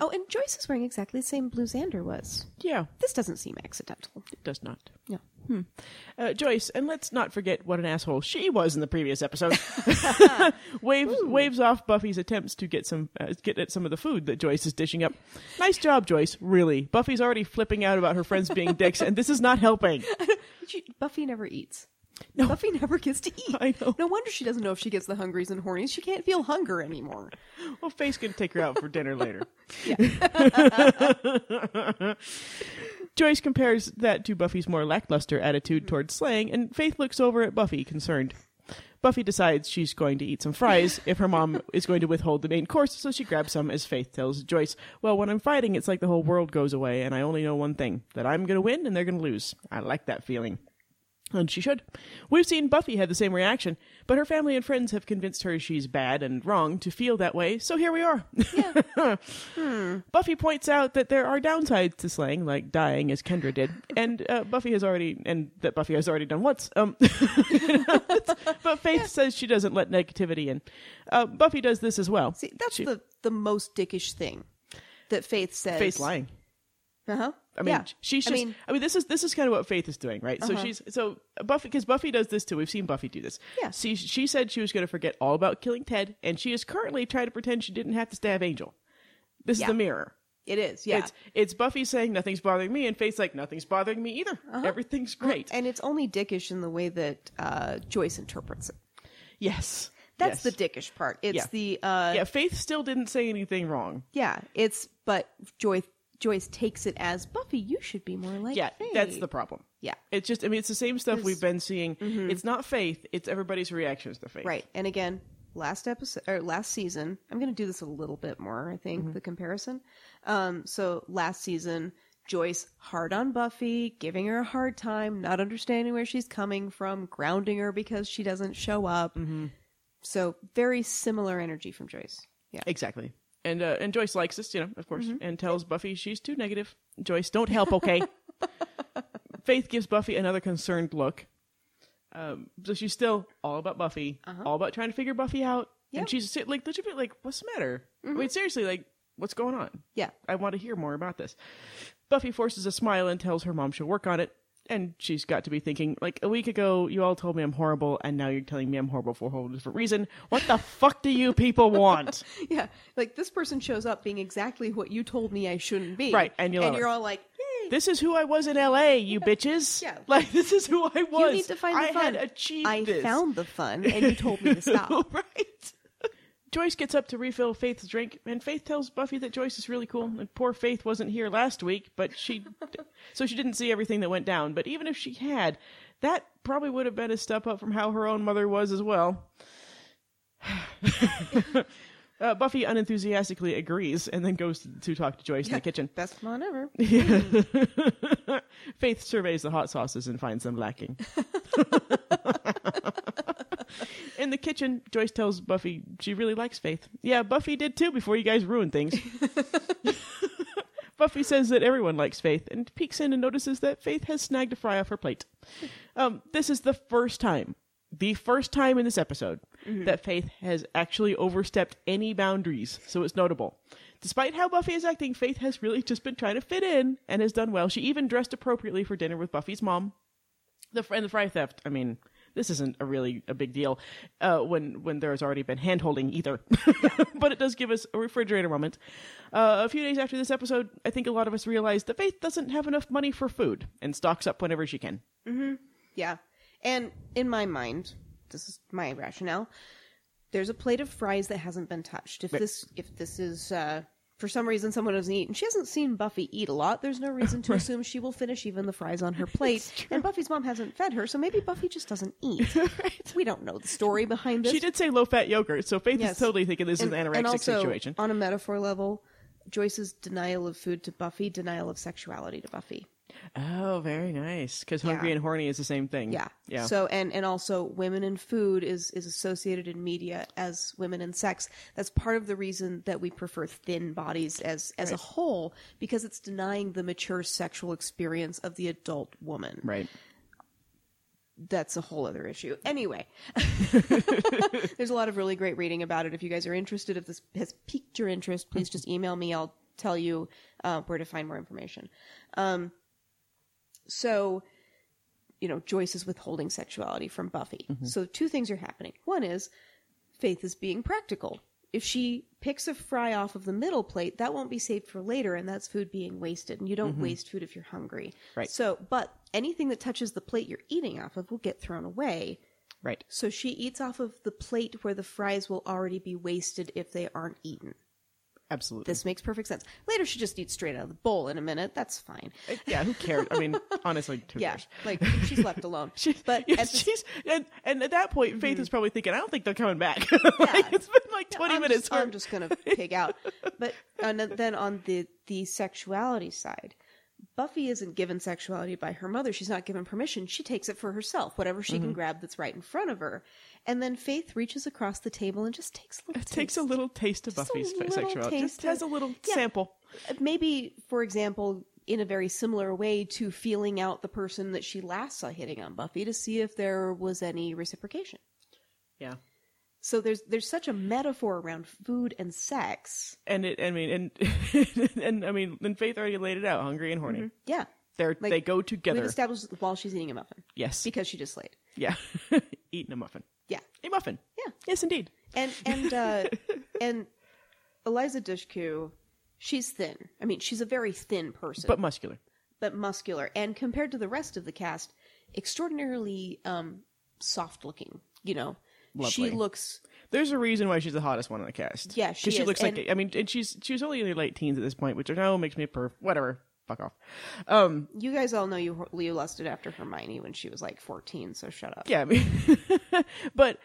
Speaker 1: Oh, and Joyce is wearing exactly the same blue Xander was.
Speaker 2: Yeah,
Speaker 1: This doesn't seem accidental.
Speaker 2: it does not.
Speaker 1: No.
Speaker 2: Uh, Joyce, and let's not forget what an asshole she was in the previous episode. waves waves off Buffy's attempts to get some uh, get at some of the food that Joyce is dishing up. Nice job, Joyce. Really, Buffy's already flipping out about her friends being dicks, and this is not helping.
Speaker 1: She, Buffy never eats. Buffy never gets to eat.
Speaker 2: I know.
Speaker 1: No wonder she doesn't know if she gets the hungries and hornies. She can't feel hunger anymore.
Speaker 2: Well, Faith's gonna take her out for dinner later. Joyce compares that to Buffy's more lackluster attitude towards slaying, and Faith looks over at Buffy, concerned. Buffy decides she's going to eat some fries if her mom is going to withhold the main course, so she grabs some as Faith tells Joyce, Well, when I'm fighting, it's like the whole world goes away, and I only know one thing that I'm going to win and they're going to lose. I like that feeling. And she should. We've seen Buffy had the same reaction, but her family and friends have convinced her she's bad and wrong to feel that way, so here we are. Buffy points out that there are downsides to slang, like dying, as Kendra did, and uh, Buffy has already, and that Buffy has already done once. Um, you know, but Faith says she doesn't let negativity in. Uh, Buffy does this as well.
Speaker 1: See, that's the, the most dickish thing that Faith says.
Speaker 2: Faith lying.
Speaker 1: Uh huh.
Speaker 2: I mean,
Speaker 1: yeah.
Speaker 2: she's just.
Speaker 1: I
Speaker 2: I
Speaker 1: mean, Uh-huh.
Speaker 2: mean, this is this is kind of what Faith is doing, right? So she's so Buffy because Buffy does this too. We've seen Buffy do this.
Speaker 1: Yeah.
Speaker 2: She she said she was going to forget all about killing Ted, and she is currently trying to pretend she didn't have to stab Angel. This
Speaker 1: Yeah.
Speaker 2: is the mirror.
Speaker 1: it is. Yeah.
Speaker 2: It's it's Buffy saying nothing's bothering me, and Faith's like nothing's bothering me either.
Speaker 1: Uh-huh.
Speaker 2: Everything's great.
Speaker 1: and it's only dickish in the way that uh, Joyce interprets it.
Speaker 2: yes.
Speaker 1: That's
Speaker 2: Yes.
Speaker 1: the dickish part. It's
Speaker 2: Yeah.
Speaker 1: the uh,
Speaker 2: yeah. Faith still didn't say anything wrong.
Speaker 1: yeah. It's but Joyce Joyce takes it as Buffy. You should be more like
Speaker 2: Yeah,
Speaker 1: Faith."
Speaker 2: that's the problem.
Speaker 1: yeah
Speaker 2: It's just I mean it's the same stuff we've been seeing.
Speaker 1: Mm-hmm.
Speaker 2: It's not Faith. It's everybody's reactions to Faith.
Speaker 1: right. And again, last episode or last season, I'm going to do this a little bit more. I
Speaker 2: Mm-hmm.
Speaker 1: think the comparison. Um, so last season. Joyce hard on Buffy, giving her a hard time, not understanding where she's coming from, grounding her because she doesn't show up.
Speaker 2: Mm-hmm.
Speaker 1: So very similar energy from Joyce. Yeah.
Speaker 2: Exactly. And uh, and Joyce likes this, you know, of course, and tells Buffy she's too negative. Joyce, don't help, okay? Faith gives Buffy another concerned look. Um, so she's still all about Buffy, all about trying to figure Buffy out.
Speaker 1: Yeah.
Speaker 2: And she's sit- like, legit, like, what's the matter? I mean, seriously, like, what's going on?
Speaker 1: Yeah.
Speaker 2: I want to hear more about this. Buffy forces a smile and tells her mom she'll work on it. And she's got to be thinking, like, a week ago, you all told me I'm horrible, and now you're telling me I'm horrible for a whole different reason. What the fuck do you people want?
Speaker 1: Yeah, like this person shows up being exactly what you told me I shouldn't be.
Speaker 2: Right, and you love it.
Speaker 1: are all like, "Yay,
Speaker 2: This is who I was in LA, you bitches.
Speaker 1: Yeah.
Speaker 2: Like this is who I was.
Speaker 1: you need to find the
Speaker 2: I
Speaker 1: fun.
Speaker 2: had achieved
Speaker 1: I
Speaker 2: this.
Speaker 1: found the fun, and you told me to stop."
Speaker 2: right. Joyce gets up to refill Faith's drink, and Faith tells Buffy that Joyce is really cool. And poor Faith wasn't here last week, but she, so she didn't see everything that went down. But even if she had, that probably would have been a step up from how her own mother was as well. uh, Buffy unenthusiastically agrees, and then goes to, to talk to Joyce in the kitchen.
Speaker 1: Best mom ever.
Speaker 2: Faith surveys the hot sauces and finds them lacking. In the kitchen, Joyce tells Buffy she really likes Faith. Yeah, Buffy did too before you guys ruined things. Buffy says that everyone likes Faith and peeks in and notices that Faith has snagged a fry off her plate. Um, this is the first time, the first time in this episode, that Faith has actually overstepped any boundaries, so it's notable. Despite how Buffy is acting, Faith has really just been trying to fit in and has done well. She even dressed appropriately for dinner with Buffy's mom. The fr- and the fry theft. I mean, this isn't a really a big deal uh, when when there's already been hand holding either, but it does give us a refrigerator moment. Uh, a few days after this episode, I think a lot of us realized that Faith doesn't have enough money for food and stocks up whenever she can.
Speaker 1: Yeah, and in my mind, this is my rationale. There's a plate of fries that hasn't been touched. If this, if this is. Uh, for some reason, someone doesn't eat, and she hasn't seen Buffy eat a lot. There's no reason to assume she will finish even the fries on her plate. And Buffy's mom hasn't fed her, so maybe Buffy just doesn't eat. We don't know the story behind this.
Speaker 2: She did say low fat yogurt, so Faith
Speaker 1: Yes.
Speaker 2: is totally thinking this
Speaker 1: and,
Speaker 2: is an anorexic
Speaker 1: and also, uh,
Speaker 2: situation.
Speaker 1: On a metaphor level, Joyce's denial of food to Buffy, denial of sexuality to Buffy.
Speaker 2: Oh, very nice. Because hungry
Speaker 1: Yeah.
Speaker 2: and horny is the same thing.
Speaker 1: Yeah.
Speaker 2: Yeah.
Speaker 1: So and and also women and food is is associated in media as women and sex. That's part of the reason that we prefer thin bodies as as a whole because it's denying the mature sexual experience of the adult woman.
Speaker 2: right.
Speaker 1: that's a whole other issue. Anyway, there's a lot of really great reading about it. If you guys are interested, if this has piqued your interest, please just email me. I'll tell you uh, where to find more information. Um, so, you know, Joyce is withholding sexuality from Buffy. So, two things are happening. One is Faith is being practical. If she picks a fry off of the middle plate, that won't be saved for later, and that's food being wasted. And you don't waste food if you're hungry.
Speaker 2: Right.
Speaker 1: So, but anything that touches the plate you're eating off of will get thrown away.
Speaker 2: Right.
Speaker 1: So she eats off of the plate where the fries will already be wasted if they aren't eaten.
Speaker 2: Absolutely.
Speaker 1: This makes perfect sense. Later, she just eats straight out of the bowl in a minute. That's fine.
Speaker 2: Uh, yeah, who cares? I mean, honestly, who
Speaker 1: Yeah,
Speaker 2: cares?
Speaker 1: like she's left alone. but
Speaker 2: yeah,
Speaker 1: at the Mm-hmm.
Speaker 2: she's and, and at that point, Faith is probably thinking, "I don't think they're coming back." Like, it's been like
Speaker 1: Yeah,
Speaker 2: twenty
Speaker 1: I'm
Speaker 2: minutes.
Speaker 1: Just, I'm
Speaker 2: or-
Speaker 1: just gonna pig out. But and then on the the sexuality side, Buffy isn't given sexuality by her mother. She's not given permission. She takes it for herself, whatever she
Speaker 2: Mm-hmm.
Speaker 1: can grab that's right in front of her. And then Faith reaches across the table and just takes a little.
Speaker 2: it takes a
Speaker 1: taste.
Speaker 2: little taste of
Speaker 1: Just a
Speaker 2: Buffy's
Speaker 1: little
Speaker 2: sexuality. Just
Speaker 1: taste
Speaker 2: has a
Speaker 1: of-
Speaker 2: little
Speaker 1: Yeah.
Speaker 2: sample.
Speaker 1: maybe, for example. In a very similar way to feeling out the person that she last saw hitting on Buffy to see if there was any reciprocation.
Speaker 2: Yeah,
Speaker 1: So there's there's such a metaphor around food and sex.
Speaker 2: and it. I mean, and and I mean, and Faith already laid it out: hungry and horny.
Speaker 1: Yeah,
Speaker 2: They're
Speaker 1: Mm-hmm. Like,
Speaker 2: they go
Speaker 1: we've
Speaker 2: together.
Speaker 1: established while she's eating a muffin
Speaker 2: Yes.
Speaker 1: because she just slayed.
Speaker 2: Yeah. Eating a muffin.
Speaker 1: Yeah.
Speaker 2: A muffin.
Speaker 1: Yeah.
Speaker 2: Yes, indeed.
Speaker 1: And and uh and Eliza Dushku, she's thin. I mean, she's a very thin person,
Speaker 2: But muscular.
Speaker 1: but muscular and compared to the rest of the cast, extraordinarily um soft looking, you know. She
Speaker 2: Lovely.
Speaker 1: looks
Speaker 2: There's a reason why she's the hottest one on the cast.
Speaker 1: Yeah,
Speaker 2: 'Cause
Speaker 1: she
Speaker 2: she
Speaker 1: is,
Speaker 2: looks like.
Speaker 1: and-
Speaker 2: I mean, and she's she was only in her late teens at this point, which I know makes me a perf. Whatever. Fuck off. Um.
Speaker 1: you guys all know you you lusted after Hermione when she was like 14, so shut up.
Speaker 2: Yeah. I mean, but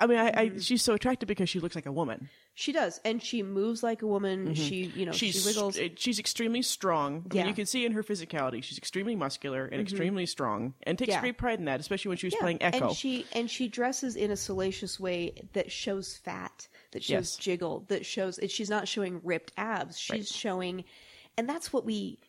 Speaker 2: I mean, I,
Speaker 1: Mm.
Speaker 2: I she's so attractive because she looks like a woman.
Speaker 1: She does, and she moves like a woman. She, you know,
Speaker 2: Mm-hmm. She's
Speaker 1: Oh, she wiggles.
Speaker 2: str- she's extremely strong. I mean,
Speaker 1: Yeah. Mm-hmm.
Speaker 2: you can see in her physicality, she's extremely muscular and extremely strong, and takes
Speaker 1: Yeah.
Speaker 2: great pride in that, especially when she was
Speaker 1: Yeah,
Speaker 2: playing Echo.
Speaker 1: And she and she dresses in a salacious way that shows fat, that shows
Speaker 2: Yes.
Speaker 1: jiggle, that shows and she's not showing ripped abs. She's showing and that's what we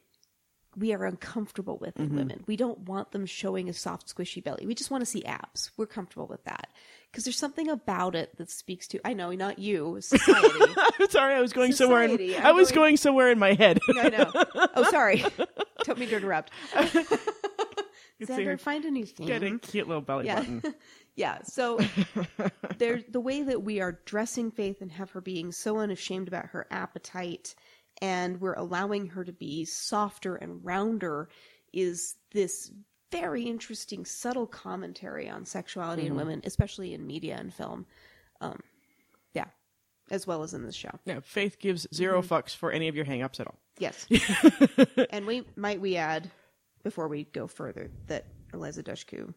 Speaker 1: we are uncomfortable with
Speaker 2: Mm-hmm.
Speaker 1: in women. We don't want them showing a soft, squishy belly. We just want to see abs. We're comfortable with that. Because there's something about it that speaks to I know, not you, society.
Speaker 2: I'm sorry, I was going
Speaker 1: Society,
Speaker 2: somewhere.
Speaker 1: I'm
Speaker 2: In, I was
Speaker 1: going-
Speaker 2: going somewhere in my head.
Speaker 1: I know. Oh sorry. Don't mean to interrupt.
Speaker 2: here.
Speaker 1: Xander, find a new thing.
Speaker 2: Get a cute little belly
Speaker 1: Mm-hmm. Yeah.
Speaker 2: button.
Speaker 1: Yeah. So there the way that we are dressing Faith and have her being so unashamed about her appetite and we're allowing her to be softer and rounder is this very interesting subtle commentary on sexuality in women, especially in media and film. Um yeah. As well as in this show.
Speaker 2: Yeah, Faith gives 0
Speaker 1: Mm-hmm.
Speaker 2: fucks for any of your hang-ups at all.
Speaker 1: Yes. and we might we add before we go further that Eliza Dushku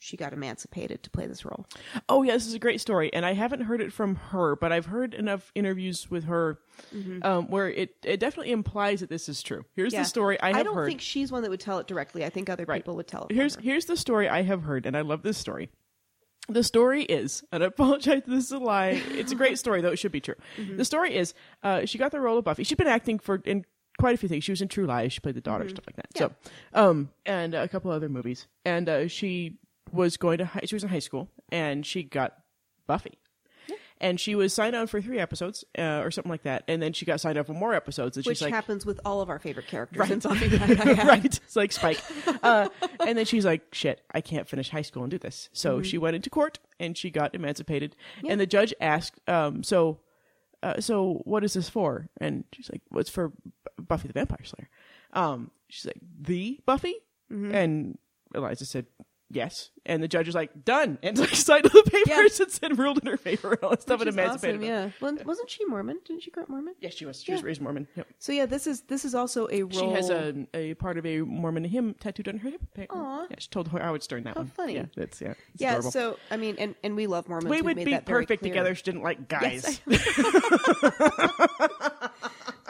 Speaker 1: she got emancipated to play this role.
Speaker 2: Oh yeah, this is a great story, and I haven't heard it from her, but I've heard enough interviews with her um, where it, it definitely implies that this is true. Here's
Speaker 1: Mm-hmm. Yeah.
Speaker 2: the story I have
Speaker 1: don't
Speaker 2: heard.
Speaker 1: think she's one that would tell it directly. I think other people would tell it. for
Speaker 2: here's
Speaker 1: her.
Speaker 2: here's the story I have heard, and I love this story. The story is, and I apologize, this is a lie. It's a great story, though it should be true. The story is, uh, she got the role of Buffy. She'd been acting for in quite a few things. She was in True Lies. She played the daughter, stuff like that. So, um, and a couple other movies. And uh, she was going to high, she was in high school, and she got Buffy. And she was signed on for three episodes, uh, or something like that. And then she got signed on for more episodes. And
Speaker 1: which
Speaker 2: she's like,
Speaker 1: happens with all of our favorite characters. Right. It's yeah.
Speaker 2: right. It's like Spike. Uh, and then she's like, shit, I can't finish high school and do this. So
Speaker 1: Mm-hmm.
Speaker 2: she went into court and she got emancipated. And the judge asked, um, so, uh, so what is this for? And she's like, what's for B- Buffy the Vampire Slayer? Um, she's like, the Buffy?
Speaker 1: Mm-hmm.
Speaker 2: And Eliza said, yes. And the judge was like, done. And like signed the papers and said ruled in her favor and all that stuff
Speaker 1: Which
Speaker 2: and
Speaker 1: is
Speaker 2: emancipated
Speaker 1: awesome,
Speaker 2: her.
Speaker 1: yeah. Well, wasn't she Mormon? Didn't she grow up Mormon?
Speaker 2: Yes, she was. She was raised Mormon. Yep.
Speaker 1: So yeah, this is this is also a role.
Speaker 2: She has a a part of a Mormon hymn tattooed on her hip.
Speaker 1: Aw.
Speaker 2: Yeah, she told Howard Stern that one.
Speaker 1: funny.
Speaker 2: Yeah, that's yeah. It's
Speaker 1: yeah.
Speaker 2: adorable.
Speaker 1: So I mean, and, and we love Mormons.
Speaker 2: we
Speaker 1: We've
Speaker 2: would
Speaker 1: made
Speaker 2: be
Speaker 1: that very
Speaker 2: perfect
Speaker 1: clear.
Speaker 2: together. if She didn't like guys.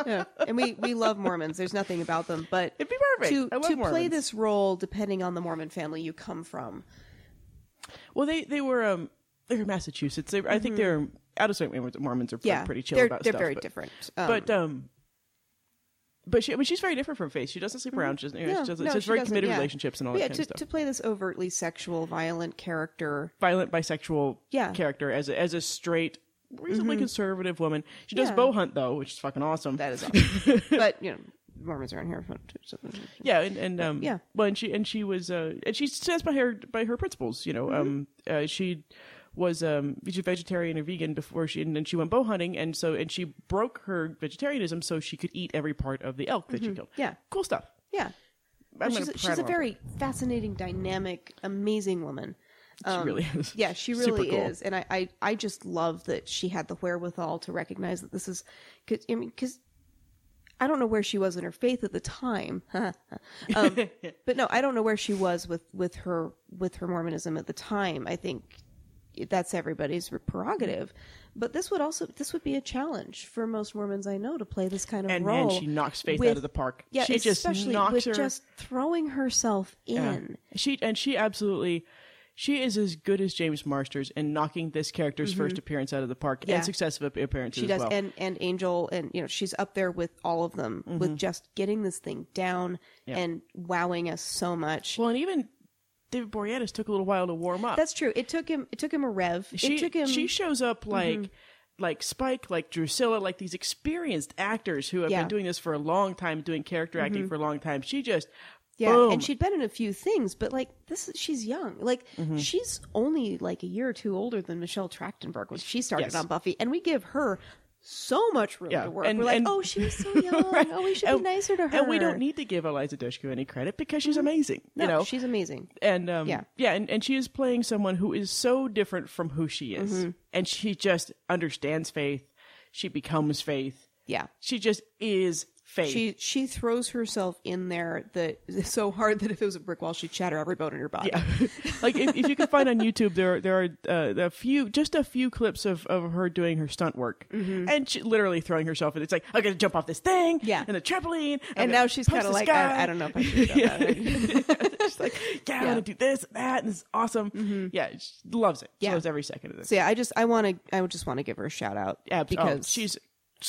Speaker 1: Yeah. And we we love Mormons. There's nothing about them, but
Speaker 2: It'd be perfect.
Speaker 1: to
Speaker 2: I love
Speaker 1: to play
Speaker 2: Mormons.
Speaker 1: this role, depending on the Mormon family you come from,
Speaker 2: Well, they they were um they were Massachusetts. They, I think they're out of state Mormons- Mormons are
Speaker 1: Mm-hmm. yeah,
Speaker 2: pretty chill
Speaker 1: they're
Speaker 2: about
Speaker 1: they're
Speaker 2: stuff.
Speaker 1: very
Speaker 2: but,
Speaker 1: different. Um,
Speaker 2: But um. But she, I mean, she's very different from Faith. She doesn't sleep around. She doesn't. You know,
Speaker 1: Mm-hmm. yeah,
Speaker 2: she doesn't.
Speaker 1: no,
Speaker 2: she's
Speaker 1: she
Speaker 2: very
Speaker 1: doesn't,
Speaker 2: committed
Speaker 1: yeah.
Speaker 2: relationships and all
Speaker 1: But
Speaker 2: that
Speaker 1: yeah,
Speaker 2: kind
Speaker 1: to,
Speaker 2: of stuff.
Speaker 1: to play this overtly sexual, violent character.
Speaker 2: Violent bisexual
Speaker 1: Yeah. Mm-hmm.
Speaker 2: character as a, as a straight, reasonably conservative woman. She does
Speaker 1: Yeah.
Speaker 2: bow hunt though, which is fucking awesome.
Speaker 1: That is awesome. but you know, Mormons around here. So,
Speaker 2: Yeah, and, and um,
Speaker 1: yeah.
Speaker 2: Well, and she and she was uh, and she stands by her by her principles. You know,
Speaker 1: Mm-hmm.
Speaker 2: um, uh, she was um, she's a vegetarian or vegan before she and then she went bow hunting, and so and she broke her vegetarianism so she could eat every part of the elk that she killed.
Speaker 1: Mm-hmm. Yeah.
Speaker 2: cool stuff.
Speaker 1: yeah,
Speaker 2: I'm
Speaker 1: she's,
Speaker 2: gonna
Speaker 1: she's a
Speaker 2: prattle on.
Speaker 1: very fascinating, dynamic, amazing woman.
Speaker 2: She really is.
Speaker 1: um, Yeah, she
Speaker 2: Super
Speaker 1: really
Speaker 2: cool.
Speaker 1: is, and I, I, I just love that she had the wherewithal to recognize that this is, cause, I mean, because I don't know where she was in her faith at the time, um, but no, I don't know where she was with with her with her Mormonism at the time. I think that's everybody's prerogative, but this would also this would be a challenge for most Mormons I know to play this kind of
Speaker 2: And,
Speaker 1: role.
Speaker 2: and she knocks Faith out
Speaker 1: with-
Speaker 2: of the park.
Speaker 1: Yeah,
Speaker 2: she just
Speaker 1: especially
Speaker 2: knocks
Speaker 1: with
Speaker 2: her.
Speaker 1: just throwing herself
Speaker 2: Yeah.
Speaker 1: in.
Speaker 2: She and she absolutely she is as good as James Marsters in knocking this character's first appearance out of the park
Speaker 1: Mm-hmm. Yeah.
Speaker 2: and successive ap- appearances
Speaker 1: She does,
Speaker 2: as well. Mm-hmm.
Speaker 1: and and Angel, and you know she's up there with all of them with just getting this thing down and wowing us so much.
Speaker 2: well, and even David Boreanaz took a little while to warm up.
Speaker 1: That's true. It took him. It took him a rev.
Speaker 2: she
Speaker 1: it took him. Mm-hmm.
Speaker 2: she shows up like like Spike, like Drusilla, like these experienced actors who have
Speaker 1: Yeah. Mm-hmm.
Speaker 2: been doing this for a long time, doing character acting for a long time. She just
Speaker 1: yeah,
Speaker 2: boom.
Speaker 1: and she'd been in a few things, but like this, is- she's young. Like
Speaker 2: Mm-hmm.
Speaker 1: she's only like a year or two older than Michelle Trachtenberg when she started
Speaker 2: Yes.
Speaker 1: on Buffy, and we give her so much room
Speaker 2: Yeah,
Speaker 1: to work.
Speaker 2: and-
Speaker 1: We're like,
Speaker 2: and-
Speaker 1: oh, she was so young. Oh, we should
Speaker 2: And-
Speaker 1: be nicer to her. Mm-hmm.
Speaker 2: And we don't need to give Eliza Dushku any credit because she's amazing.
Speaker 1: No,
Speaker 2: you know,
Speaker 1: she's amazing.
Speaker 2: and um,
Speaker 1: Yeah.
Speaker 2: yeah, and, and she is playing someone who is so different from who she is,
Speaker 1: Mm-hmm.
Speaker 2: and she just understands faith. She becomes faith.
Speaker 1: Yeah.
Speaker 2: She just is faith.
Speaker 1: She she throws herself in there that so hard that if it was a brick wall, she'd shatter every bone in her body.
Speaker 2: yeah. like if, if you can find on YouTube, there are- there are uh, a few, just a few clips of, of her doing her stunt work, and she literally throwing herself. And it's like I'm gonna jump off this thing,
Speaker 1: Mm-hmm. Yeah.
Speaker 2: and the trampoline.
Speaker 1: And now she's kind of like, I, I don't know if I should have done that.
Speaker 2: she's like, yeah, I'm gonna do this, and that, and it's awesome. Yeah, she loves it.
Speaker 1: Mm-hmm.
Speaker 2: She
Speaker 1: Yeah.
Speaker 2: loves every second of this.
Speaker 1: So yeah, I just I want to I would just want to give her a shout out
Speaker 2: Abs- oh,
Speaker 1: because
Speaker 2: she's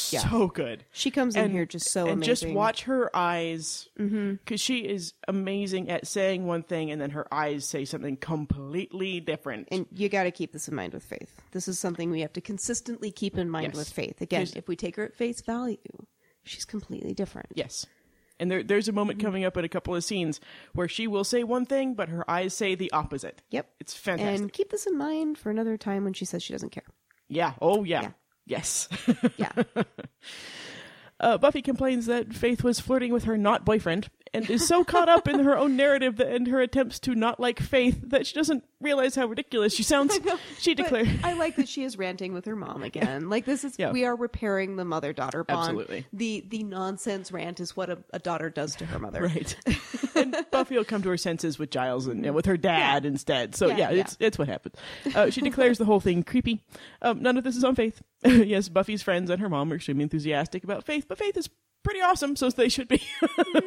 Speaker 1: yeah.
Speaker 2: so good.
Speaker 1: she comes in here just so
Speaker 2: and
Speaker 1: amazing. Mm-hmm.
Speaker 2: just watch her eyes because she is amazing at saying one thing and then her eyes say something completely different.
Speaker 1: And you got to keep this in mind with faith. This is something we have to consistently keep in mind
Speaker 2: Yes.
Speaker 1: with faith. Again,
Speaker 2: Yes.
Speaker 1: if we take her at face value, she's completely different.
Speaker 2: yes. And there, there's a moment
Speaker 1: Mm-hmm.
Speaker 2: coming up in a couple of scenes where she will say one thing, but her eyes say the opposite.
Speaker 1: Yep.
Speaker 2: It's fantastic.
Speaker 1: And keep this in mind for another time when she says she doesn't care.
Speaker 2: yeah. Oh, yeah. Yes.
Speaker 1: Yeah.
Speaker 2: uh, Buffy complains that Faith was flirting with her not boyfriend and is so caught up in her own narrative that, and her attempts to not like Faith that she doesn't realize how ridiculous she sounds. she
Speaker 1: But
Speaker 2: declares.
Speaker 1: I like that she is ranting with her mom again. Like this is
Speaker 2: Yeah.
Speaker 1: we are repairing the mother daughter bond.
Speaker 2: Absolutely.
Speaker 1: The the nonsense rant is what a, a daughter does to her mother.
Speaker 2: Right. and Buffy will come to her senses with Giles and, and with her dad instead. So
Speaker 1: Yeah,
Speaker 2: yeah,
Speaker 1: yeah.
Speaker 2: it's it's what happens. Uh, she declares the whole thing creepy. Um, none of this is on Faith. yes, Buffy's friends and her mom are extremely enthusiastic about Faith, but Faith is pretty awesome, so they should be.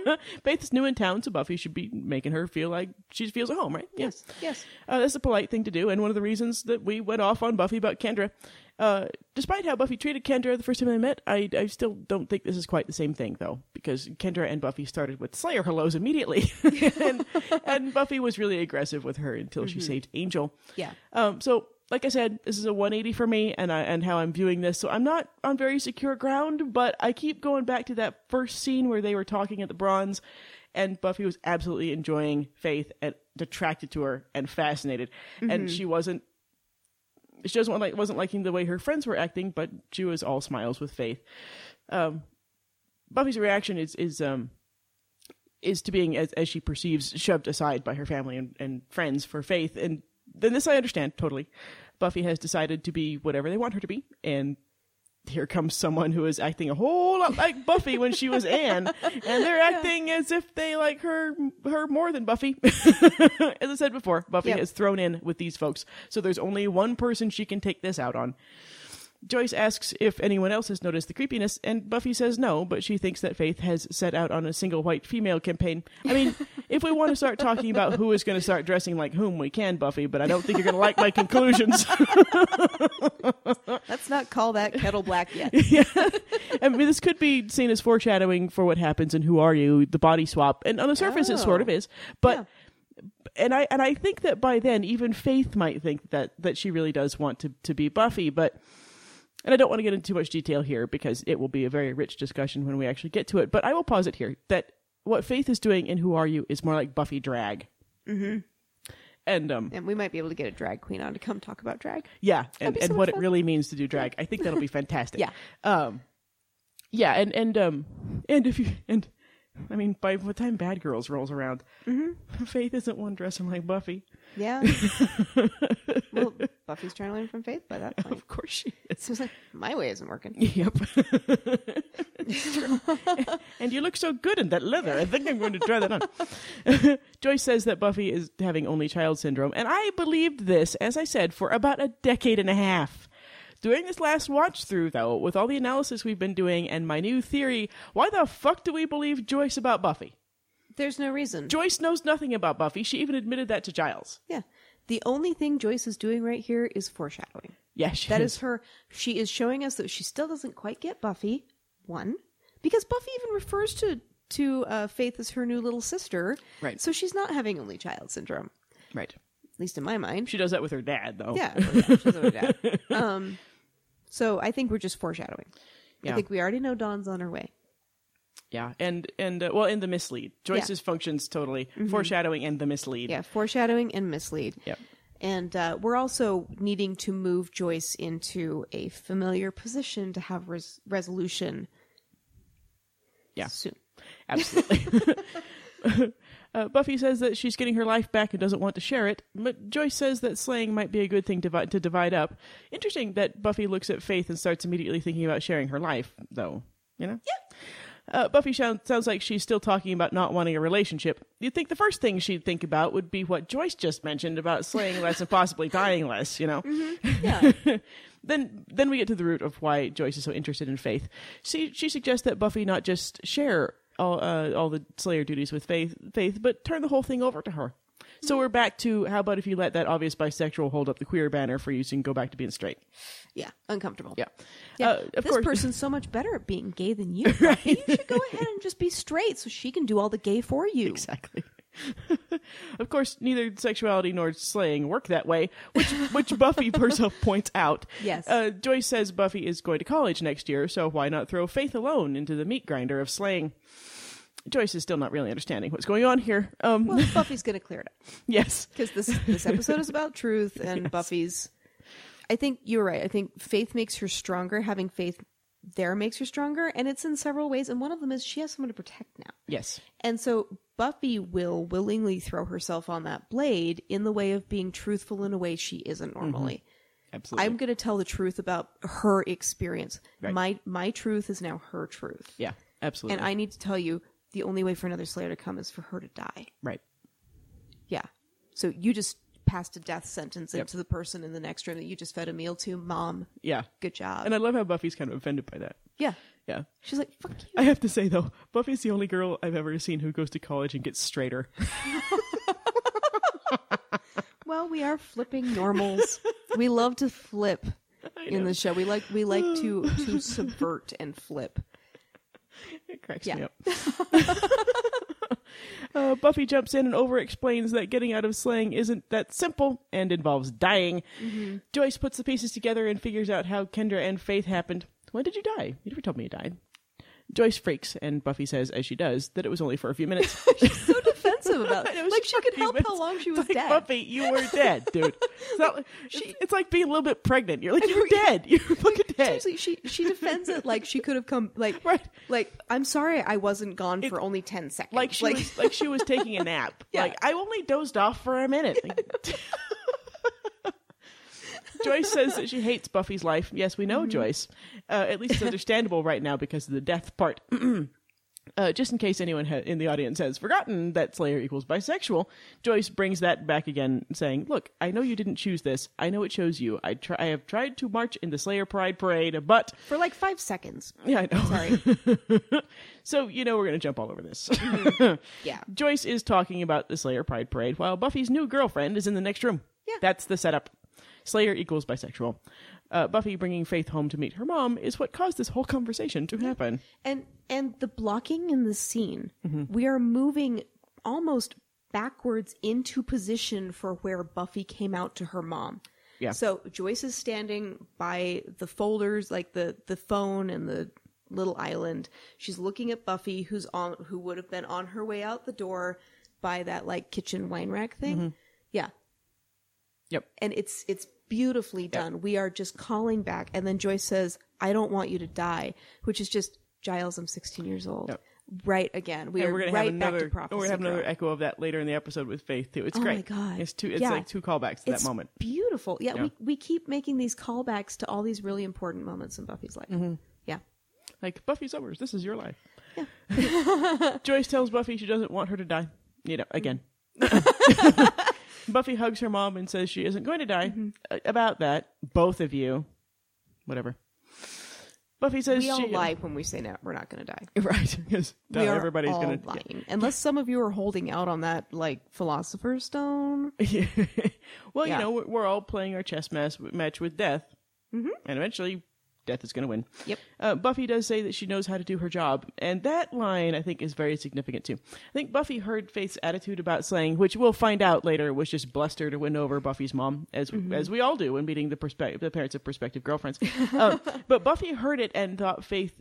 Speaker 1: Mm-hmm.
Speaker 2: Faith is new in town, so Buffy should be making her feel like she feels at home, right? Yeah.
Speaker 1: Yes. Yes.
Speaker 2: Uh, that's a polite thing to do, and one of the reasons that we went off on Buffy about Kendra. Uh, despite how Buffy treated Kendra the first time they met, I, I still don't think this is quite the same thing, though, because Kendra and Buffy started with Slayer hellos immediately, and, and Buffy was really aggressive with her until she saved Angel.
Speaker 1: Yeah.
Speaker 2: Um, so, like I said, this is a 180 for me, and I, and how I'm viewing this. So I'm not on very secure ground, but I keep going back to that first scene where they were talking at the Bronze, and Buffy was absolutely enjoying Faith and attracted to her and fascinated, and she wasn't. She doesn't want, like wasn't liking the way her friends were acting, but she was all smiles with Faith. Um, Buffy's reaction is is um is to being as, as she perceives shoved aside by her family and, and friends for faith and then this i understand totally buffy has decided to be whatever they want her to be and here comes someone who is acting a whole lot like buffy when she was anne and they're acting as if they like her her more than buffy as i said before buffy
Speaker 1: Yep.
Speaker 2: has thrown in with these folks so there's only one person she can take this out on Joyce asks if anyone else has noticed the creepiness, and Buffy says no, but she thinks that Faith has set out on a single white female campaign. I mean, if we want to start talking about who is going to start dressing like whom, we can, Buffy, but I don't think you're going to like my conclusions.
Speaker 1: Let's not call that kettle black yet.
Speaker 2: I mean, this could be seen as foreshadowing for what happens in Who Are You, the body swap, and on the surface,
Speaker 1: Oh.
Speaker 2: it sort of is, but. And I and I think that by then even Faith might think that that she really does want to to be Buffy, but and I don't want to get into too much detail here because it will be a very rich discussion when we actually get to it. But I will posit here that what Faith is doing in Who Are You is more like Buffy drag. Mm-hmm. And um,
Speaker 1: And we might be able to get a drag queen on to come talk about drag.
Speaker 2: yeah, and,
Speaker 1: be so
Speaker 2: and
Speaker 1: much
Speaker 2: what
Speaker 1: fun.
Speaker 2: it really means to do drag. I Um, think that'll be fantastic.
Speaker 1: Yeah.
Speaker 2: Um yeah, and and um and if you and I mean, by the time Bad Girls rolls around, Faith isn't one dressing like Buffy.
Speaker 1: Yeah. well, Buffy's trying to learn from Faith by that point.
Speaker 2: Of course she is.
Speaker 1: So it's like, my way isn't working.
Speaker 2: Yep. and you look so good in that leather. I think I'm going to try that on. Joyce says that Buffy is having only child syndrome, and I believed this, as I said, for about a decade and a half. During this last watch through, though, with all the analysis we've been doing and my new theory, why the fuck do we believe Joyce about Buffy?
Speaker 1: There's no reason.
Speaker 2: Joyce knows nothing about Buffy. She even admitted that to Giles.
Speaker 1: yeah. The only thing Joyce is doing right here is foreshadowing.
Speaker 2: Yeah, she
Speaker 1: That is her. She is showing us that she still doesn't quite get Buffy. One, because Buffy even refers to to uh, Faith as her new little sister.
Speaker 2: Right.
Speaker 1: So she's not having only child syndrome,
Speaker 2: right.
Speaker 1: at least in my mind.
Speaker 2: She does that with her dad, though.
Speaker 1: yeah. she's over that. um. So I think we're just foreshadowing. I
Speaker 2: Yeah.
Speaker 1: think we already know Dawn's on her way.
Speaker 2: Yeah, and and uh, well, in the mislead, Joyce's functions totally
Speaker 1: Mm-hmm.
Speaker 2: foreshadowing and the mislead.
Speaker 1: Yeah, foreshadowing and mislead.
Speaker 2: Yep.
Speaker 1: And uh, we're also needing to move Joyce into a familiar position to have res- resolution.
Speaker 2: Yeah.
Speaker 1: Soon.
Speaker 2: absolutely. uh, Buffy says that she's getting her life back and doesn't want to share it, but Joyce says that slaying might be a good thing to, vi- to divide up. Interesting that Buffy looks at Faith and starts immediately thinking about sharing her life, though. You know. Yeah. Uh, Buffy shou- sounds like she's still talking about not wanting a relationship. You'd think the first thing she'd think about would be what Joyce just mentioned about slaying less and possibly dying less. You know.
Speaker 1: Yeah.
Speaker 2: then then we get to the root of why Joyce is so interested in Faith. She she suggests that Buffy not just share all uh, all the Slayer duties with Faith Faith, but turn the whole thing over to her. So we're back to how about if you let that obvious bisexual hold up the queer banner for you, so you can go back to being straight.
Speaker 1: yeah. Uncomfortable.
Speaker 2: Yeah,
Speaker 1: Yeah,
Speaker 2: Uh, of
Speaker 1: this
Speaker 2: course.
Speaker 1: person's so much better at being gay than you. right? You should go ahead and just be straight so she can do all the gay for you.
Speaker 2: exactly. of course, neither sexuality nor slaying work that way, which which Buffy herself points out.
Speaker 1: Yes.
Speaker 2: Uh, Joyce says Buffy is going to college next year, so why not throw Faith alone into the meat grinder of slaying? Joyce is still not really understanding what's going on here. Um,
Speaker 1: Well, Buffy's going to clear it up
Speaker 2: yes,
Speaker 1: because this this episode is about truth and Buffy's. I think you're right. I think faith makes her stronger. Having faith there makes her stronger, and it's in several ways. And one of them is she has someone to protect now.
Speaker 2: yes,
Speaker 1: And so Buffy will willingly throw herself on that blade in the way of being truthful in a way she isn't
Speaker 2: Mm-hmm.
Speaker 1: normally.
Speaker 2: absolutely.
Speaker 1: I'm going to tell the truth about her experience.
Speaker 2: Right.
Speaker 1: My my truth is now her truth.
Speaker 2: yeah, absolutely.
Speaker 1: And I need to tell you the only way for another slayer to come is for her to die.
Speaker 2: right.
Speaker 1: Yeah. So you just passed a death sentence into the person in the next room that you just fed a meal to, mom.
Speaker 2: Yeah,
Speaker 1: Good job.
Speaker 2: and I love how Buffy's kind of offended by that.
Speaker 1: yeah.
Speaker 2: Yeah.
Speaker 1: She's like, "Fuck you."
Speaker 2: I have to say though, Buffy's the only girl I've ever seen who goes to college and gets straighter.
Speaker 1: Well, we are flipping normals. we love to flip in the show. We like we like to to subvert and flip.
Speaker 2: It cracks
Speaker 1: Yeah.
Speaker 2: me up. uh, Buffy jumps in and over explains that getting out of slaying isn't that simple and involves dying.
Speaker 1: Mm-hmm.
Speaker 2: Joyce puts the pieces together and figures out how Kendra and Faith happened. When did you die? You never told me you died. Joyce freaks, and Buffy says, as she does, that it was only for a few minutes.
Speaker 1: So defensive about
Speaker 2: It
Speaker 1: it.
Speaker 2: was
Speaker 1: Like she could
Speaker 2: fucking
Speaker 1: help how
Speaker 2: minutes.
Speaker 1: long she
Speaker 2: It's
Speaker 1: was
Speaker 2: like,
Speaker 1: dead.
Speaker 2: Buffy, you were dead, dude. It's, not, it's, it's like being a little bit pregnant. You're like, you're dead. You're fucking dead.
Speaker 1: Seriously, she she defends it like she could have come like
Speaker 2: Right.
Speaker 1: like I'm sorry I wasn't gone for only ten seconds.
Speaker 2: like she was like she was taking a nap.
Speaker 1: Yeah.
Speaker 2: Like I only dozed off for a minute. Joyce says that she hates Buffy's life. Yes, we know
Speaker 1: Mm-hmm.
Speaker 2: Joyce. Uh, at least it's understandable right now because of the death part. Uh, just in case anyone ha- in the audience has forgotten that Slayer equals bisexual, Joyce brings that back again, saying, "Look, I know you didn't choose this. I know it chose you. I try. I have tried to march in the Slayer Pride Parade, but
Speaker 1: for like five seconds.
Speaker 2: yeah, I know.
Speaker 1: Sorry.
Speaker 2: So you know we're gonna jump all over this."
Speaker 1: Mm-hmm. yeah.
Speaker 2: Joyce is talking about the Slayer Pride Parade while Buffy's new girlfriend is in the next room.
Speaker 1: Yeah.
Speaker 2: That's the setup. Slayer equals bisexual. Uh, Buffy bringing Faith home to meet her mom is what caused this whole conversation to happen.
Speaker 1: And and the blocking in the scene, we are moving almost backwards into position for where Buffy came out to her mom.
Speaker 2: Yeah.
Speaker 1: So Joyce is standing by the folders, like the the phone and the little island. She's looking at Buffy, who's on who would have been on her way out the door by that like kitchen wine rack thing. Yeah.
Speaker 2: Yep.
Speaker 1: And it's it's beautifully done. We are just calling back, and then Joyce says, "I don't want you to die," which is just Giles. I'm 16 years old.
Speaker 2: Yep.
Speaker 1: right again. We
Speaker 2: And
Speaker 1: are
Speaker 2: we're gonna
Speaker 1: right
Speaker 2: have another.
Speaker 1: back to
Speaker 2: we're
Speaker 1: prophecy.
Speaker 2: gonna have another
Speaker 1: girl.
Speaker 2: echo of that later in the episode with Faith too. It's
Speaker 1: Oh my
Speaker 2: great.
Speaker 1: God.
Speaker 2: It's two. It's
Speaker 1: Yeah.
Speaker 2: like two callbacks to
Speaker 1: It's
Speaker 2: that moment.
Speaker 1: Beautiful. Yeah,
Speaker 2: Yeah.
Speaker 1: We, we keep making these callbacks to all these really important moments in Buffy's life.
Speaker 2: Mm-hmm.
Speaker 1: Yeah.
Speaker 2: Like Buffy Summers, this is your life. Joyce tells Buffy she doesn't want her to die. You know, again. Buffy hugs her mom and says she isn't going to die.
Speaker 1: Mm-hmm.
Speaker 2: A- About that, both of you, whatever. Buffy says
Speaker 1: We all
Speaker 2: she uh,
Speaker 1: lie when we say no, we're not going to die.
Speaker 2: right? Because not
Speaker 1: we are
Speaker 2: everybody's
Speaker 1: all
Speaker 2: going to
Speaker 1: lying. Unless some of you are holding out on that, like, Philosopher's Stone.
Speaker 2: Yeah. well,
Speaker 1: Yeah.
Speaker 2: you know, we're, we're all playing our chess match, match with death,
Speaker 1: Mm-hmm.
Speaker 2: and eventually, death is going to win.
Speaker 1: Yep.
Speaker 2: Uh, Buffy does say that she knows how to do her job, and that line I think is very significant too. I think Buffy heard Faith's attitude about slaying, which we'll find out later, was just bluster to win over Buffy's mom, as as we all do when meeting the perspe- the parents of prospective girlfriends. um, but Buffy heard it and thought Faith.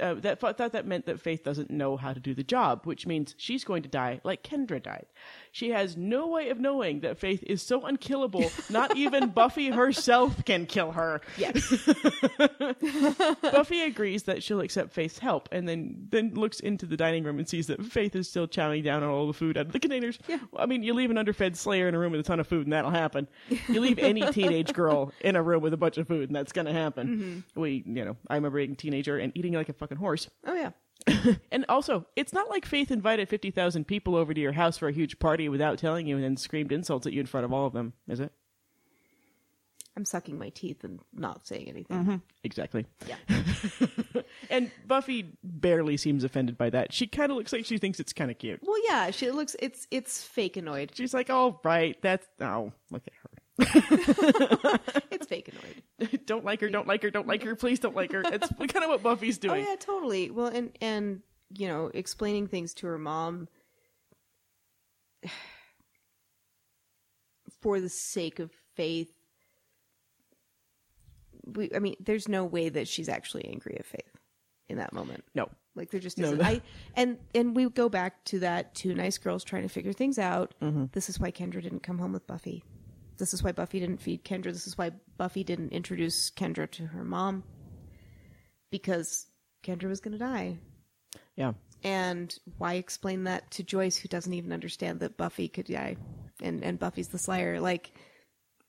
Speaker 2: Uh, that thought that meant that Faith doesn't know how to do the job, which means she's going to die like Kendra died. She has no way of knowing that Faith is so unkillable, not even Buffy herself can kill her.
Speaker 1: Yes.
Speaker 2: Buffy agrees that she'll accept Faith's help, and then then looks into the dining room and sees that Faith is still chowing down on all the food out of the containers. Yeah, I mean, you leave an underfed Slayer in a room with a ton of food, and that'll happen. You leave any teenage girl in a room with a bunch of food, and that's gonna happen. We, you know, I remember being a teenager and eating like a fucking horse.
Speaker 1: oh, yeah.
Speaker 2: And also, it's not like Faith invited fifty thousand people over to your house for a huge party without telling you, and then screamed insults at you in front of all of them, is it?
Speaker 1: I'm sucking my teeth and not saying anything.
Speaker 2: Mm-hmm. Exactly.
Speaker 1: Yeah.
Speaker 2: And Buffy barely seems offended by that. She kind of looks like she thinks it's kind of cute.
Speaker 1: Well, yeah, she looks it's it's fake annoyed.
Speaker 2: She's like, "All right, that's oh, look at
Speaker 1: It's fake annoyed.
Speaker 2: her. don't like her. Don't like her. Don't like her. Please don't like her." It's kind of what Buffy's
Speaker 1: Oh
Speaker 2: doing.
Speaker 1: yeah, totally. Well, and and you know, explaining things to her mom for the sake of faith. We, I mean, there's no way that she's actually angry at faith in that moment.
Speaker 2: No,
Speaker 1: Like they're just
Speaker 2: No,
Speaker 1: isn't.
Speaker 2: that-
Speaker 1: I and and we go back to that two nice girls trying to figure things out.
Speaker 2: Mm-hmm.
Speaker 1: This is why Kendra didn't come home with Buffy. This is why Buffy didn't feed Kendra. This is why Buffy didn't introduce Kendra to her mom because Kendra was going to die.
Speaker 2: yeah,
Speaker 1: And why explain that to Joyce who doesn't even understand that Buffy could die and and Buffy's the slayer like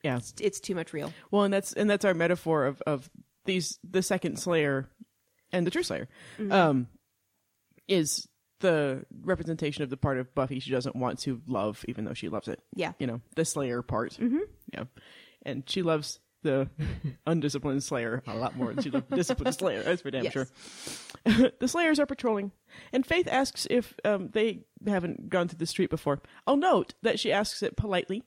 Speaker 2: yeah.
Speaker 1: it's too much real.
Speaker 2: Well, and that's and that's our metaphor of of these the second Slayer and the True Slayer,
Speaker 1: Mm-hmm.
Speaker 2: um, is the representation of the part of Buffy she doesn't want to love, even though she loves it.
Speaker 1: Yeah.
Speaker 2: you know the Slayer part. Mm-hmm. Yeah, and she loves the undisciplined Slayer a lot more than she loves the disciplined Slayer. That's for damn
Speaker 1: Yes.
Speaker 2: sure. the Slayers are patrolling, and Faith asks if um, they haven't gone through the street before. I'll note that she asks it politely,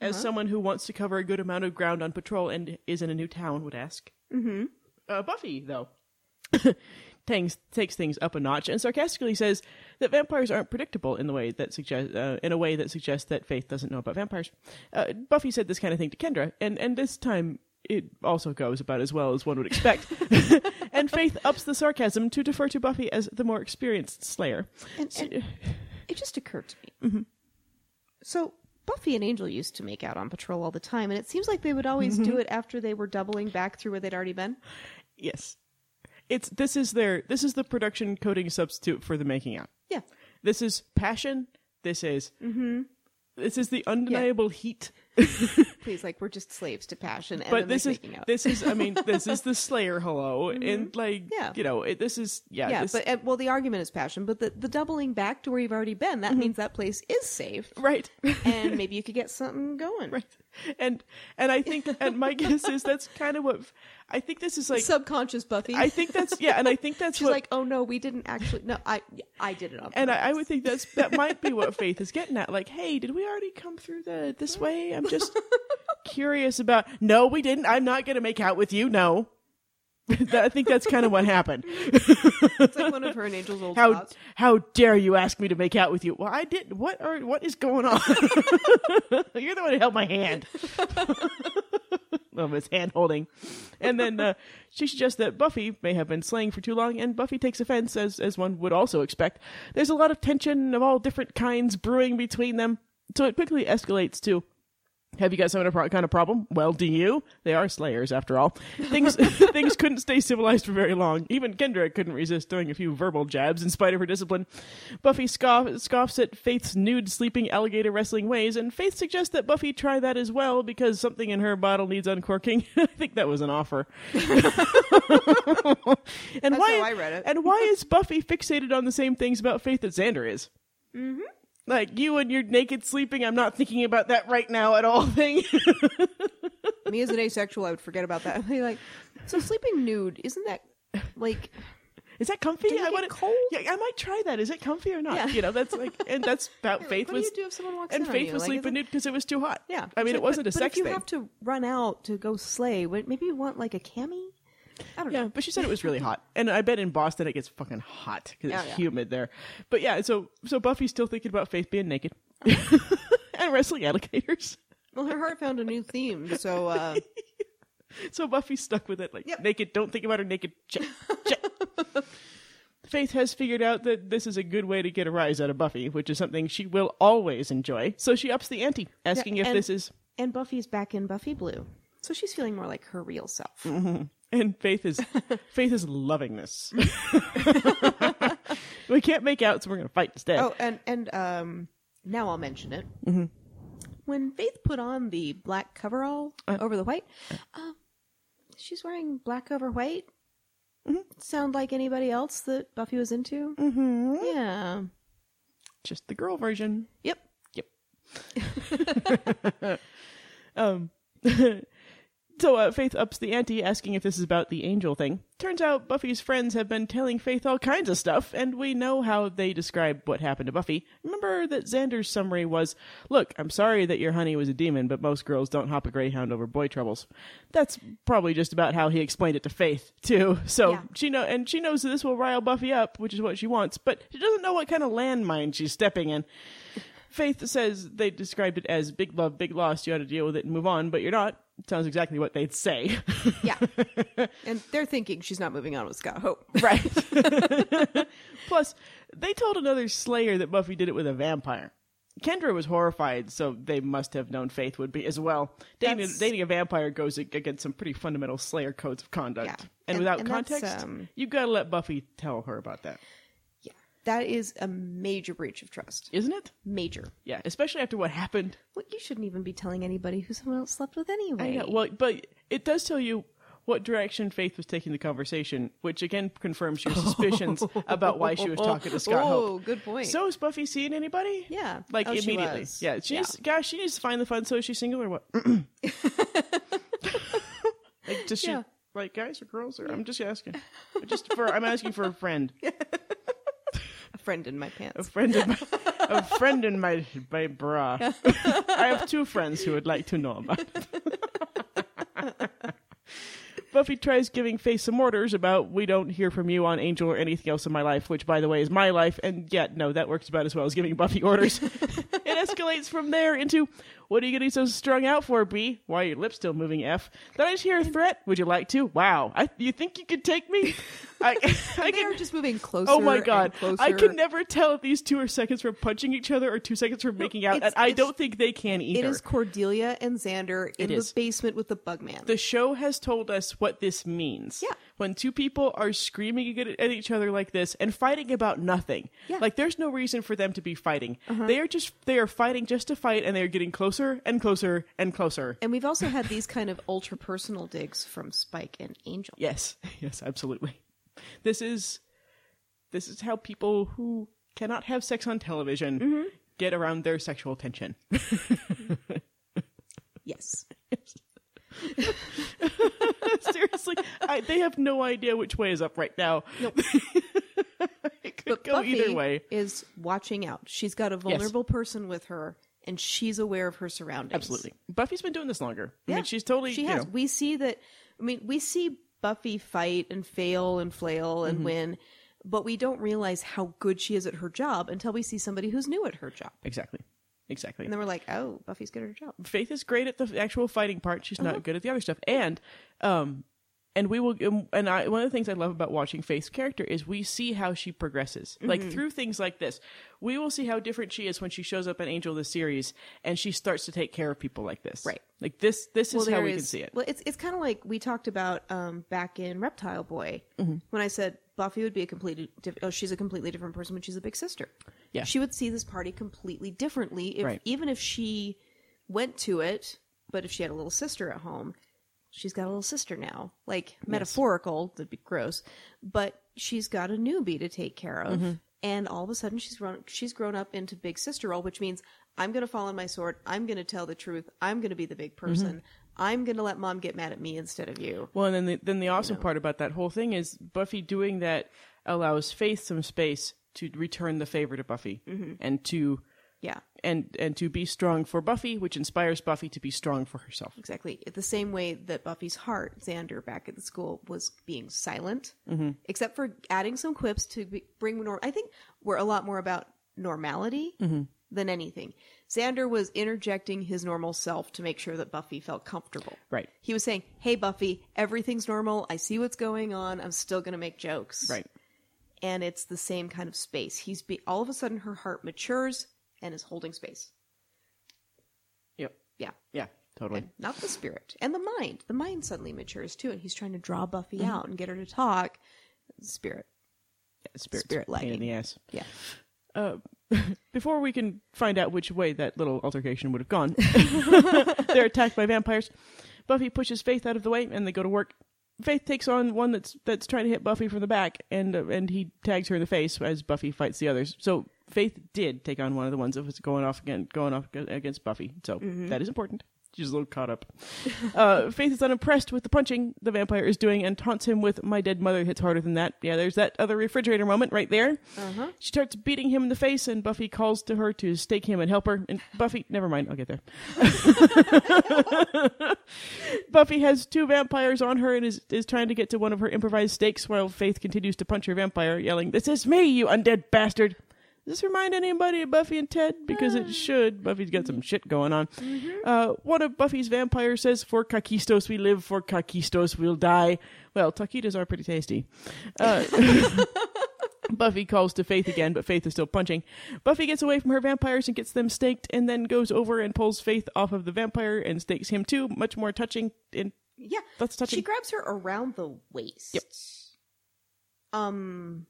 Speaker 2: as someone who wants to cover a good amount of ground on patrol and is in a new town would ask. Mm-hmm. Uh, Buffy, though, tangs, takes things up a notch and sarcastically says that vampires aren't predictable in the way that suggests uh, in a way that suggests that Faith doesn't know about vampires. Uh, Buffy said this kind of thing to Kendra, and and this time. It also goes about as well as one would expect. and Faith ups the sarcasm to defer to Buffy as the more experienced Slayer. uh,
Speaker 1: And, and it just occurred to me.
Speaker 2: Mm-hmm.
Speaker 1: So Buffy and Angel used to make out on patrol all the time, and it seems like they would always
Speaker 2: Mm-hmm.
Speaker 1: do it after they were doubling back through where they'd already been.
Speaker 2: Yes. It's this is their this is the production coding substitute for the making out.
Speaker 1: Yeah,
Speaker 2: This is passion. This is
Speaker 1: Mm-hmm.
Speaker 2: this is the undeniable heat.
Speaker 1: please, like we're just slaves to passion, and then
Speaker 2: But
Speaker 1: this
Speaker 2: this is
Speaker 1: making out. Mm-hmm.
Speaker 2: this is I mean this is the Slayer hello and like
Speaker 1: Yeah.
Speaker 2: you know it, this is yeah,
Speaker 1: yeah,
Speaker 2: this,
Speaker 1: but uh, well, the argument is passion, but the, the doubling back to where you've already been
Speaker 2: Mm-hmm.
Speaker 1: that means that place is safe,
Speaker 2: right
Speaker 1: and maybe you could get something going.
Speaker 2: right and and I think and my guess is that's kind of what I think this is like
Speaker 1: Subconscious Buffy,
Speaker 2: I think that's yeah and I think that's
Speaker 1: she's
Speaker 2: what
Speaker 1: like, oh no, we didn't actually. No, I I did it on.
Speaker 2: and I, I
Speaker 1: purpose."
Speaker 2: would think that's that might be what faith is getting at. Like, hey, did we already come through the this way? I'm just curious about. No, we didn't. I'm not going to make out with you. No, That- I think that's kind of what happened.
Speaker 1: it's like one of her and Angel's old
Speaker 2: How
Speaker 1: thoughts.
Speaker 2: how dare you ask me to make out with you? Well, I did. What are what is going on? You're the one who held my hand. Love his hand holding, and then uh, she suggests that Buffy may have been slaying for too long, and Buffy takes offense, as as one would also expect. There's a lot of tension of all different kinds brewing between them, so it quickly escalates to Have you got some pro- kind of problem? Well, do you? They are slayers, after all. Things things couldn't stay civilized for very long. Even Kendra couldn't resist doing a few verbal jabs in spite of her discipline. Buffy scoff, scoffs at Faith's nude sleeping alligator wrestling ways, and Faith suggests that Buffy try that as well because something in her bottle needs uncorking. I think that was an offer. and why?
Speaker 3: how I read it.
Speaker 2: And why is Buffy fixated on the same things about Faith that Xander is? Like you and your naked sleeping, I'm not thinking about that right now at all thing.
Speaker 3: Me as an asexual, I would forget about that. I'd be like,
Speaker 1: So sleeping nude isn't that like
Speaker 2: Is that comfy?
Speaker 1: you
Speaker 2: I
Speaker 1: get
Speaker 2: wanna-
Speaker 1: cold?
Speaker 2: Yeah, I might try that. Is it comfy or not?
Speaker 1: Yeah.
Speaker 2: You know, that's like, and that's about Faith
Speaker 1: what
Speaker 2: was.
Speaker 1: do you do if someone walks
Speaker 2: and
Speaker 1: in on
Speaker 2: Faith
Speaker 1: you?
Speaker 2: was
Speaker 1: Like,
Speaker 2: sleeping
Speaker 1: isn't-
Speaker 2: nude because it was too hot.
Speaker 1: yeah?
Speaker 2: I
Speaker 1: It's
Speaker 2: mean, it
Speaker 1: like,
Speaker 2: wasn't
Speaker 1: but,
Speaker 2: a sex
Speaker 1: But if you
Speaker 2: thing.
Speaker 1: have to run out to go slay, what- maybe you want like a cami. I don't know.
Speaker 2: Yeah, but she said it was really hot, and I bet in Boston it gets fucking hot because it's
Speaker 1: Yeah, yeah.
Speaker 2: humid there. But yeah, so so Buffy's still thinking about Faith being naked and wrestling alligators.
Speaker 1: Well, her heart found a new theme, so uh,
Speaker 2: So Buffy's stuck with it, like
Speaker 1: Yep.
Speaker 2: naked. Don't think about her naked. Check, check. Faith has figured out that this is a good way to get a rise out of Buffy, which is something she will always enjoy. So she ups the ante, asking if
Speaker 1: and-
Speaker 2: this is.
Speaker 1: and Buffy's back in Buffy Blue, so she's feeling more like her real self.
Speaker 2: And Faith is Faith is loving this. we can't make out, so we're gonna fight instead.
Speaker 1: Oh, and and um, now I'll mention it.
Speaker 2: Mm-hmm.
Speaker 1: When Faith put on the black coverall
Speaker 2: Uh.
Speaker 1: over the white, um, she's wearing black over white.
Speaker 2: Mm-hmm.
Speaker 1: Sound like anybody else that Buffy was into? Mm-hmm. Yeah.
Speaker 2: Just the girl version.
Speaker 1: Yep.
Speaker 2: Um, so uh, Faith ups the ante, asking if this is about the angel thing. Turns out Buffy's friends have been telling Faith all kinds of stuff, and we know how they describe what happened to Buffy. Remember that Xander's summary was, "Look, I'm sorry that your honey was a demon, but most girls don't hop a greyhound over boy troubles." That's probably just about how he explained it to Faith too. So
Speaker 1: Yeah.
Speaker 2: she know, and she knows that this will rile Buffy up, which is what she wants, but she doesn't know what kind of landmine she's stepping in. Faith says they described it as big love, big loss. You ought to deal with it and move on, but you're not. Sounds exactly what they'd say.
Speaker 1: Yeah. and they're thinking she's not moving on with Scott Hope.
Speaker 2: Right. Plus, they told another Slayer that Buffy did it with a vampire. Kendra was horrified, so they must have known Faith would be as well. Dating,
Speaker 1: That's-
Speaker 2: dating a vampire goes ag- against some pretty fundamental Slayer codes of conduct.
Speaker 1: Yeah.
Speaker 2: And,
Speaker 1: And-
Speaker 2: without
Speaker 1: and that's,
Speaker 2: context,
Speaker 1: um,
Speaker 2: you've got to let Buffy tell her about that,
Speaker 1: Yeah. That is a major breach of trust.
Speaker 2: isn't it?
Speaker 1: Major.
Speaker 2: Yeah, especially after what happened
Speaker 1: Well, you shouldn't even be telling anybody who someone else slept with anyway.
Speaker 2: I know. Well, but it does tell you what direction Faith was taking the conversation, which again confirms your suspicions about why she was talking to Scott
Speaker 1: oh,
Speaker 2: Hope.
Speaker 1: good point.
Speaker 2: So is Buffy seeing anybody?
Speaker 1: Yeah.
Speaker 2: Like
Speaker 1: Oh, she
Speaker 2: immediately.
Speaker 1: was.
Speaker 2: yeah. She needs gosh, she needs to find the fun so is she single or what? like does she
Speaker 1: Yeah.
Speaker 2: like guys or girls or I'm just asking. Just for I'm asking for a friend.
Speaker 1: a friend in my
Speaker 2: A
Speaker 1: pants.
Speaker 2: friend in my a friend in my my bra. I have two friends who would like to know about it. Buffy tries giving Faith some orders about we don't hear from you on Angel or anything else in my life, which by the way is my life, and yet no, that works about as well as giving Buffy orders. it escalates from there into what are you getting so strung out for, B? Why are your lips still moving, F? Did I just hear a threat? Would you like to? Wow. I, you think you could take me? I, I
Speaker 1: They
Speaker 2: can
Speaker 1: are just moving closer.
Speaker 2: Oh my
Speaker 1: and
Speaker 2: god! I
Speaker 1: closer.
Speaker 2: can never tell if these two are seconds from punching each other or two seconds from making out,
Speaker 1: it's-
Speaker 2: and I
Speaker 1: it's-
Speaker 2: don't think they can either.
Speaker 1: It is Cordelia and Xander in
Speaker 2: It
Speaker 1: the
Speaker 2: is.
Speaker 1: basement with the bug man.
Speaker 2: The show has told us what this means.
Speaker 1: Yeah.
Speaker 2: When two people are screaming at at each other like this and fighting about nothing.
Speaker 1: Yeah. Uh-huh.
Speaker 2: Like there's no reason for them to be fighting. They are just they are fighting just to fight, and they are getting closer and closer and closer.
Speaker 1: and we've also had these kind of ultra personal digs from Spike and Angel.
Speaker 2: Yes, yes, absolutely. This is this is how people who cannot have sex on television
Speaker 1: Mm-hmm.
Speaker 2: get around their sexual tension.
Speaker 1: Yes.
Speaker 2: Seriously, I, they have no idea which way is up right now. it could
Speaker 1: But
Speaker 2: go
Speaker 1: Buffy
Speaker 2: either way.
Speaker 1: is watching out. She's got a vulnerable person with her, and she's aware of her surroundings.
Speaker 2: Absolutely. Buffy's been doing this longer. I
Speaker 1: Yeah.
Speaker 2: mean, she's totally.
Speaker 1: She
Speaker 2: you
Speaker 1: has.
Speaker 2: know,
Speaker 1: We see that. I mean, we see Buffy fight and fail and flail
Speaker 2: Mm-hmm.
Speaker 1: and win, but we don't realize how good she is at her job until we see somebody who's new at her job,
Speaker 2: exactly. Exactly.
Speaker 1: and then we're like, "Oh, Buffy's good at her job." Uh-huh.
Speaker 2: Faith is great at the actual fighting part. She's not good at the other stuff. And um, and we will and I, one of the things i love about watching faith's character is we see how she progresses
Speaker 1: Mm-hmm.
Speaker 2: like through things like this we will see how different she is when she shows up in angel of the series and she starts to take care of people like this
Speaker 1: Right.
Speaker 2: like this this is how
Speaker 1: there
Speaker 2: we can
Speaker 1: is-
Speaker 2: see it
Speaker 1: Well, it's it's kind of like we talked about um, back in Reptile Boy
Speaker 2: Mm-hmm.
Speaker 1: when I said Buffy would be a completely diff- oh she's a completely different person when she's a big sister.
Speaker 2: Yeah.
Speaker 1: she would see this party completely differently if
Speaker 2: Right.
Speaker 1: even if she went to it. But if she had a little sister at home, she's got a little sister now. Like metaphorical, that'd be gross. But she's got a newbie to take care of. And all of a sudden she's grown she's grown up into big sister role, which means I'm gonna fall on my sword, I'm gonna tell the truth, I'm gonna be the big person, I'm gonna let mom get mad at me instead of you.
Speaker 2: Well, and then the, then the awesome part about that whole thing is Buffy doing that allows Faith some space to return the favor to Buffy and to
Speaker 1: Yeah.
Speaker 2: and and to be strong for Buffy, which inspires Buffy to be strong for herself.
Speaker 1: Exactly. The same way that Buffy's heart, Xander, back at the school, was being silent,
Speaker 2: Mm-hmm.
Speaker 1: except for adding some quips to be, bring norm. I think we're a lot more about normality
Speaker 2: Mm-hmm.
Speaker 1: than anything. Xander was interjecting his normal self to make sure that Buffy felt comfortable.
Speaker 2: Right.
Speaker 1: He was saying, "Hey, Buffy, everything's normal. I see what's going on. I'm still going to make jokes."
Speaker 2: Right.
Speaker 1: And it's the same kind of space. He's be- all of a sudden her heart matures and is holding space.
Speaker 2: Yep.
Speaker 1: Yeah.
Speaker 2: Yeah. Totally.
Speaker 1: Not the spirit. And the mind. The mind suddenly matures too, and he's trying to draw Buffy
Speaker 2: Mm-hmm.
Speaker 1: out and get her to talk. Spirit.
Speaker 2: Spirit's
Speaker 1: spirit
Speaker 2: a pain in
Speaker 1: lacking.
Speaker 2: the ass.
Speaker 1: Yeah.
Speaker 2: Uh, Before we can find out which way that little altercation would have gone, they're attacked by vampires. Buffy pushes Faith out of the way, and they go to work. Faith takes on one that's that's trying to hit Buffy from the back, and uh, and he tags her in the face as Buffy fights the others. So Faith did take on one of the ones that was going off again, going off ag- against Buffy. So that is important. She's a little caught up. uh, Faith is unimpressed with the punching the vampire is doing and taunts him with "My dead mother hits harder than that." Yeah, there's that other refrigerator moment right there. She starts beating him in the face, and Buffy calls to her to stake him and help her. And Buffy, never mind, I'll get there. Buffy has two vampires on her and is, is trying to get to one of her improvised stakes while Faith continues to punch her vampire, yelling, This is me, you undead bastard! Does this remind anybody of Buffy and Ted? Because it should. Buffy's got some shit going on. Uh, one of Buffy's vampires says, For Kakistos we live, for Kakistos we'll die. Well, taquitos are pretty tasty. Buffy calls to Faith again, but Faith is still punching. Buffy gets away from her vampires and gets them staked, and then goes over and pulls Faith off of the vampire and stakes him too. Much more touching. And
Speaker 1: Yeah.
Speaker 2: That's touching.
Speaker 1: She grabs her around the waist.
Speaker 2: Yep.
Speaker 1: Um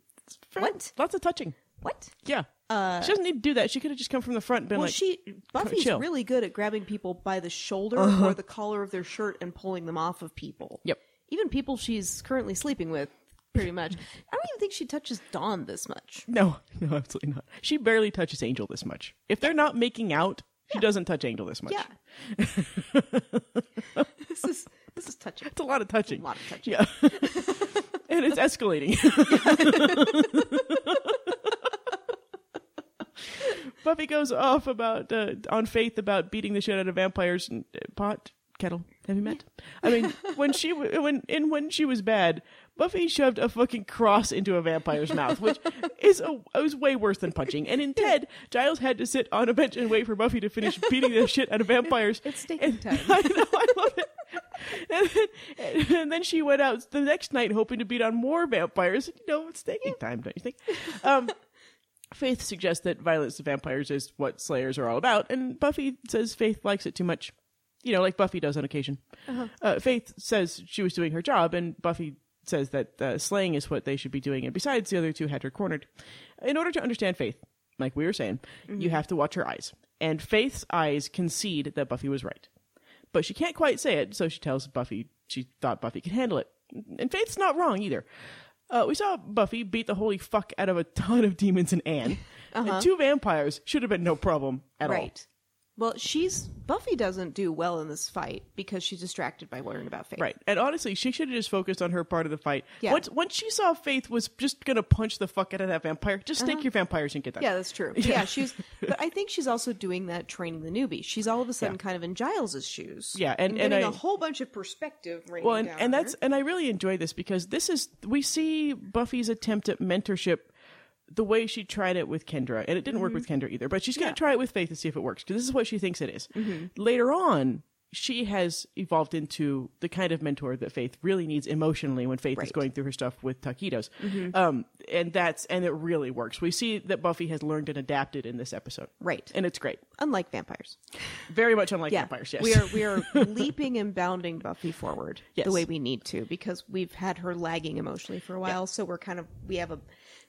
Speaker 1: What?
Speaker 2: Lots of touching.
Speaker 1: what?
Speaker 2: Yeah.
Speaker 1: Uh
Speaker 2: she doesn't need to do that. She could have just come from the front and been
Speaker 1: well
Speaker 2: like,
Speaker 1: she Buffy's
Speaker 2: chill. Uh-huh.
Speaker 1: really good at grabbing people by the shoulder or the collar of their shirt and pulling them off of people.
Speaker 2: Yep.
Speaker 1: Even people she's currently sleeping with, pretty much. I don't even think she touches Dawn this much.
Speaker 2: No, no, absolutely not. She barely touches Angel this much. If they're not making out, she doesn't touch Angel this much.
Speaker 1: Yeah. this is this is touching.
Speaker 2: It's a lot of touching.
Speaker 1: A lot of touching.
Speaker 2: Yeah. and it's escalating. Buffy goes off about uh, on Faith about beating the shit out of vampires and uh, pot kettle. Have you met? I mean, when she w- when in when she was bad, Buffy shoved a fucking cross into a vampire's mouth, which is a was way worse than punching. And in Ted, Giles had to sit on a bench and wait for Buffy to finish beating the shit out of vampires.
Speaker 1: It's taking time.
Speaker 2: I know, I love it. And then, and then she went out the next night hoping to beat on more vampires. You know, it's taking time, don't you think? Um, Faith suggests that violence to vampires is what slayers are all about, and Buffy says Faith likes it too much. You know, like Buffy does on occasion. Uh, Faith says she was doing her job, and Buffy says that uh, slaying is what they should be doing, and besides, the other two had her cornered. In order to understand Faith, like we were saying, you have to watch her eyes. And Faith's eyes concede that Buffy was right but she can't quite say it, so she tells Buffy she thought Buffy could handle it. And Faith's not wrong either. Uh, we saw Buffy beat the holy fuck out of a ton of demons and Anne. And two vampires should have been no problem at all.
Speaker 1: Uh-huh. Right. Well, she's Buffy doesn't do well in this fight because she's distracted by worrying about Faith.
Speaker 2: Right. And honestly, she should have just focused on her part of the fight.
Speaker 1: Yeah.
Speaker 2: Once, once she saw Faith was just going to punch the fuck out of that vampire, just stake your vampires and get that.
Speaker 1: Uh-huh. Yeah, that's true. Yeah, she's but I think she's also doing that training the newbie. She's all of a sudden kind of in Giles's shoes.
Speaker 2: Yeah, and- and
Speaker 1: getting
Speaker 2: I-
Speaker 1: a whole bunch of perspective raining
Speaker 2: well and,
Speaker 1: down on
Speaker 2: and that's
Speaker 1: her.
Speaker 2: and i really enjoy this because this is we see buffy's attempt at mentorship the way she tried it with kendra
Speaker 1: Mm-hmm. Mm-hmm.
Speaker 2: and it didn't work with kendra either but she's going to try it with faith to see if it works because this is what she thinks it is. later on she has evolved into the kind of mentor that Faith really needs emotionally when Faith is
Speaker 4: Right.
Speaker 2: going through her stuff with taquitos.
Speaker 1: Mm-hmm.
Speaker 2: Um, and that's, and it really works. We see that Buffy has learned and adapted in this episode.
Speaker 1: Right.
Speaker 2: And it's great.
Speaker 1: Unlike vampires.
Speaker 2: Very much unlike
Speaker 1: Yeah.
Speaker 2: vampires, yes.
Speaker 1: We are we are leaping and bounding Buffy forward
Speaker 2: Yes.
Speaker 1: the way we need to because we've had her lagging emotionally for a while, so we're kind of we have a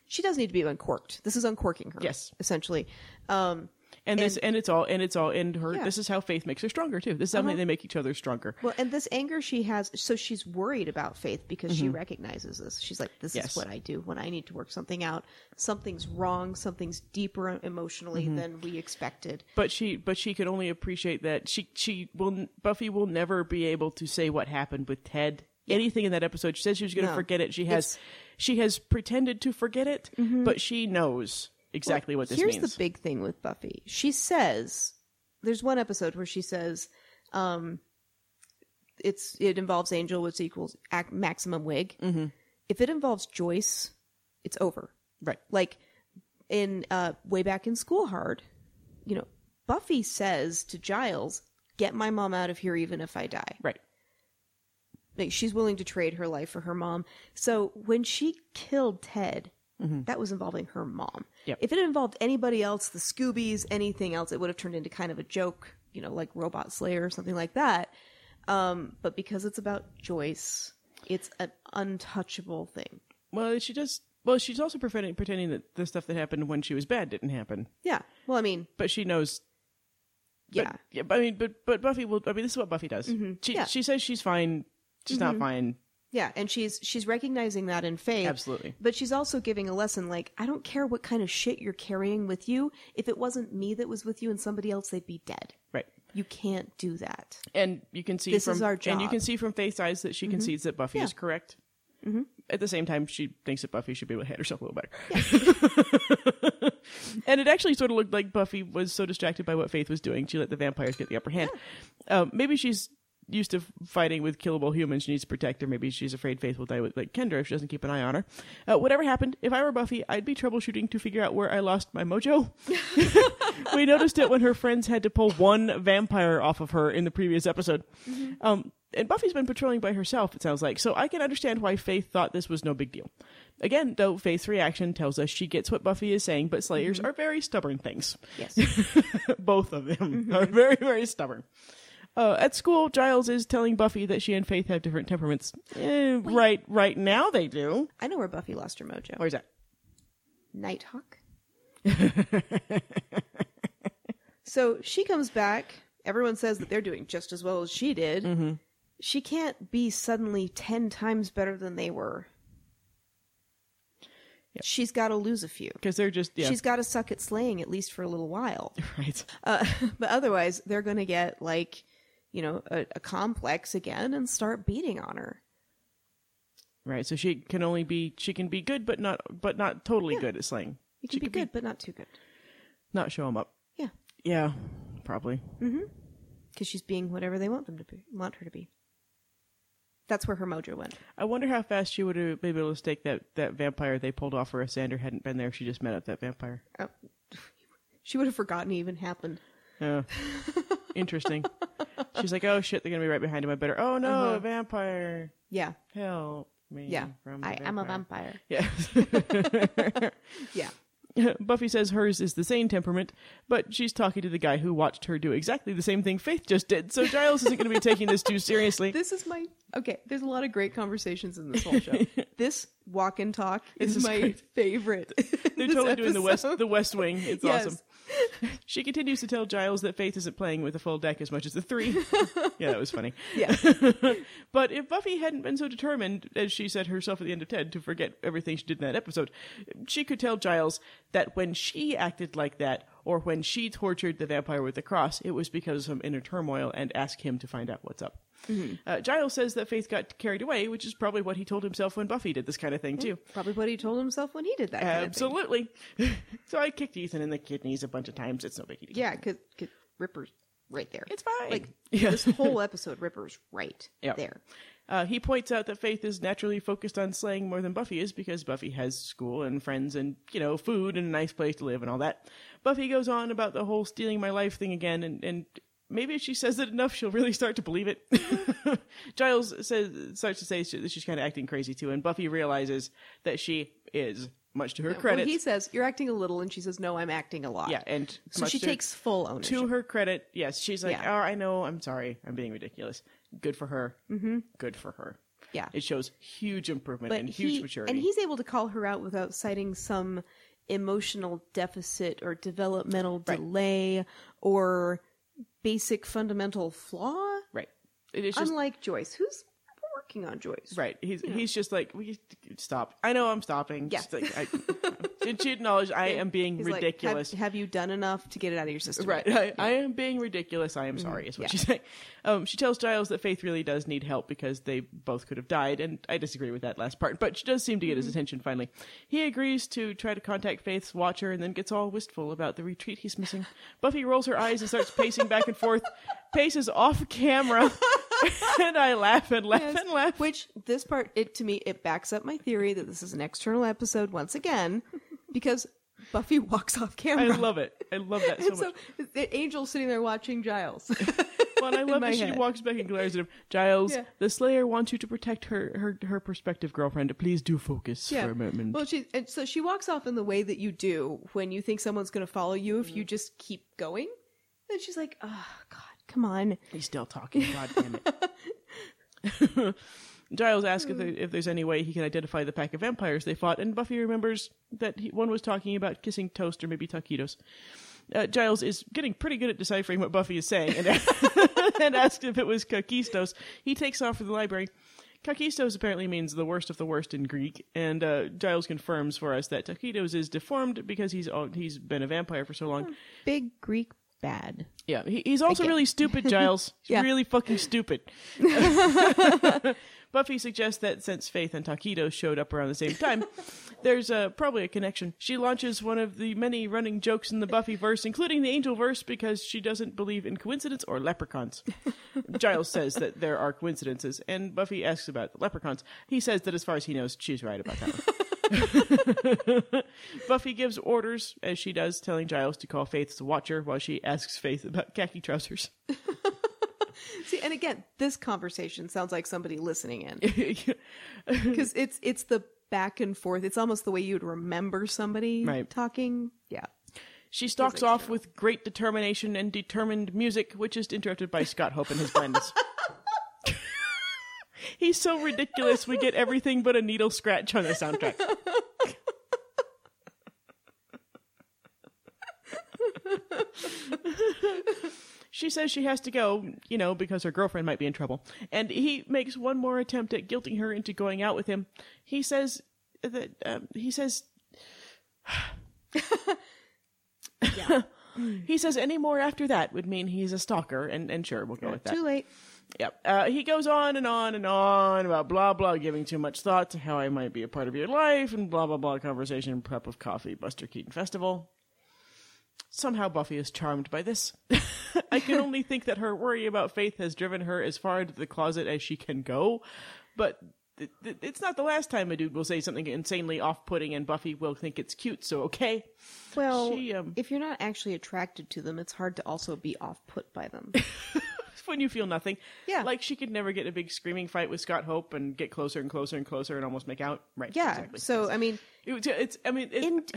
Speaker 1: she does need to be uncorked. This is uncorking her.
Speaker 2: Yes.
Speaker 1: Essentially. Um
Speaker 2: and this, and it's all, and it's all, and her,
Speaker 1: Yeah. Uh-huh.
Speaker 2: this is how Faith makes her stronger too. This is how they make each other stronger.
Speaker 1: well, and this anger she has, so she's worried about Faith because she recognizes this. She's like, "This
Speaker 2: Yes.
Speaker 1: is what I do when I need to work something out. Something's wrong. Something's deeper emotionally than we expected."
Speaker 2: but she but she can only appreciate that she she will Buffy will never be able to say what happened with Ted. Anything in that episode, she says she was going to
Speaker 1: No.
Speaker 2: forget it. She has she has pretended to forget it, but she knows exactly what this
Speaker 1: Mm-hmm. Here's
Speaker 2: means.
Speaker 1: the big thing with Buffy. She says, "There's one episode where she says, um, it's it involves Angel, which equals ac- maximum wig.
Speaker 2: Mm-hmm.
Speaker 1: If it involves Joyce, it's over.
Speaker 2: right.
Speaker 1: Like in uh, way back in School Hard, you know, Buffy says to Giles, "Get my mom out of here, even if I die."
Speaker 2: Right.
Speaker 1: Like she's willing to trade her life for her mom. So when she killed Ted, that was involving her mom.
Speaker 2: Mm-hmm. Yep.
Speaker 1: If it involved anybody else, the Scoobies, anything else, it would have turned into kind of a joke, you know, like Robot Slayer or something like that. Um, but because it's about Joyce, it's an untouchable thing.
Speaker 2: Well, she does. Well, she's also pretending, pretending that the stuff that happened when she was bad didn't happen.
Speaker 1: Yeah. Well, I mean,
Speaker 2: But she knows.
Speaker 1: yeah. Mm-hmm.
Speaker 2: But, yeah. but I mean, but but Buffy will. I mean, this is what Buffy does. She
Speaker 1: Yeah. Mm-hmm.
Speaker 2: she says she's fine. She's not fine.
Speaker 1: Yeah, and she's she's recognizing that in faith.
Speaker 2: Absolutely.
Speaker 1: But she's also giving a lesson like I don't care what kind of shit you're carrying with you. If it wasn't me that was with you and somebody else, they'd be dead.
Speaker 2: Right.
Speaker 1: You can't do that.
Speaker 2: and you can see
Speaker 1: This
Speaker 2: from
Speaker 1: is our
Speaker 2: and you
Speaker 1: job. Mm-hmm.
Speaker 2: can see from Faith's eyes that she concedes that Buffy is correct. At the same time, she thinks that Buffy should be able to handle herself a little better. and it actually sort of looked like Buffy was so distracted by what Faith was doing, she let the vampires get the upper hand. Um, maybe she's used to fighting with killable humans she needs to protect her maybe she's afraid faith will die with like kendra if she doesn't keep an eye on her uh, whatever happened if i were buffy i'd be troubleshooting to figure out where i lost my mojo we noticed it when her friends had to pull one vampire off of her in the previous episode. Um, and Buffy's been patrolling by herself, it sounds like. So I can understand why Faith thought this was no big deal. Again, though, Faith's reaction tells us she gets what Buffy is saying, but Slayers are very stubborn things.
Speaker 1: Yes.
Speaker 2: Both of them are very, very stubborn. Uh, at school, Giles is telling Buffy that she and Faith have different temperaments. Eh, right, right now they do.
Speaker 1: I know where Buffy lost her mojo.
Speaker 2: Where's that?
Speaker 1: Nighthawk. so she comes back. Everyone says that they're doing just as well as she did.
Speaker 2: Mm-hmm.
Speaker 1: She can't be suddenly 10 times better than they were. She's got to lose a few.
Speaker 2: Because they're just yeah,
Speaker 1: She's got to suck at slaying at least for a little while.
Speaker 2: right.
Speaker 1: Uh, but otherwise, they're going to get like, you know, a, a complex again and start beating on her.
Speaker 2: Right. So she can only be she can be good, but not but not totally good at slaying.
Speaker 1: You can
Speaker 2: She
Speaker 1: be
Speaker 2: could be-
Speaker 1: good, but not too good.
Speaker 2: Not show 'em up.
Speaker 1: Yeah,
Speaker 2: Yeah, probably.
Speaker 1: because she's being whatever they want them to be, want her to be. That's where her mojo went.
Speaker 2: I wonder how fast she would have been able to stake that that vampire they pulled off her if Xander hadn't been there. She just met up that vampire.
Speaker 1: Oh. She would have forgotten it even happened.
Speaker 2: Yeah. Interesting. She's like, oh shit, they're gonna be right behind him. I better. Oh no, a vampire!
Speaker 1: Yeah,
Speaker 2: Help me!
Speaker 1: Uh-huh. yeah.
Speaker 2: from the
Speaker 1: I am a
Speaker 2: vampire."
Speaker 1: vampire.
Speaker 2: Yeah.
Speaker 1: Yeah,
Speaker 2: Buffy says hers is the same temperament, but she's talking to the guy who watched her do exactly the same thing Faith just did. So Giles isn't going to be taking this too seriously.
Speaker 1: this is my okay. There's a lot of great conversations in this whole show. this walk and talk
Speaker 2: This
Speaker 1: is,
Speaker 2: is
Speaker 1: my
Speaker 2: great.
Speaker 1: favorite.
Speaker 2: They're totally doing the West the West Wing. It's
Speaker 1: Yes.
Speaker 2: awesome. She continues to tell Giles that Faith isn't playing with a full deck as much as the three. yeah, that was funny.
Speaker 1: Yeah.
Speaker 2: But if Buffy hadn't been so determined, as she said herself at the end of Ted, to forget everything she did in that episode, she could tell Giles that when she acted like that, or when she tortured the vampire with the cross, it was because of some inner turmoil, and ask him to find out what's up.
Speaker 1: Mm-hmm.
Speaker 2: Uh, Giles says that Faith got carried away, which is probably what he told himself when Buffy did this kind of
Speaker 1: Mm.
Speaker 2: thing, too.
Speaker 1: Probably what he told himself when he did that. kind of thing.
Speaker 2: Absolutely. so I kicked Ethan in the kidneys a bunch of times. It's no biggie.
Speaker 1: Yeah, because Ripper's right there.
Speaker 2: It's fine.
Speaker 1: Like
Speaker 2: Yeah.
Speaker 1: this whole episode, Ripper's right
Speaker 2: Yeah.
Speaker 1: there.
Speaker 2: Uh, he points out that Faith is naturally focused on slaying more than Buffy is because Buffy has school and friends and, you know, food and a nice place to live and all that. Buffy goes on about the whole stealing my life thing again and, and maybe if she says it enough, she'll really start to believe it. Giles says starts to say she- that she's kind of acting crazy too, and Buffy realizes that she is, much to her credit.
Speaker 1: Well, he says, You're acting a little, and she says, No, I'm acting a lot.
Speaker 2: yeah, and
Speaker 1: So
Speaker 2: much
Speaker 1: she
Speaker 2: to-
Speaker 1: takes full ownership.
Speaker 2: to her credit. Yes, she's like,
Speaker 1: Yeah.
Speaker 2: "Oh, I know. I'm sorry. I'm being ridiculous." Good for her. Mm-hmm. Good for her.
Speaker 1: Yeah.
Speaker 2: it shows huge improvement
Speaker 1: but
Speaker 2: and
Speaker 1: he,
Speaker 2: huge maturity.
Speaker 1: And he's able to call her out without citing some emotional deficit or developmental delay or basic fundamental flaw.
Speaker 2: right. It is just
Speaker 1: Unlike Joyce, who's working on Joyce.
Speaker 2: Right. He's he's just like, we stop. I know I'm stopping.
Speaker 1: Yeah.
Speaker 2: Just like, I, did she acknowledge I am being
Speaker 1: He's like, "Have-
Speaker 2: ridiculous?
Speaker 1: have, you done enough to get it Mm-hmm. out of your system?
Speaker 2: right. I, I am being ridiculous. I am sorry. Is what she's saying. Um, she tells Giles that Faith really does need help because they both could have died, and I disagree with that last part. But she does seem to get
Speaker 1: Mm-hmm.
Speaker 2: his attention finally. He agrees to try to contact Faith's watcher, and then gets all wistful about the retreat he's missing. Buffy rolls her eyes and starts pacing back and forth. Paces off camera, and I laugh and laugh and laugh.
Speaker 1: Which this part, it to me, it backs up my theory that this is an external episode once again, because Buffy walks off
Speaker 2: I
Speaker 1: camera.
Speaker 2: love it. I love that so
Speaker 1: and
Speaker 2: much.
Speaker 1: so the Angel's sitting there watching Giles.
Speaker 2: Well, and I love
Speaker 1: my
Speaker 2: that
Speaker 1: head.
Speaker 2: she walks back and glares at him. Giles,
Speaker 1: Yeah.
Speaker 2: the Slayer wants you to protect her, her, her prospective girlfriend. Please do focus for a moment.
Speaker 1: Well, she and so she walks off in the way that you do when you think someone's going to follow you if you
Speaker 2: Mm-hmm.
Speaker 1: just keep going. And she's like, "Oh God, come on."
Speaker 2: He's still talking. God damn it. Giles asks if, there, if there's any way he can identify the pack of vampires they fought, and Buffy remembers that he, one was talking about kissing toast or maybe taquitos. Uh, Giles is getting pretty good at deciphering what Buffy is saying and, and asks if it was Kakistos. He takes off for the library. Kakistos apparently means the worst of the worst in Greek, and uh, Giles confirms for us that Taquitos is deformed because he's al- he's been a vampire for so long.
Speaker 5: Big Greek bad.
Speaker 2: Yeah, he, he's also really stupid, Giles. He's
Speaker 1: Yeah.
Speaker 2: really fucking stupid. Buffy suggests that since Faith and Taquito showed up around the same time, there's uh, probably a connection. She launches one of the many running jokes in the Buffy verse, including the Angel verse, because she doesn't believe in coincidence or leprechauns. Giles says that there are coincidences, and Buffy asks about the leprechauns. He says that as far as he knows, she's right about that. One. Buffy gives orders, as she does, telling Giles to call Faith's watcher while she asks Faith about khaki trousers.
Speaker 1: See, and again, this conversation sounds like somebody listening in because it's it's the back and forth. It's almost the way you'd remember somebody
Speaker 2: Right.
Speaker 1: talking. Yeah.
Speaker 2: She stalks off with great determination and determined music, which is interrupted by Scott Hope and his blindness. He's so ridiculous, we get everything but a needle scratch on the soundtrack. she says she has to go, you know, because her girlfriend might be in trouble. And he makes one more attempt at guilting her into going out with him. He says that, um, he says He says any more after that would mean he's a stalker, and, and sure, we'll go with that.
Speaker 5: Too late.
Speaker 2: Yep. Uh, he goes on and on and on about blah blah, giving too much thought to how I might be a part of your life, and blah blah blah conversation, prep of coffee, Buster Keaton festival. Somehow Buffy is charmed by this. I can only think that her worry about Faith has driven her as far into the closet as she can go, but. th- th- It's not the last time a dude will say something insanely off-putting, and Buffy will think it's cute. So okay,
Speaker 1: Well,
Speaker 2: She, um,
Speaker 1: if you're not actually attracted to them, it's hard to also be off put by them.
Speaker 2: when you feel nothing.
Speaker 1: Yeah.
Speaker 2: Like she could never get in a big screaming fight with Scott Hope and get closer and closer and closer and almost make out. Right.
Speaker 1: Yeah.
Speaker 2: Exactly.
Speaker 1: So I mean,
Speaker 2: It was- it's, I mean, it,
Speaker 1: and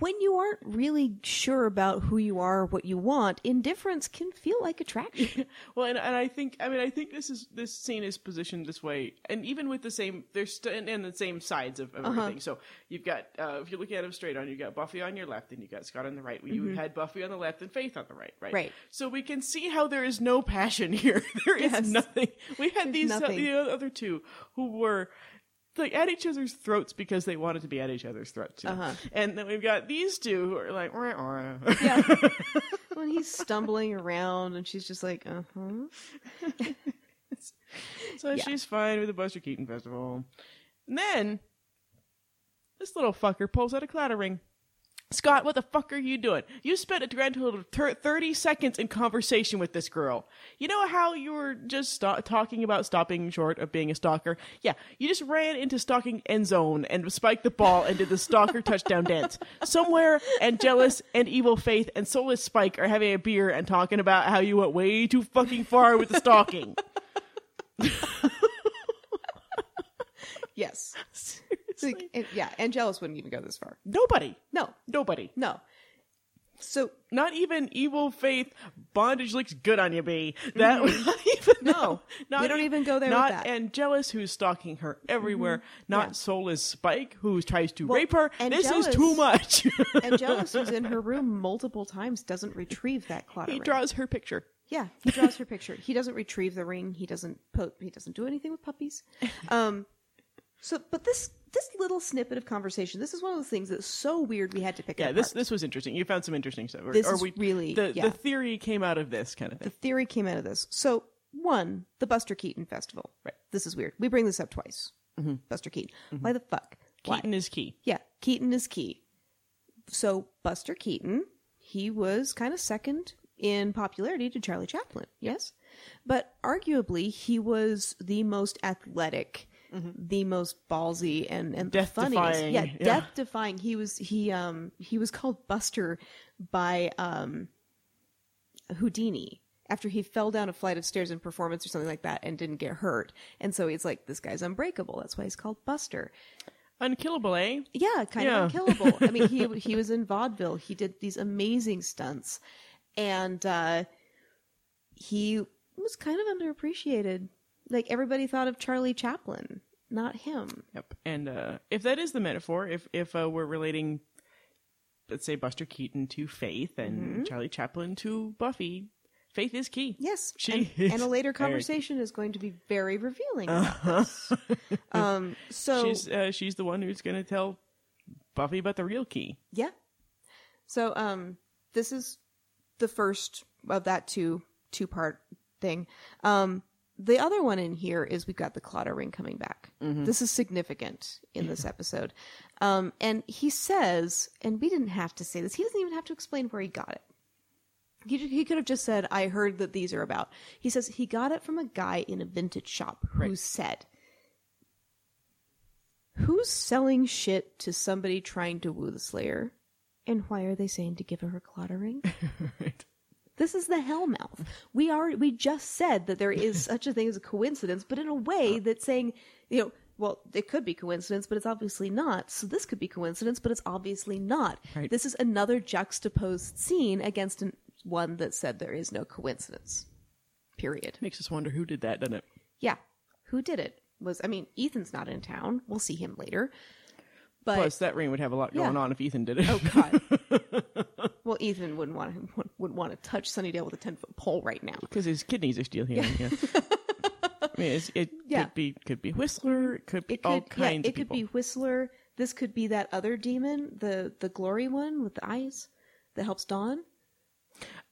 Speaker 1: when you aren't really sure about who you are or what you want, indifference can feel like attraction.
Speaker 2: well, and, and I think, I mean, I think this is, this scene is positioned this way. And even with the same, they're st- and, and the same sides of, of everything. So you've got, uh, if you look at them straight on, you've got Buffy on your left and you got Scott on the right. You had Buffy on the left and Faith on the right, right?
Speaker 1: Right.
Speaker 2: So we can see how there is no passion here. there is nothing. We had these, uh,
Speaker 1: nothing.
Speaker 2: the other two who were, like at each other's throats because they wanted to be at each other's throats. you know? And then we've got these two who are like, "Wah, wah."
Speaker 1: when he's stumbling around and she's just like, uh huh.
Speaker 2: so she's fine with the Buster Keaton festival. And then this little fucker pulls out a clatter ring. Scott, what the fuck are you doing? You spent a grand total of thir- 30 seconds in conversation with this girl. You know how you were just sto- talking about stopping short of being a stalker? Yeah, you just ran into stalking end zone and spiked the ball and did the stalker touchdown dance. Somewhere, and jealous and evil faith and soulless Spike are having a beer and talking about how you went way too fucking far with the stalking.
Speaker 1: Yes. Like, and- yeah, Angelus wouldn't even go this far.
Speaker 2: Nobody.
Speaker 1: No,
Speaker 2: Nobody.
Speaker 1: no. So
Speaker 2: Not even evil faith. Bondage looks good on you, B. That not even
Speaker 1: No. Mm-hmm. e- We don't even go there with
Speaker 2: Not
Speaker 1: that. Mm-hmm.
Speaker 2: Angelus, who's stalking her everywhere. Not soulless Spike, who tries to rape her. This
Speaker 1: Angelus-
Speaker 2: is too much.
Speaker 1: Angelus, who's in her room multiple times, doesn't retrieve that clotter
Speaker 2: he
Speaker 1: ring.
Speaker 2: draws her picture.
Speaker 1: yeah, he draws her picture. He doesn't retrieve the ring. He doesn't po- he doesn't do anything with puppies. Um, so, but this this little snippet of conversation, this is one of the things that's so weird. We had to pick.
Speaker 2: Yeah,
Speaker 1: it
Speaker 2: this
Speaker 1: apart.
Speaker 2: this was interesting. You found some interesting stuff. Or,
Speaker 1: This
Speaker 2: or
Speaker 1: is
Speaker 2: we,
Speaker 1: really-
Speaker 2: the,
Speaker 1: yeah.
Speaker 2: the theory came out of this kind of thing.
Speaker 1: the theory came out of this. So, one, the Buster Keaton Festival.
Speaker 2: Right. Mm-hmm.
Speaker 1: This is weird. We bring this up twice. Buster Keaton. Why the fuck? Why?
Speaker 2: Keaton is key.
Speaker 1: Yeah, Keaton is key. So, Buster Keaton, he was kind of second in popularity to Charlie Chaplin, yes? But arguably, he was the most athletic. The most ballsy and and the funniest,
Speaker 2: Death-defying,
Speaker 1: yeah,
Speaker 2: yeah.
Speaker 1: death defying. He was he um he was called Buster by um Houdini after he fell down a flight of stairs in performance or something like that and didn't get hurt. And so it's like, this guy's unbreakable. That's why he's called Buster.
Speaker 2: Unkillable, eh?
Speaker 1: Yeah, kind of
Speaker 2: Yeah.
Speaker 1: unkillable. I mean, he he was in vaudeville. He did these amazing stunts, and uh, he was kind of underappreciated. Like everybody thought of Charlie Chaplin, not him.
Speaker 2: Yep. And uh, if that is the metaphor, if if uh, we're relating, let's say Buster Keaton to Faith and
Speaker 1: Mm-hmm.
Speaker 2: Charlie Chaplin to Buffy, Faith is key.
Speaker 1: Yes,
Speaker 2: She
Speaker 1: and,
Speaker 2: is
Speaker 1: and a later
Speaker 2: very- Uh,
Speaker 1: conversation is going to be very revealing. about this. um, Uh-huh. so
Speaker 2: She's uh, she's the one who's going to tell Buffy about the real key.
Speaker 1: Yeah. So um this is the first of that two two part thing. Um the other one in here is we've got the clotter ring coming back.
Speaker 2: Mm-hmm.
Speaker 1: This is significant in this episode. Um and he says and we didn't have to say this. He doesn't even have to explain where he got it. He, ju- he could have just said, I heard that these are about. He says he got it from a guy in a vintage shop who said, Who's selling shit to somebody trying to woo the Slayer? And why are they saying to give her a clotter ring?
Speaker 2: right.
Speaker 1: This is the Hellmouth. We are. We just said that there is such a thing as a coincidence, but in a way that's saying, you know, well, it could be coincidence, but it's obviously not. So this could be coincidence, but it's obviously not.
Speaker 2: Right.
Speaker 1: This is another juxtaposed scene against an, one that said there is no coincidence. Period.
Speaker 2: Makes us wonder who did that, doesn't it?
Speaker 1: Yeah. Who did it? Was I mean, Ethan's not in town. We'll see him later. But
Speaker 2: Plus, that ring would have a lot
Speaker 1: Yeah.
Speaker 2: going on if Ethan did it.
Speaker 1: Oh God. well, Ethan wouldn't want to wouldn't want to touch Sunnydale with a ten foot pole right now.
Speaker 2: Because his kidneys are still healing. Yeah. I mean, it's, it
Speaker 1: Yeah.
Speaker 2: could be could be Whistler. It could be
Speaker 1: It could,
Speaker 2: all
Speaker 1: yeah,
Speaker 2: kinds
Speaker 1: it
Speaker 2: of people.
Speaker 1: could be Whistler. This could be that other demon, the the glory one with the eyes that helps Dawn.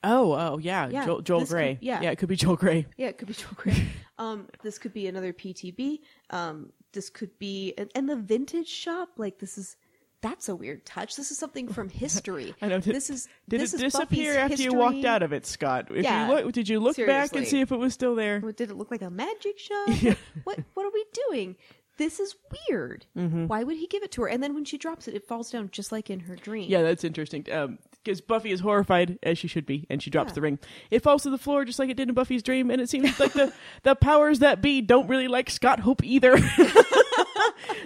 Speaker 2: Oh, oh, yeah,
Speaker 1: Yeah,
Speaker 2: Joel, Joel
Speaker 1: this could-
Speaker 2: Gray.
Speaker 1: yeah.
Speaker 2: yeah, it could be Joel Gray.
Speaker 1: Yeah, it could be Joel Grey. um, this could be another PTB. Um, this could be and, and the vintage shop. Like this is that's a weird touch. This is something from history.
Speaker 2: I know. Did,
Speaker 1: this is
Speaker 2: did
Speaker 1: this
Speaker 2: it
Speaker 1: is
Speaker 2: disappear
Speaker 1: Buffy's
Speaker 2: after you walked
Speaker 1: history.
Speaker 2: out of it, Scott? If
Speaker 1: Yeah.
Speaker 2: you look, did you look back
Speaker 1: Seriously.
Speaker 2: and see if it was still there?
Speaker 1: Well, Did it look like a magic show? What what are we doing? This is weird.
Speaker 2: Mm-hmm.
Speaker 1: Why would he give it to her? And then when she drops it, it falls down just like in her dream.
Speaker 2: Yeah, that's interesting. Because Buffy is horrified as she should be, and she drops
Speaker 1: Yeah.
Speaker 2: the ring. It falls to the floor just like it did in Buffy's dream, and it seems like the the powers that be don't really like Scott Hope either.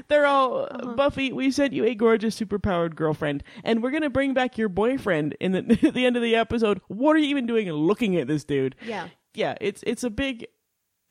Speaker 2: They're all
Speaker 1: Uh-huh.
Speaker 2: Buffy. We sent you a gorgeous, superpowered girlfriend, and we're gonna bring back your boyfriend in the at the end of the episode. What are you even doing looking at this dude?
Speaker 1: Yeah.
Speaker 2: yeah. It's it's a big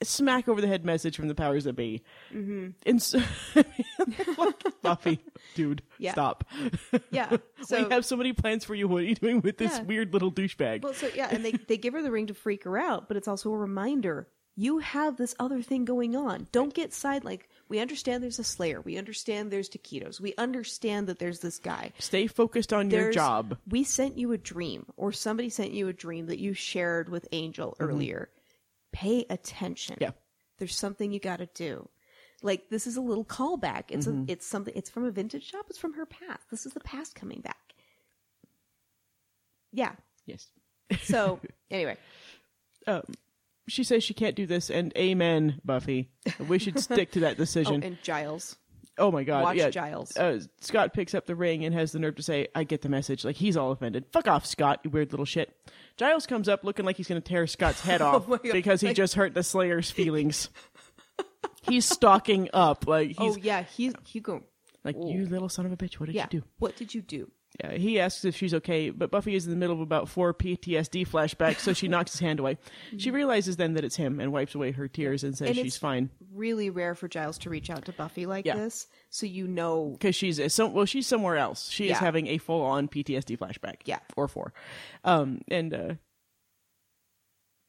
Speaker 2: smack over the head message from the powers that be. Mm-hmm. And so, like, Buffy, dude,
Speaker 1: Yeah.
Speaker 2: stop.
Speaker 1: Yeah. So
Speaker 2: we have so many plans for you. What are you doing with this
Speaker 1: Yeah.
Speaker 2: weird little douchebag?
Speaker 1: well, so yeah, and they they give her the ring to freak her out, but it's also a reminder you have this other thing going on. Don't get side like we understand there's a Slayer. We understand there's taquitos. We understand that there's this guy.
Speaker 2: Stay focused on your
Speaker 1: There's-
Speaker 2: job.
Speaker 1: We sent you a dream, or somebody sent you a dream that you shared with Angel earlier. Pay attention.
Speaker 2: Mm-hmm. Yeah.
Speaker 1: There's something you got to do. Like this is a
Speaker 2: Mm-hmm.
Speaker 1: little callback. It's a, it's something. It's from a vintage shop. It's from her past. This is the past coming back. Yeah.
Speaker 2: Yes.
Speaker 1: So anyway,
Speaker 2: Um, she says she can't do this, and amen, Buffy. We should stick to that
Speaker 1: oh,
Speaker 2: decision. Oh,
Speaker 1: and Giles.
Speaker 2: my God!
Speaker 1: Watch
Speaker 2: yeah.
Speaker 1: Giles.
Speaker 2: Uh, Scott picks up the ring and has the nerve to say, "I get the message." Like he's all offended. Fuck off, Scott! You weird little shit. Giles comes up looking like he's going to tear Scott's head off
Speaker 1: Oh my God.
Speaker 2: because he just hurt the Slayer's feelings. he's stalking up like he's
Speaker 1: oh yeah, he's he go.
Speaker 2: like you little son of a bitch. What did
Speaker 1: Yeah.
Speaker 2: you do?
Speaker 1: What did you do?
Speaker 2: Uh, he asks if she's okay, but Buffy is in the middle of about four PTSD flashbacks, so she knocks his hand away. She realizes then that it's him and wipes away her tears and says
Speaker 1: And
Speaker 2: she's
Speaker 1: it's-
Speaker 2: fine
Speaker 1: Really rare for Giles to reach out to Buffy like
Speaker 2: Yeah.
Speaker 1: this, so you know
Speaker 2: because she's uh, some well, she's somewhere else. She is
Speaker 1: Yeah.
Speaker 2: having a full on PTSD flashback.
Speaker 1: Yeah.
Speaker 2: or four, um, and uh,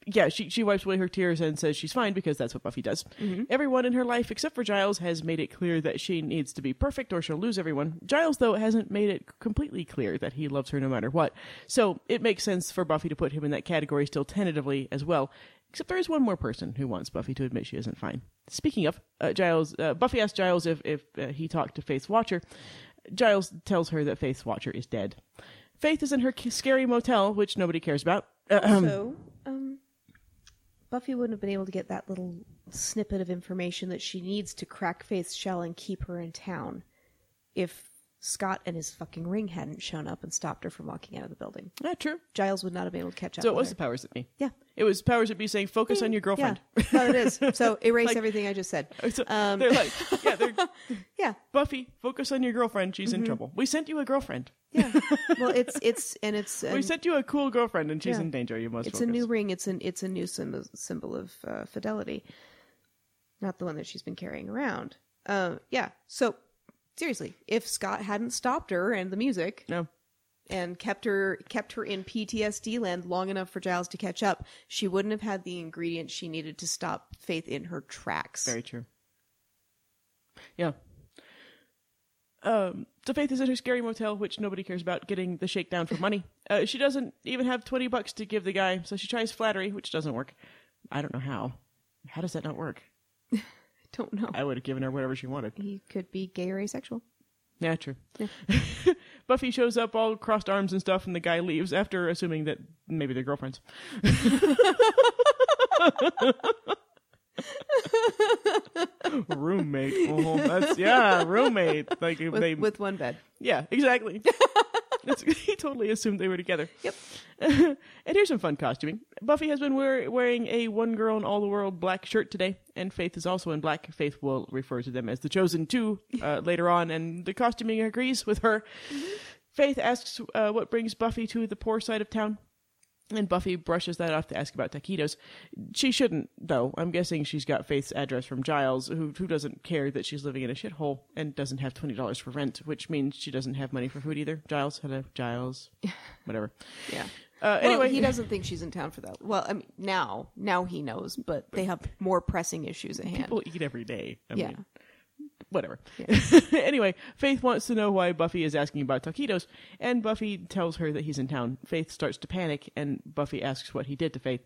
Speaker 2: yeah, she she wipes away her tears and says she's fine because that's what Buffy does. Everyone in her life except for Giles has made it clear that she needs to be perfect or she'll lose everyone. Giles though hasn't made it completely clear that he loves her no matter what. So it makes sense for Buffy to put him in that category still tentatively as well. Except there is one more person who wants Buffy to admit she isn't fine. Speaking of uh, Giles, uh, Buffy asks Giles if if uh, he talked to Faith Watcher. Giles tells her that Faith Watcher is dead. Faith is in her k- scary motel, which nobody cares about. Uh,
Speaker 1: So, um, Buffy wouldn't have been able to get that little snippet of information that she needs to crack Faith's shell and keep her in town if Scott and his fucking ring hadn't shown up and stopped her from walking out of the building.
Speaker 2: Yeah, true.
Speaker 1: Giles would not have been able to catch up.
Speaker 2: So it
Speaker 1: with
Speaker 2: was
Speaker 1: her.
Speaker 2: the powers that be.
Speaker 1: Yeah.
Speaker 2: It was powers that be saying, focus on your girlfriend.
Speaker 1: Yeah, well, it is. So erase
Speaker 2: Like-
Speaker 1: everything I just said.
Speaker 2: So
Speaker 1: Um,
Speaker 2: they're like, yeah, they're,
Speaker 1: yeah,
Speaker 2: Buffy, focus on your girlfriend. She's
Speaker 1: Mm-hmm.
Speaker 2: in trouble. We sent you a girlfriend.
Speaker 1: yeah. Well, it's it's and it's
Speaker 2: We
Speaker 1: an,
Speaker 2: sent you a cool girlfriend, and she's
Speaker 1: Yeah.
Speaker 2: in danger. You must
Speaker 1: it's a
Speaker 2: focus.
Speaker 1: new ring. It's an it's a new symbol symbol of uh, fidelity, not the one that she's been carrying around. Um, yeah. So seriously, if Scott hadn't stopped her and the music
Speaker 2: No.
Speaker 1: and kept her kept her in PTSD land long enough for Giles to catch up, she wouldn't have had the ingredients she needed to stop Faith in her tracks.
Speaker 2: Very true. Yeah. Um, so Faith is in her scary motel, which nobody cares about, getting the shakedown for money. Uh, she doesn't even have 20 bucks to give the guy, so she tries flattery, which doesn't work. I don't know how. How does that not work?
Speaker 1: Don't know.
Speaker 2: I would have given her whatever she wanted.
Speaker 1: He could be gay or asexual.
Speaker 2: Yeah, true. Buffy shows up all crossed arms and stuff, and the guy leaves after assuming that maybe they're girlfriends. roommate. Oh, that's yeah, roommate. Like if
Speaker 1: With,
Speaker 2: they
Speaker 1: with one bed.
Speaker 2: yeah, exactly. That's, he totally assumed they were together.
Speaker 1: Yep.
Speaker 2: and here's some fun costuming. Buffy has been wear- wearing a one girl in all the world black shirt today, and Faith is also in black. Faith will refer to them as the Chosen Two uh, later on, and the costuming agrees with her. Faith asks uh, what brings Buffy to the poor side of town. And Buffy brushes that off to ask about taquitos. She shouldn't, though. I'm guessing she's got Faith's address from Giles, who who doesn't care that she's living in a shithole and doesn't have twenty dollars for rent, which means she doesn't have money for food either. Giles, hello, Giles, whatever.
Speaker 1: Yeah.
Speaker 2: Uh,
Speaker 1: Well,
Speaker 2: anyway,
Speaker 1: he doesn't think she's in town for that. Well, I mean, now, now he knows, but they have more pressing issues at hand.
Speaker 2: people eat every day. I
Speaker 1: yeah,
Speaker 2: mean, whatever. anyway, Faith wants to know why Buffy is asking about taquitos, and Buffy tells her that he's in town. Faith starts to panic, and Buffy asks what he did to Faith.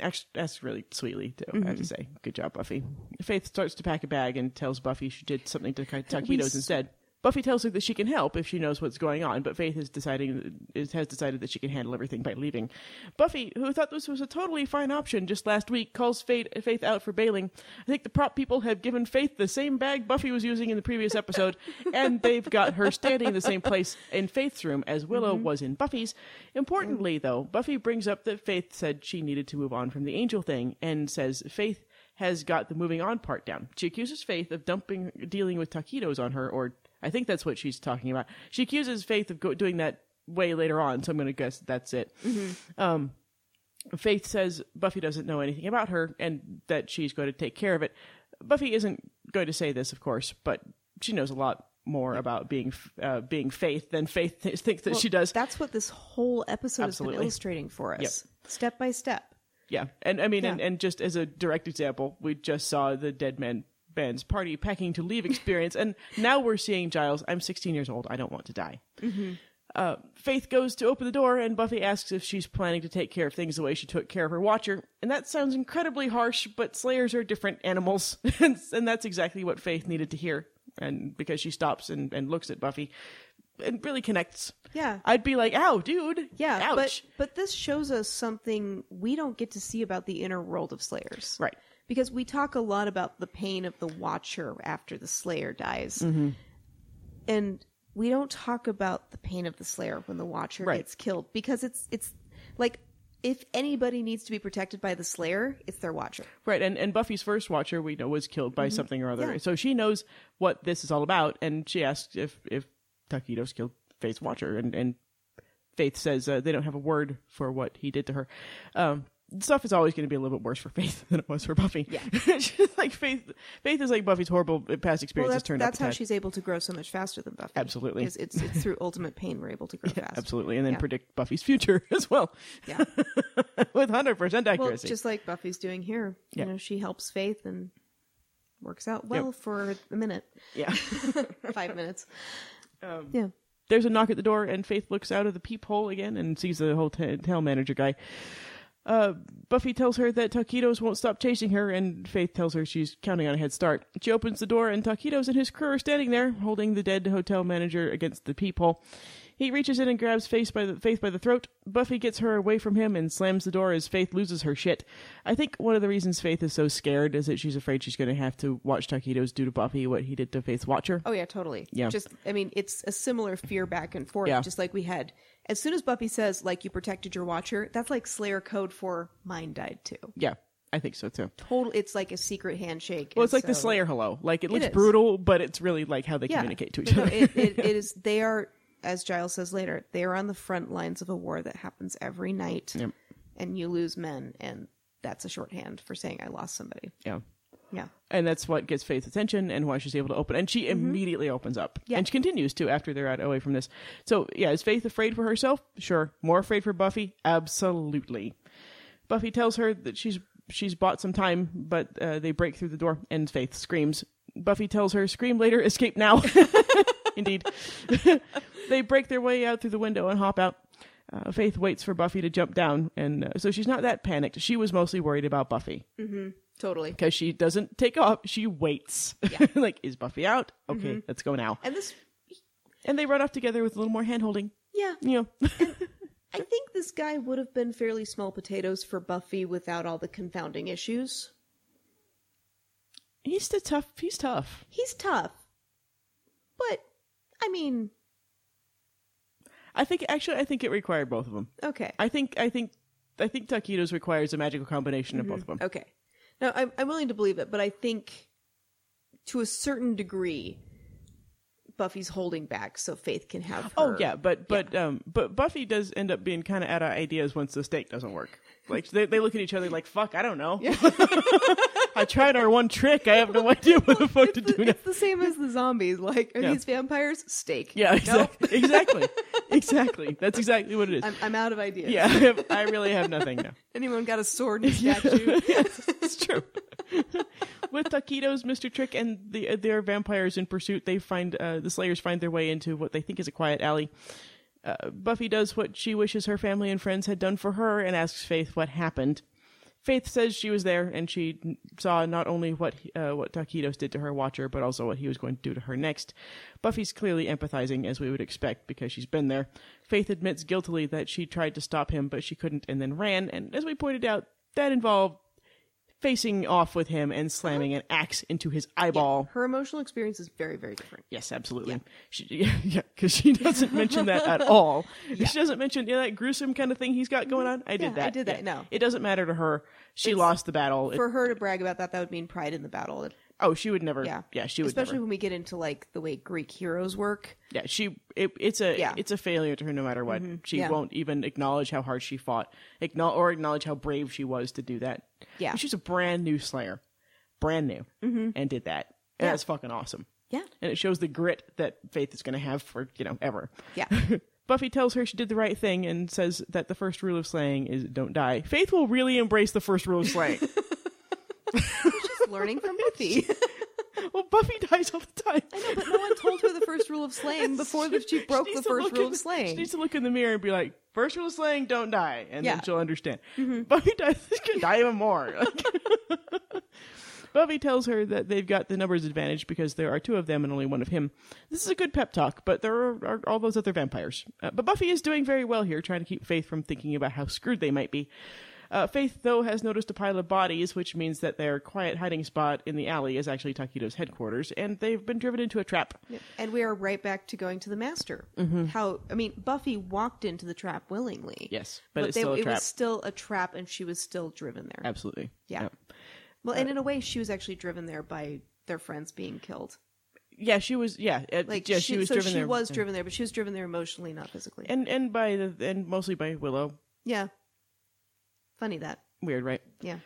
Speaker 2: Actually, that's really sweetly, too, I have to say. Good job, Buffy. Faith starts to pack a bag and tells Buffy she did something to ta- taquitos
Speaker 1: s-
Speaker 2: instead. Buffy tells her that she can help if she knows what's going on, but Faith is deciding is, has decided that she can handle everything by leaving. Buffy, who thought this was a totally fine option just last week, calls Faith, Faith out for bailing. I think the prop people have given Faith the same bag Buffy was using in the previous episode, and they've got her standing in the same place in Faith's room as Willow was in Buffy's. Importantly, though, Buffy brings up that Faith said she needed to move on from the angel thing and says Faith has got the moving on part down. She accuses Faith of dumping, dealing with taquitos on her, or I think that's what she's talking about. She accuses Faith of go- doing that way later on, so I'm going to guess that's it. Um, Faith says Buffy doesn't know anything about her and that she's going to take care of it. Buffy isn't going to say this, of course, but she knows a lot more about being f- uh, being Faith than Faith th- thinks that she does.
Speaker 1: That's what this whole episode has
Speaker 2: Absolutely.
Speaker 1: been illustrating for us, step by step.
Speaker 2: Yeah, and I mean, And,
Speaker 1: Yeah.
Speaker 2: and just as a direct example, we just saw the Dead Man Band's party packing to leave experience, and now we're seeing Giles. I'm 16 years old. I don't want to die.
Speaker 1: Mm-hmm.
Speaker 2: Uh, Faith goes to open the door, and Buffy asks if she's planning to take care of things the way she took care of her Watcher. And that sounds incredibly harsh, but Slayers are different animals, and, and that's exactly what Faith needed to hear. And because she stops and, and looks at Buffy, it really connects.
Speaker 1: Yeah.
Speaker 2: I'd be like, "Ow, dude!
Speaker 1: Yeah,
Speaker 2: Uh, ouch!"
Speaker 1: but but this shows us something we don't get to see about the inner world of slayers.
Speaker 2: Right.
Speaker 1: Because we talk a lot about the pain of the watcher after the slayer dies.
Speaker 2: Mm-hmm.
Speaker 1: And we don't talk about the pain of the slayer when the watcher
Speaker 2: Right.
Speaker 1: gets killed because it's it's like if anybody needs to be protected by the slayer, it's their watcher.
Speaker 2: Right, and, and Buffy's first watcher we know was killed by something or other.
Speaker 1: Mm-hmm. Yeah.
Speaker 2: So she knows what this is all about, and she asks if if Takitos killed Faith's watcher, and and Faith says uh, they don't have a word for what he did to her. Um, stuff is always going to be a little bit worse for Faith than it was for Buffy. Yeah, she's like Faith. Faith is like Buffy's horrible past
Speaker 1: Well,
Speaker 2: experiences
Speaker 1: that's,
Speaker 2: turned
Speaker 1: that's
Speaker 2: up.
Speaker 1: how she's able to grow so much faster than Buffy.
Speaker 2: Absolutely.
Speaker 1: Is it's it's through ultimate pain we're able to grow fast.
Speaker 2: absolutely, and then
Speaker 1: Yeah.
Speaker 2: predict Buffy's future as well.
Speaker 1: Yeah.
Speaker 2: with hundred percent
Speaker 1: Well,
Speaker 2: accuracy.
Speaker 1: just like Buffy's doing here.
Speaker 2: Yeah.
Speaker 1: You know, she helps Faith and works out well for a minute,
Speaker 2: yeah.
Speaker 1: five minutes. yeah.
Speaker 2: there's a knock at the door, and Faith looks out of the peephole again and sees the hotel manager guy. Uh, Buffy tells her that Taquitos won't stop chasing her, and Faith tells her she's counting on a head start. She opens the door, and Taquitos and his crew are standing there, holding the dead hotel manager against the peephole. He reaches in and grabs Faith by the Faith by the throat. Buffy gets her away from him and slams the door as Faith loses her shit. I think one of the reasons Faith is so scared is that she's afraid she's going to have to watch Taquitos do to Buffy what he did to Faith's watcher.
Speaker 1: Oh yeah, totally.
Speaker 2: Yeah.
Speaker 1: Just I mean, it's a similar fear back and forth,
Speaker 2: Yeah.
Speaker 1: just like we had. As soon as Buffy says, like you protected your watcher, that's like Slayer code for mine died too.
Speaker 2: Yeah, I think so too.
Speaker 1: Total it's like a secret handshake.
Speaker 2: Well,
Speaker 1: and
Speaker 2: it's like the
Speaker 1: so-
Speaker 2: Slayer hello. Like it looks
Speaker 1: is.
Speaker 2: brutal, but it's really like how they
Speaker 1: Yeah.
Speaker 2: communicate to each
Speaker 1: No,
Speaker 2: other.
Speaker 1: it, it, it is they are as Giles says later, they are on the front lines of a war that happens every night
Speaker 2: Yep.
Speaker 1: and you lose men and that's a shorthand for saying I lost somebody.
Speaker 2: yeah.
Speaker 1: Yeah.
Speaker 2: And that's what gets Faith's attention and why she's able to open. And she immediately opens up.
Speaker 1: Yeah.
Speaker 2: And she continues to after they're out away from this. So, yeah, is Faith afraid for herself? Sure. More afraid for Buffy? Absolutely. Buffy tells her that she's she's bought some time, but uh, they break through the door and Faith screams. Buffy tells her, "Scream later, escape now." Indeed. they break their way out through the window and hop out. Uh, Faith waits for Buffy to jump down, and uh, so she's not that panicked. She was mostly worried about Buffy
Speaker 1: Totally.
Speaker 2: because she doesn't take off; she waits. like, is Buffy out? Okay, let's go now.
Speaker 1: And this
Speaker 2: And they run off together with a little more hand holding.
Speaker 1: yeah,
Speaker 2: You know,
Speaker 1: I think this guy would have been fairly small potatoes for Buffy without all the confounding issues.
Speaker 2: he's the tough. He's tough.
Speaker 1: He's tough. But I mean,
Speaker 2: I think actually, I think it required both of them.
Speaker 1: okay.
Speaker 2: I think I think I think taquitos requires a magical combination of both Mm-hmm. of them.
Speaker 1: Okay. Now I'm I'm willing to believe it, but I think to a certain degree Buffy's holding back so Faith can have her.
Speaker 2: Oh yeah, but but um but Buffy does end up being kind of out of ideas once the steak doesn't work. Like they they look at each other like fuck, I don't know. I tried our one trick. I have no idea what the fuck to do now.
Speaker 1: It's the same as the zombies. Like, are
Speaker 2: Yeah.
Speaker 1: these vampires? Steak.
Speaker 2: Yeah, exactly, exactly, exactly. That's exactly what it is.
Speaker 1: I'm, I'm out of ideas.
Speaker 2: yeah, I, have, I really have nothing now.
Speaker 1: Anyone got a sword and a statue?
Speaker 2: yes, it's true. With taquitos, Mr. Trick, and the, their vampires in pursuit, they find uh, the Slayers find their way into what they think is a quiet alley. Uh, Buffy does what she wishes her family and friends had done for her and asks Faith what happened. Faith says she was there and she n- saw not only what he- uh, what Taquitos did to her watcher, but also what he was going to do to her next. Buffy's clearly empathizing, as we would expect, because she's been there. Faith admits guiltily that she tried to stop him, but she couldn't, and then ran. And as we pointed out, that involved facing off with him and slamming an axe into his eyeball.
Speaker 1: Her emotional experience is very, very different.
Speaker 2: Yes, absolutely. She, yeah, yeah, because she doesn't mention that at all. She doesn't mention you know, that gruesome kind of thing he's got going on. I did
Speaker 1: Mm-hmm. Yeah,
Speaker 2: that.
Speaker 1: I did that.
Speaker 2: Yeah.
Speaker 1: No.
Speaker 2: it doesn't matter to her. She lost the battle. It-
Speaker 1: For her to brag about that, that would mean pride in the battle.
Speaker 2: oh, she would never.
Speaker 1: Yeah,
Speaker 2: Yeah, she would
Speaker 1: Especially
Speaker 2: never.
Speaker 1: when we get into like the way Greek heroes work.
Speaker 2: Yeah, she. It, it's a.
Speaker 1: Yeah. Mm-hmm.
Speaker 2: It's a failure to her, no matter what. She
Speaker 1: Yeah.
Speaker 2: won't even acknowledge how hard she fought, acknowledge or acknowledge how brave she was to do that.
Speaker 1: Yeah. Mm-hmm.
Speaker 2: she's a brand new Slayer, brand new, and did that. And
Speaker 1: Yeah.
Speaker 2: That's fucking awesome.
Speaker 1: Yeah,
Speaker 2: and it shows the grit that Faith is going to have for you know ever.
Speaker 1: yeah,
Speaker 2: Buffy tells her she did the right thing and says that the first rule of slaying is don't die. Faith will really embrace the first rule of slaying.
Speaker 1: just learning from Buffy.
Speaker 2: well, Buffy dies all the time.
Speaker 1: no, but no one told her the first rule of slaying before that she broke
Speaker 2: She
Speaker 1: the
Speaker 2: needs to
Speaker 1: first
Speaker 2: look
Speaker 1: rule of
Speaker 2: in the- She
Speaker 1: slaying.
Speaker 2: needs to look in the mirror and be like, first rule of slaying, don't die. And
Speaker 1: Yeah. Mm-hmm.
Speaker 2: then she'll understand. Buffy dies, she could die even more. Like- Buffy tells her that they've got the numbers advantage because there are two of them and only one of him. This is a good pep talk, but there are, are all those other vampires. Uh, but Buffy is doing very well here, trying to keep Faith from thinking about how screwed they might be. Uh, Faith, though, has noticed a pile of bodies, which means that their quiet hiding spot in the alley is actually Taquito's headquarters, and they've been driven into a trap.
Speaker 1: And we are right back to going to the master. How I mean, Buffy walked into the trap willingly.
Speaker 2: Yes, but it's still a
Speaker 1: it
Speaker 2: trap.
Speaker 1: was still a trap, and she was still driven there.
Speaker 2: Absolutely.
Speaker 1: Yeah. Well,
Speaker 2: Uh,
Speaker 1: and in a way, she was actually driven there by their friends being killed.
Speaker 2: Yeah, she was. Yeah, uh,
Speaker 1: Like,
Speaker 2: yeah,
Speaker 1: she,
Speaker 2: she was
Speaker 1: so
Speaker 2: driven
Speaker 1: she
Speaker 2: there.
Speaker 1: was driven there, but she was driven there emotionally, not physically.
Speaker 2: and and by the and mostly by Willow.
Speaker 1: yeah. Funny that.
Speaker 2: Weird, right?
Speaker 1: Yeah.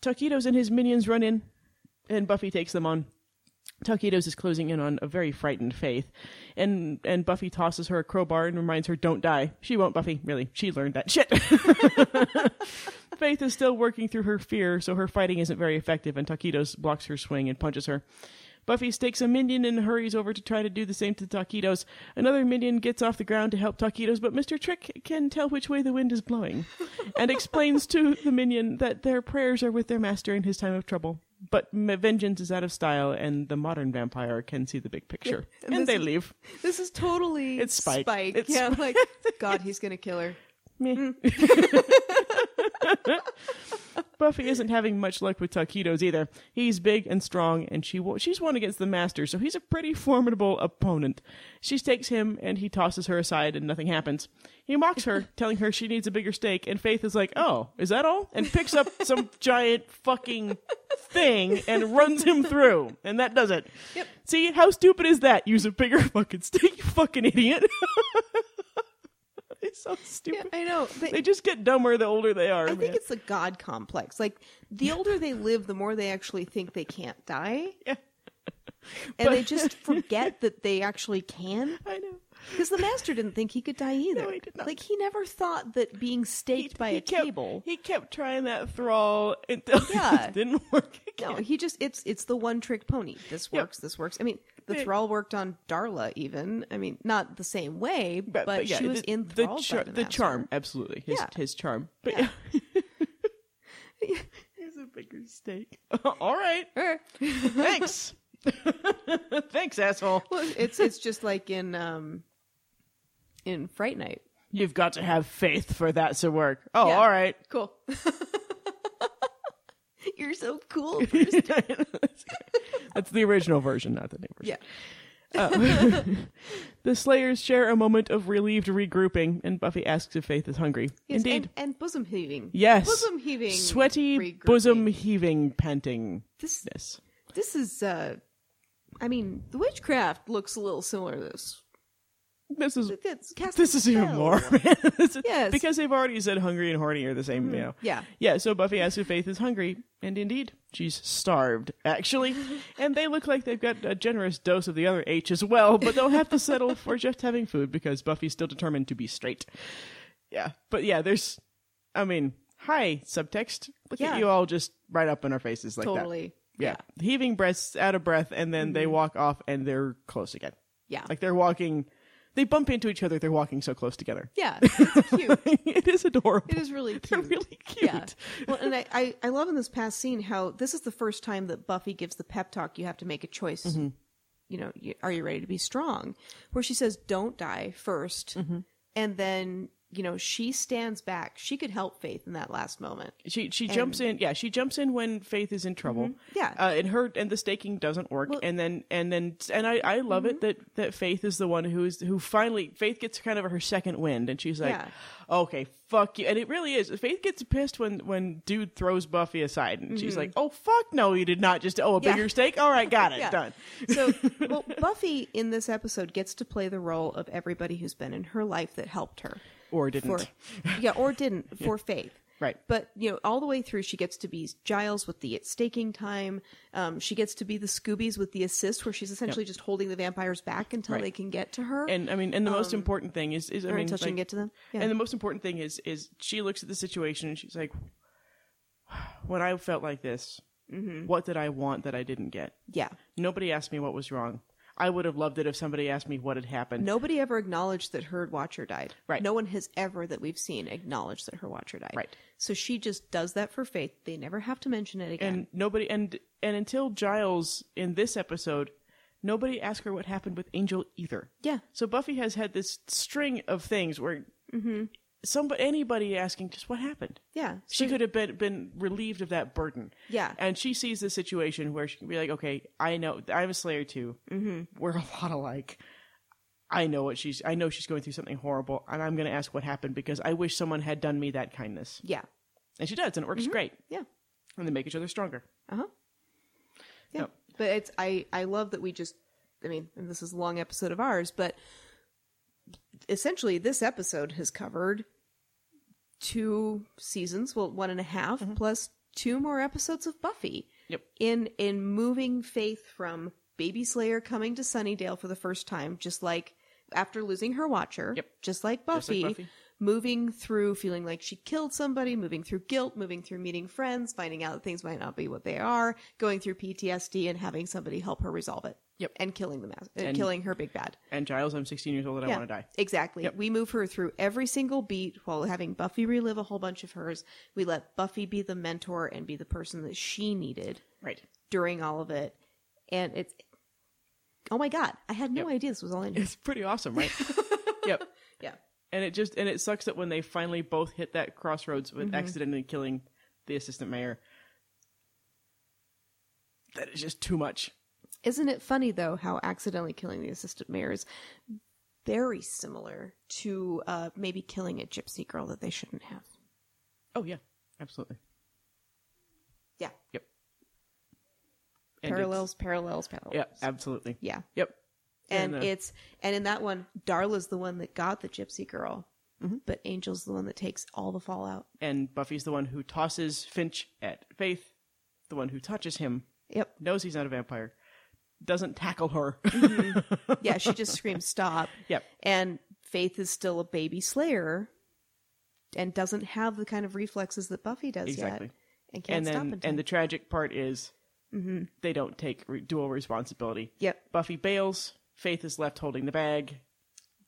Speaker 2: Taquitos and his minions run in, and Buffy takes them on. Taquitos is closing in on a very frightened Faith, and and Buffy tosses her a crowbar and reminds her, "Don't die." She won't, Buffy. Really, she learned that shit. Faith is still working through her fear, so her fighting isn't very effective, and Taquitos blocks her swing and punches her. Buffy stakes a minion and hurries over to try to do the same to Taquitos. Another minion gets off the ground to help Taquitos, but Mr. Trick can tell which way the wind is blowing and explains to the minion that their prayers are with their master in his time of trouble. But m- vengeance is out of style, and the modern vampire can see the big picture. and they leave.
Speaker 1: This is totally
Speaker 2: It's Spike. It's
Speaker 1: yeah, like God, he's gonna kill her.
Speaker 2: Meh. Buffy isn't having much luck with Taquitos either. He's big and strong, and she wo- she's won against the Master, so he's a pretty formidable opponent. She takes him, and he tosses her aside, and nothing happens. He mocks her, telling her she needs a bigger stake, and Faith is like, "Oh, is that all?" and picks up some giant fucking thing and runs him through, and that does it. Yep. See how stupid is that? Use a bigger fucking stake, you fucking idiot. it's so stupid.
Speaker 1: Yeah, I know. But
Speaker 2: They just get dumber the older they are.
Speaker 1: I
Speaker 2: man.
Speaker 1: think it's the God complex. Like the older they live, the more they actually think they can't die.
Speaker 2: Yeah.
Speaker 1: And they just forget that they actually can.
Speaker 2: I know.
Speaker 1: Because the master didn't think he could die either.
Speaker 2: he did not.
Speaker 1: Like he never thought that being staked by a
Speaker 2: kept,
Speaker 1: table.
Speaker 2: He kept trying that thrall until it
Speaker 1: Yeah.
Speaker 2: just didn't work again.
Speaker 1: no, he just it's it's the one trick pony. This
Speaker 2: Yep.
Speaker 1: works, this works. I mean, the
Speaker 2: They-
Speaker 1: thrall worked on Darla even. I mean, not the same way, but,
Speaker 2: yeah,
Speaker 1: she was
Speaker 2: the,
Speaker 1: enthralled
Speaker 2: the, char-
Speaker 1: by the,
Speaker 2: the
Speaker 1: master.
Speaker 2: charm, absolutely. His
Speaker 1: Yeah.
Speaker 2: his charm. But yeah. Here's a bigger steak. All right.
Speaker 1: Err.
Speaker 2: Thanks. Thanks, asshole.
Speaker 1: Well, it's it's just like in um in Fright Night.
Speaker 2: You've got to have faith for that to work. Oh,
Speaker 1: Yeah.
Speaker 2: all right.
Speaker 1: Cool. You're so cool.
Speaker 2: That's the original version, not the new version.
Speaker 1: yeah.
Speaker 2: The Slayers share a moment of relieved regrouping, and Buffy asks if Faith is hungry.
Speaker 1: Yes,
Speaker 2: Indeed.
Speaker 1: And, and bosom heaving.
Speaker 2: Yes.
Speaker 1: Bosom heaving.
Speaker 2: Sweaty
Speaker 1: regrouping.
Speaker 2: bosom heaving panting.
Speaker 1: This
Speaker 2: Yes.
Speaker 1: this is uh I mean, the witchcraft looks a little similar to this.
Speaker 2: This is
Speaker 1: It's cast
Speaker 2: this is even
Speaker 1: spell.
Speaker 2: more. man. This is-
Speaker 1: Yes. Mm-hmm.
Speaker 2: Because they've already said hungry and horny are the same, you know.
Speaker 1: Yeah.
Speaker 2: Yeah, so Buffy asks if Faith is hungry, and indeed, she's starved, actually. and they look like they've got a generous dose of the other H as well, but they'll have to settle for just having food because Buffy's still determined to be straight. Yeah, but yeah, there's, I mean, hi, subtext. Look
Speaker 1: Yeah.
Speaker 2: at you all just right up in our faces like that.
Speaker 1: Totally. Mm-hmm.
Speaker 2: Yeah. Heaving breaths, out of breath, and then they walk off and they're close again.
Speaker 1: Yeah.
Speaker 2: Like they're walking, they bump into each other, they're walking so close together.
Speaker 1: Yeah. It's cute.
Speaker 2: it is adorable.
Speaker 1: It is really
Speaker 2: they're
Speaker 1: cute.
Speaker 2: really cute.
Speaker 1: Well, and I, I, I love in this past scene how this is the first time that Buffy gives the pep talk. You have to make a choice. You know, you, are you ready to be strong? Where she says, "Don't die 1st and then you know she stands back. She could help Faith in that last moment.
Speaker 2: She she jumps in. Yeah, she jumps in when Faith is in trouble.
Speaker 1: Mm-hmm. Yeah.
Speaker 2: Uh, and her and the staking doesn't work. and then and then and I I love
Speaker 1: Mm-hmm.
Speaker 2: it that that Faith is the one who is who finally Faith gets kind of her second wind and she's like,
Speaker 1: Yeah.
Speaker 2: okay, fuck you. And it really is. Faith gets pissed when when dude throws Buffy aside and she's like, oh fuck no, you did not just oh a
Speaker 1: Mm-hmm. Yeah.
Speaker 2: bigger stake. All right, got it,
Speaker 1: Yeah.
Speaker 2: done.
Speaker 1: So, well, Buffy in this episode gets to play the role of everybody who's been in her life that helped her.
Speaker 2: Or didn't.
Speaker 1: For, yeah, or didn't for Faith.
Speaker 2: Right.
Speaker 1: But, you know, all the way through, she gets to be Giles with the staking time. Um, she gets to be the Scoobies with the assist, where she's essentially just holding the vampires back until
Speaker 2: Right.
Speaker 1: they can get to her.
Speaker 2: And I mean, and the most important thing is is I
Speaker 1: or
Speaker 2: mean,
Speaker 1: until she
Speaker 2: like-
Speaker 1: can get to them. Yeah.
Speaker 2: And the most important thing is is she looks at the situation and she's like, "When I felt like this, what did I want that I didn't get?
Speaker 1: yeah.
Speaker 2: Nobody asked me what was wrong. I would have loved it if somebody asked me what had happened.
Speaker 1: Nobody ever acknowledged that her watcher died.
Speaker 2: Right.
Speaker 1: No one has ever that we've seen acknowledged that her watcher died.
Speaker 2: Right.
Speaker 1: So she just does that for faith. They never have to mention it again.
Speaker 2: And nobody and and until Giles in this episode, nobody asked her what happened with Angel either.
Speaker 1: yeah.
Speaker 2: So Buffy has had this string of things where somebody anybody asking just what happened.
Speaker 1: Yeah.
Speaker 2: She could have been been relieved of that burden.
Speaker 1: Yeah.
Speaker 2: And she sees the situation where she can be like, okay, I know I'm a Slayer too. Mm-hmm. We're a lot alike. I know what she's. I know she's going through something horrible, and I'm going to ask what happened because I wish someone had done me that kindness.
Speaker 1: Yeah.
Speaker 2: And she does, and it works great.
Speaker 1: Yeah.
Speaker 2: And they make each other stronger.
Speaker 1: Uh huh. Yeah.
Speaker 2: Yep.
Speaker 1: But it's I I love that we just I mean, and this is a long episode of ours, but essentially this episode has covered two seasons, well one and a half, plus two more episodes of Buffy.
Speaker 2: Mm-hmm. Yep.
Speaker 1: In in moving Faith from Baby Slayer coming to Sunnydale for the first time, just like after losing her watcher,
Speaker 2: Yep.
Speaker 1: just like Buffy,
Speaker 2: Buffy.
Speaker 1: moving through feeling like she killed somebody, moving through guilt, moving through meeting friends, finding out that things might not be what they are, going through PTSD and having somebody help her resolve it.
Speaker 2: Yep.
Speaker 1: And killing the mas- uh
Speaker 2: And-
Speaker 1: killing her big bad.
Speaker 2: And Giles, I'm 16 years old and I want to die.
Speaker 1: Exactly.
Speaker 2: Yep.
Speaker 1: We move her through every single beat while having Buffy relive a whole bunch of hers. We let Buffy be the mentor and be the person that she needed
Speaker 2: Right.
Speaker 1: during all of it. And it's oh my god, I had no idea this was all in here.
Speaker 2: It's pretty awesome, right? yep.
Speaker 1: Yeah.
Speaker 2: And it just and it sucks that when they finally both hit that crossroads with accidentally killing the assistant mayor, that is just too much.
Speaker 1: Isn't it funny though how accidentally killing the assistant mayor is very similar to uh, maybe killing a gypsy girl that they shouldn't have?
Speaker 2: Oh yeah, absolutely.
Speaker 1: Yeah,
Speaker 2: Yep. And it's-
Speaker 1: parallels, parallels, parallels.
Speaker 2: Yeah, absolutely.
Speaker 1: yeah.
Speaker 2: Yep.
Speaker 1: And
Speaker 2: uh,
Speaker 1: it's and in that one, Darla's the one that got the gypsy girl,
Speaker 2: Mm-hmm.
Speaker 1: but Angel's the one that takes all the fallout.
Speaker 2: and Buffy's the one who tosses Finch at Faith, the one who touches him,
Speaker 1: Yep.
Speaker 2: knows he's not a vampire, doesn't tackle her.
Speaker 1: Yeah, she just screams stop.
Speaker 2: Yep.
Speaker 1: And Faith is still a baby slayer, and doesn't have the kind of reflexes that Buffy does
Speaker 2: Exactly.
Speaker 1: yet, and can't
Speaker 2: and
Speaker 1: stop Mm-hmm.
Speaker 2: then
Speaker 1: in time.
Speaker 2: and the tragic part is they don't take re- dual responsibility.
Speaker 1: yep.
Speaker 2: Buffy bails. Faith is left holding the bag.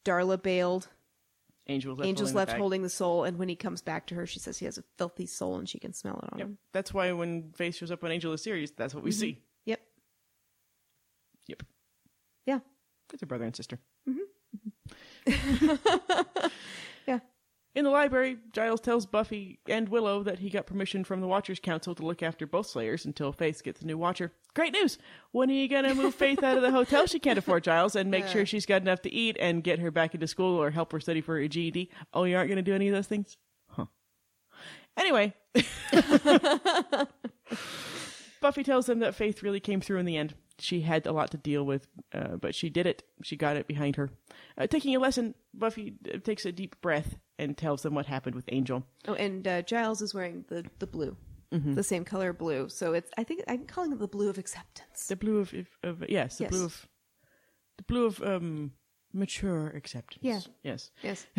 Speaker 1: Darla bailed.
Speaker 2: Angel is left
Speaker 1: Angel's
Speaker 2: holding
Speaker 1: left
Speaker 2: the bag.
Speaker 1: holding the soul, and when he comes back to her, she says he has a filthy soul and she can smell it on
Speaker 2: Yep.
Speaker 1: him.
Speaker 2: That's why when Faith shows up on Angel is serious, that's what we
Speaker 1: Mm-hmm.
Speaker 2: see.
Speaker 1: Yep.
Speaker 2: Yep.
Speaker 1: Yeah.
Speaker 2: It's a brother and sister. Mm-hmm.
Speaker 1: Yeah.
Speaker 2: In the library, Giles tells Buffy and Willow that he got permission from the Watchers Council to look after both Slayers until Faith gets a new Watcher. Great news! When are you going to move Faith out of the hotel she can't afford, Giles, and make sure she's got enough to eat and get her back into school or help her study for her GED? Oh, you aren't going to do any of those things? Huh. Anyway, Buffy tells them that Faith really came through in the end. She had a lot to deal with, uh, but she did it. She got it behind her. Uh, taking a lesson, Buffy uh, takes a deep breath and tells them what happened with Angel.
Speaker 1: Oh, and uh, Giles is wearing the the blue, the same color blue. So it's I think I'm calling it the blue of acceptance.
Speaker 2: The blue of, of, of yes, the
Speaker 1: Yes.
Speaker 2: blue of, the blue of um, mature acceptance.
Speaker 1: Yeah.
Speaker 2: Yes.
Speaker 1: Yes.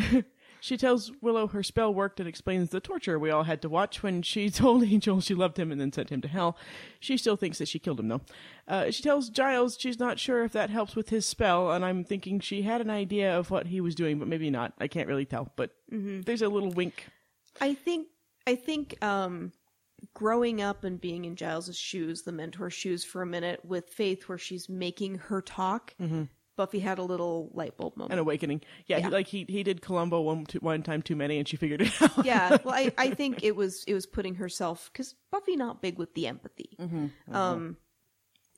Speaker 2: She tells Willow her spell worked and explains the torture we all had to watch when she told Angel she loved him and then sent him to hell. She still thinks that she killed him, though. Uh, she tells Giles she's not sure if that helps with his spell, and I'm thinking she had an idea of what he was doing, but maybe not. I can't really tell, but there's a little wink.
Speaker 1: I think I think um, growing up and being in Giles's shoes, the mentor shoes for a minute with Faith, where she's making her talk. Buffy had a little light bulb moment.
Speaker 2: An awakening, yeah. He, like he he did Columbo one too, one time too many, and she figured it out.
Speaker 1: yeah well I, I think it was it was putting herself because buffy not big with the empathy um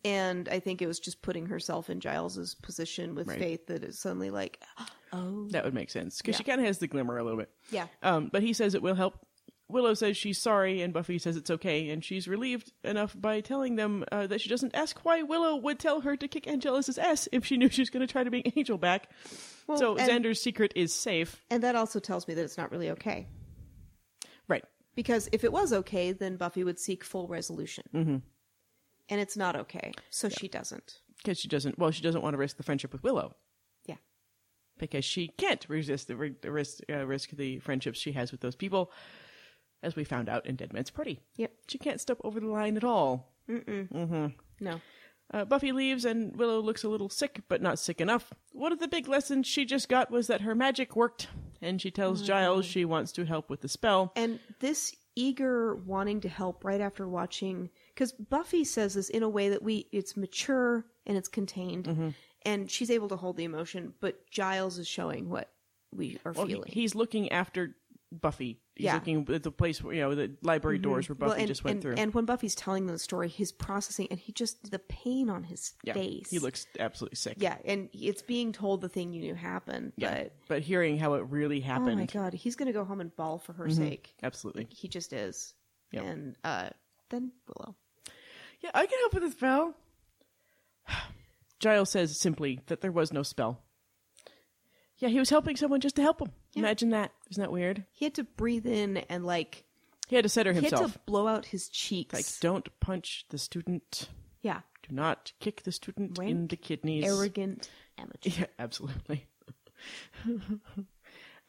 Speaker 1: and i think it was just putting herself in giles's position with faith that is suddenly like oh
Speaker 2: that would make sense because she kind of has the glimmer a little bit.
Speaker 1: yeah
Speaker 2: Um, but he says it will help. Willow says she's sorry, and Buffy says it's okay, and she's relieved enough by telling them uh, that she doesn't ask why Willow would tell her to kick Angelus's ass if she knew she was going to try to bring Angel back. so
Speaker 1: and-
Speaker 2: Xander's secret is safe.
Speaker 1: and that also tells me that it's not really okay
Speaker 2: Right.
Speaker 1: because if it was okay then buffy would seek full resolution and it's not okay so she doesn't
Speaker 2: Because she doesn't, well, she doesn't want to risk the friendship with Willow
Speaker 1: yeah
Speaker 2: because she can't resist the, ri- the risk, uh, risk the friendships she has with those people, as we found out in Dead Man's Party.
Speaker 1: Yep.
Speaker 2: She can't step over the line at all.
Speaker 1: no
Speaker 2: Uh, Buffy leaves, and Willow looks a little sick, but not sick enough. One of the big lessons she just got was that her magic worked, and she
Speaker 1: Mm.
Speaker 2: tells Giles she wants to help with the spell.
Speaker 1: And this eager wanting to help right after watching, because Buffy says this in a way that we, it's mature and it's contained,
Speaker 2: Mm-hmm.
Speaker 1: and she's able to hold the emotion, but Giles is showing what we are
Speaker 2: Well, he-
Speaker 1: feeling.
Speaker 2: he's looking after Buffy. He's
Speaker 1: Yeah. Mm-hmm.
Speaker 2: looking at the place where you know the library doors where Buffy
Speaker 1: and,
Speaker 2: just went
Speaker 1: and,
Speaker 2: through.
Speaker 1: and when Buffy's telling them the story, he's processing, and he just, the pain on his
Speaker 2: yeah,
Speaker 1: face.
Speaker 2: he looks absolutely sick.
Speaker 1: Yeah, and it's being told the thing you knew happened,
Speaker 2: Yeah.
Speaker 1: but
Speaker 2: but hearing how it really
Speaker 1: oh
Speaker 2: happened,
Speaker 1: my god, he's gonna go home and bawl for her sake.
Speaker 2: absolutely.
Speaker 1: He just is.
Speaker 2: Yep.
Speaker 1: And uh, then Willow.
Speaker 2: Yeah, I can help with the spell. Giles says simply that there was no spell. Yeah, he was helping someone just to help him. Imagine that. Isn't that weird?
Speaker 1: He had to breathe in and like
Speaker 2: He had to center
Speaker 1: he had
Speaker 2: himself.
Speaker 1: to blow out his cheeks.
Speaker 2: Like, don't punch the student.
Speaker 1: yeah,
Speaker 2: Do not kick the student in
Speaker 1: Rank
Speaker 2: the kidneys.
Speaker 1: arrogant amateur.
Speaker 2: Yeah, absolutely.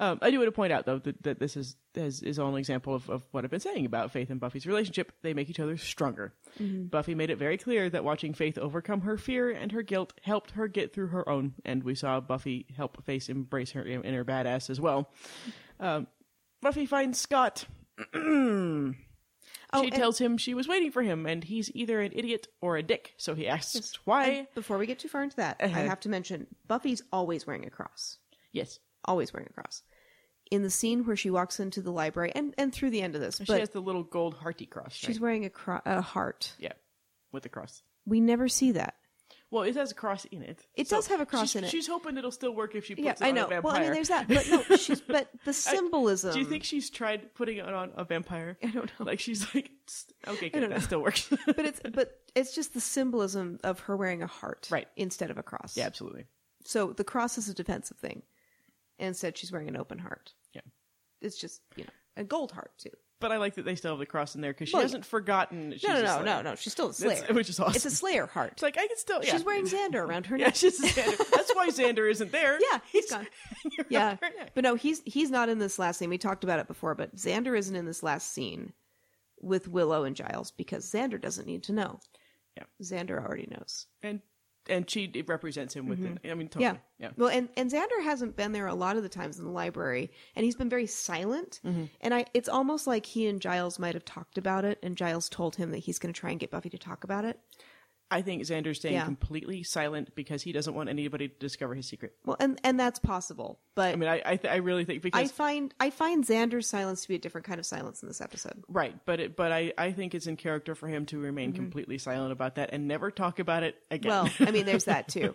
Speaker 2: um, I do want to point out, though, that, that this is, is is all an example of, of what I've been saying about Faith and Buffy's relationship. They make each other stronger.
Speaker 1: Mm-hmm.
Speaker 2: Buffy made it very clear that watching Faith overcome her fear and her guilt helped her get through her own, and we saw Buffy help Faith embrace her in- inner badass as well. Um, Buffy finds Scott. she
Speaker 1: Oh, and-
Speaker 2: tells him she was waiting for him, and he's either an idiot or a dick. So he asks why.
Speaker 1: And before we get too far into that, I
Speaker 2: Uh-huh.
Speaker 1: have to mention Buffy's always wearing a cross.
Speaker 2: yes,
Speaker 1: Always wearing a cross. In the scene where she walks into the library and, and through the end of this,
Speaker 2: she
Speaker 1: but
Speaker 2: has the little gold hearty cross. right?
Speaker 1: she's wearing a, cro- a heart.
Speaker 2: Yeah, with the cross.
Speaker 1: We never see that.
Speaker 2: Well, it has a cross in it.
Speaker 1: It does have a cross
Speaker 2: she's,
Speaker 1: in it.
Speaker 2: She's hoping it'll still work if she puts
Speaker 1: Yeah,
Speaker 2: it on
Speaker 1: I know.
Speaker 2: a vampire.
Speaker 1: Well, I mean, there's that, but no, she's, but the symbolism.
Speaker 2: Do you think she's tried putting it on a vampire? I
Speaker 1: don't know.
Speaker 2: Like she's like, "Tsk, okay, good, that still works.
Speaker 1: But it's but it's just the symbolism of her wearing a heart,
Speaker 2: Right.
Speaker 1: instead of a cross.
Speaker 2: yeah, absolutely.
Speaker 1: So the cross is a defensive thing, and instead she's wearing an open heart.
Speaker 2: Yeah.
Speaker 1: It's just you know a gold heart too.
Speaker 2: But I like that they still have the cross in there because she
Speaker 1: Well, yeah.
Speaker 2: hasn't forgotten. that She's
Speaker 1: No, no,
Speaker 2: a
Speaker 1: no,
Speaker 2: Slayer.
Speaker 1: no, no. She's still a Slayer,
Speaker 2: That's- which is awesome.
Speaker 1: It's a Slayer heart.
Speaker 2: It's like I can still. Yeah.
Speaker 1: she's wearing Xander around her
Speaker 2: Yeah,
Speaker 1: neck.
Speaker 2: she's Xander. That's why Xander isn't there.
Speaker 1: Yeah, he's gone.
Speaker 2: You're
Speaker 1: Yeah,
Speaker 2: up her neck.
Speaker 1: but no, he's he's not in this last scene. We talked about it before, but Xander isn't in this last scene with Willow and Giles because Xander doesn't need to know.
Speaker 2: Yeah.
Speaker 1: Xander already knows.
Speaker 2: and and she it represents him with it. I mean, totally.
Speaker 1: Mm-hmm. Yeah.
Speaker 2: Yeah, yeah.
Speaker 1: Well, and, and Xander hasn't been there a lot of the times in the library, and he's been very silent.
Speaker 2: Mm-hmm.
Speaker 1: And I, it's almost like he and Giles might have talked about it, and Giles told him that he's going to try and get Buffy to talk about it.
Speaker 2: I think Xander's staying
Speaker 1: Yeah.
Speaker 2: completely silent because he doesn't want anybody to discover his secret.
Speaker 1: Well, and and that's possible, but
Speaker 2: I
Speaker 1: I,
Speaker 2: mean, I I, th- I really think because
Speaker 1: find I find Xander's silence to be a different kind of silence in this episode.
Speaker 2: right, but it, but I I think it's in character for him to remain completely silent about that and never talk about it again.
Speaker 1: Mm-hmm. Well, I mean, there's that too.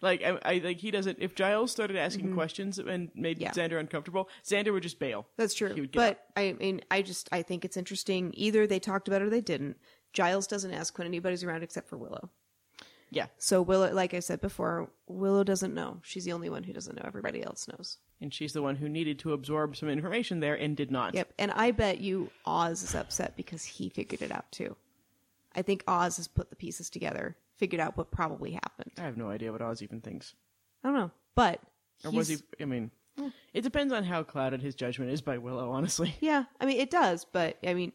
Speaker 2: like I, I like he doesn't. If Giles started asking questions and made
Speaker 1: Mm-hmm. Yeah.
Speaker 2: Xander uncomfortable, Xander would just bail.
Speaker 1: That's true.
Speaker 2: He would get
Speaker 1: But
Speaker 2: up.
Speaker 1: I mean, I just I think it's interesting. Either they talked about it or they didn't. Giles doesn't ask when anybody's around except for Willow.
Speaker 2: yeah,
Speaker 1: So Willow, like I said before, Willow doesn't know. She's the only one who doesn't know. Everybody else knows.
Speaker 2: and she's the one who needed to absorb some information there and did not.
Speaker 1: Yep. And I bet you Oz is upset because he figured it out too. I think Oz has put the pieces together, figured out what probably happened.
Speaker 2: I have no idea what Oz even thinks,
Speaker 1: I don't know, but
Speaker 2: or was he?
Speaker 1: he's- Hmm.
Speaker 2: I mean, it depends on how clouded his judgment is by Willow. Honestly,
Speaker 1: Yeah, I mean it does, but I mean,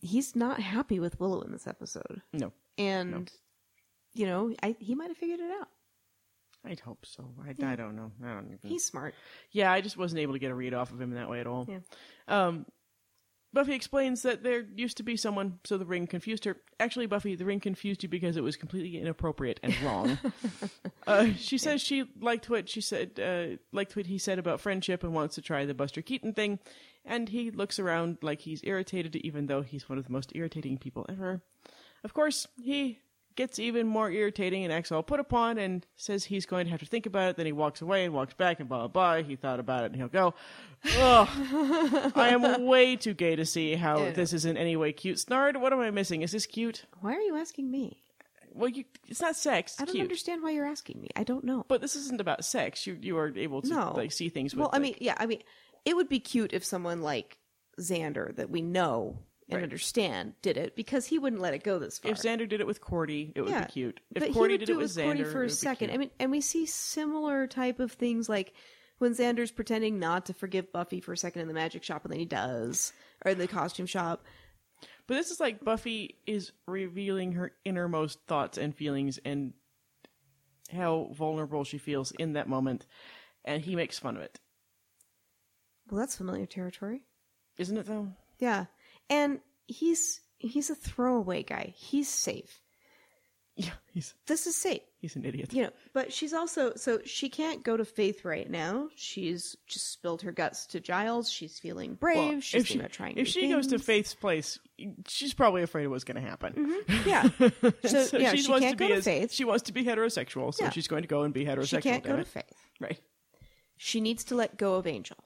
Speaker 1: he's not happy with Willow in this episode,
Speaker 2: no,
Speaker 1: and you know, I, he might have figured it out.
Speaker 2: I'd hope so. I, I don't know. I don't even.
Speaker 1: He's smart.
Speaker 2: Yeah, I just wasn't able to get a read off of him that way at all. Um, Buffy explains that there used to be someone, so the ring confused her. Actually, Buffy, the ring confused you because it was completely inappropriate and wrong. uh, she says she liked what she said, uh, liked what he said about friendship, and wants to try the Buster Keaton thing. And he looks around like he's irritated, even though he's one of the most irritating people ever. Of course, he gets even more irritating and acts all put upon and says he's going to have to think about it. Then he walks away and walks back and blah, blah, blah. He thought about it and he'll go, Ugh, I am way too gay to see how this is in any way cute. Snard, what am I missing? Is this cute?
Speaker 1: Why are you asking me?
Speaker 2: Well, you, it's not sex. It's
Speaker 1: I don't
Speaker 2: cute.
Speaker 1: understand why you're asking me. I don't know.
Speaker 2: But this isn't about sex. You you are able to
Speaker 1: No.
Speaker 2: like see things. With,
Speaker 1: Well, I
Speaker 2: like-
Speaker 1: mean, yeah, I mean, it would be cute if someone like Xander that we know and
Speaker 2: Right.
Speaker 1: understand did it because he wouldn't let it go this far.
Speaker 2: if Xander did it with Cordy, it would
Speaker 1: Yeah,
Speaker 2: be cute. If
Speaker 1: but he
Speaker 2: Cordy
Speaker 1: would
Speaker 2: did
Speaker 1: do
Speaker 2: it with Xander,
Speaker 1: Cordy
Speaker 2: it
Speaker 1: for
Speaker 2: would
Speaker 1: a
Speaker 2: be
Speaker 1: second.
Speaker 2: cute.
Speaker 1: I mean, and we see similar type of things like when Xander's pretending not to forgive Buffy for a second in the magic shop, and then he does, or in the costume shop.
Speaker 2: But this is like Buffy is revealing her innermost thoughts and feelings and how vulnerable she feels in that moment, and he makes fun of it.
Speaker 1: Well, that's familiar territory.
Speaker 2: Isn't it though?
Speaker 1: Yeah. And he's he's a throwaway guy. He's safe.
Speaker 2: Yeah, he's
Speaker 1: This is safe.
Speaker 2: he's an idiot.
Speaker 1: You know, but she's also so she can't go to Faith right now. She's just spilled her guts to Giles. She's feeling brave.
Speaker 2: Well,
Speaker 1: she's
Speaker 2: if she,
Speaker 1: thinking about trying new
Speaker 2: if she goes to
Speaker 1: things.
Speaker 2: Faith's place, she's probably afraid of what's going to happen.
Speaker 1: Yeah. Mm-hmm. So,
Speaker 2: So
Speaker 1: yeah,
Speaker 2: she,
Speaker 1: she,
Speaker 2: wants
Speaker 1: can't
Speaker 2: to
Speaker 1: go
Speaker 2: be
Speaker 1: to
Speaker 2: as-
Speaker 1: Faith.
Speaker 2: She wants to be heterosexual, so
Speaker 1: Yeah.
Speaker 2: she's going to go and be heterosexual.
Speaker 1: She can't go
Speaker 2: damn
Speaker 1: to
Speaker 2: it.
Speaker 1: Faith.
Speaker 2: Right,
Speaker 1: She needs to let go of Angel.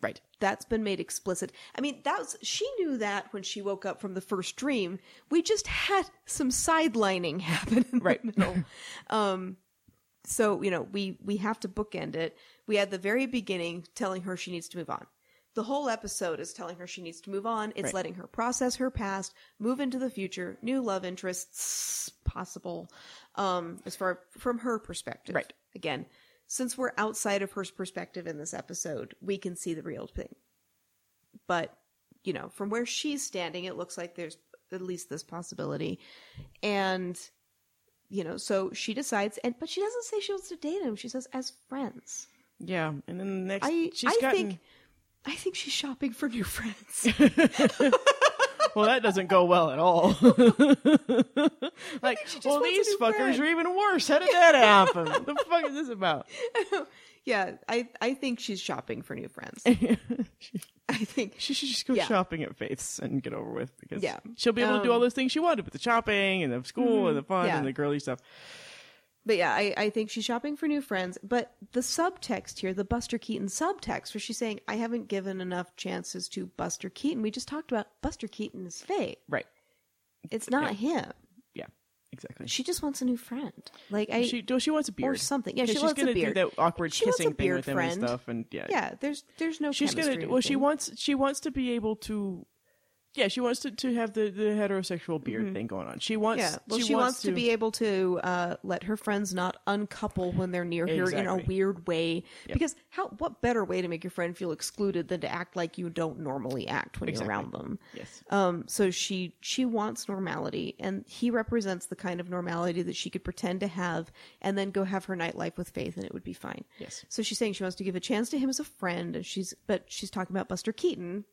Speaker 2: right.
Speaker 1: That's been made explicit. I mean, that was she knew that when she woke up from the first dream. We just had some sidelining happen in
Speaker 2: Right.
Speaker 1: the middle. um, so you know, we we have to bookend it. We had the very beginning telling her she needs to move on. The whole episode is telling her she needs to move on. It's
Speaker 2: Right.
Speaker 1: letting her process her past, move into the future, new love interests possible, um, as far from her perspective.
Speaker 2: Right.
Speaker 1: Again, since we're outside of her perspective in this episode, we can see the real thing. But, you know, from where she's standing, it looks like there's at least this possibility. And, you know, so she decides, and but she doesn't say she wants to date him. She says as friends.
Speaker 2: Yeah, and then the next,
Speaker 1: I
Speaker 2: she's
Speaker 1: I
Speaker 2: gotten.
Speaker 1: think I think she's shopping for new friends.
Speaker 2: well, that doesn't go well at all. like,
Speaker 1: just
Speaker 2: well,
Speaker 1: wants a
Speaker 2: these
Speaker 1: new
Speaker 2: fuckers
Speaker 1: friend.
Speaker 2: are even worse. How did that happen? What the fuck is this about?
Speaker 1: yeah, I I think she's shopping for new friends. I think
Speaker 2: She should just go
Speaker 1: Yeah.
Speaker 2: shopping at Faith's and get over with because
Speaker 1: Yeah. Um,
Speaker 2: she'll be able to do all those things she wanted with the shopping and the school and the fun
Speaker 1: Mm-hmm. yeah.
Speaker 2: and the girly stuff.
Speaker 1: But yeah, I, I think she's shopping for new friends. But the subtext here, the Buster Keaton subtext, where she's saying, I haven't given enough chances to Buster Keaton. We just talked about Buster Keaton is fake.
Speaker 2: Right.
Speaker 1: It's not him.
Speaker 2: Yeah. Exactly.
Speaker 1: She just wants a new friend. Like I
Speaker 2: she well, she wants a beard
Speaker 1: or something. Yeah,
Speaker 2: 'Cause
Speaker 1: she
Speaker 2: she's
Speaker 1: wants a
Speaker 2: gonna
Speaker 1: beard.
Speaker 2: do that awkward
Speaker 1: She wants a
Speaker 2: kissing thing
Speaker 1: beard
Speaker 2: with him
Speaker 1: friend.
Speaker 2: and stuff. And yeah,
Speaker 1: yeah, there's there's no
Speaker 2: she's
Speaker 1: chemistry
Speaker 2: gonna.
Speaker 1: with
Speaker 2: Well, she
Speaker 1: him.
Speaker 2: wants she wants to be able to. Yeah, she wants to, to have the, the heterosexual beard thing going on. She wants.
Speaker 1: Mm-hmm. yeah, well, she, wants, to, be able to uh, let her friends not uncouple when they're near her in a
Speaker 2: Exactly.
Speaker 1: weird way. Because how? What better way to make your friend feel excluded than to act like you don't normally act when
Speaker 2: Exactly.
Speaker 1: you're around them?
Speaker 2: Yes.
Speaker 1: Um, so she she wants normality, and he represents the kind of normality that she could pretend to have, and then go have her nightlife with Faith, and it would be fine.
Speaker 2: Yes.
Speaker 1: So she's saying she wants to give a chance to him as a friend, and she's but she's talking about Buster Keaton,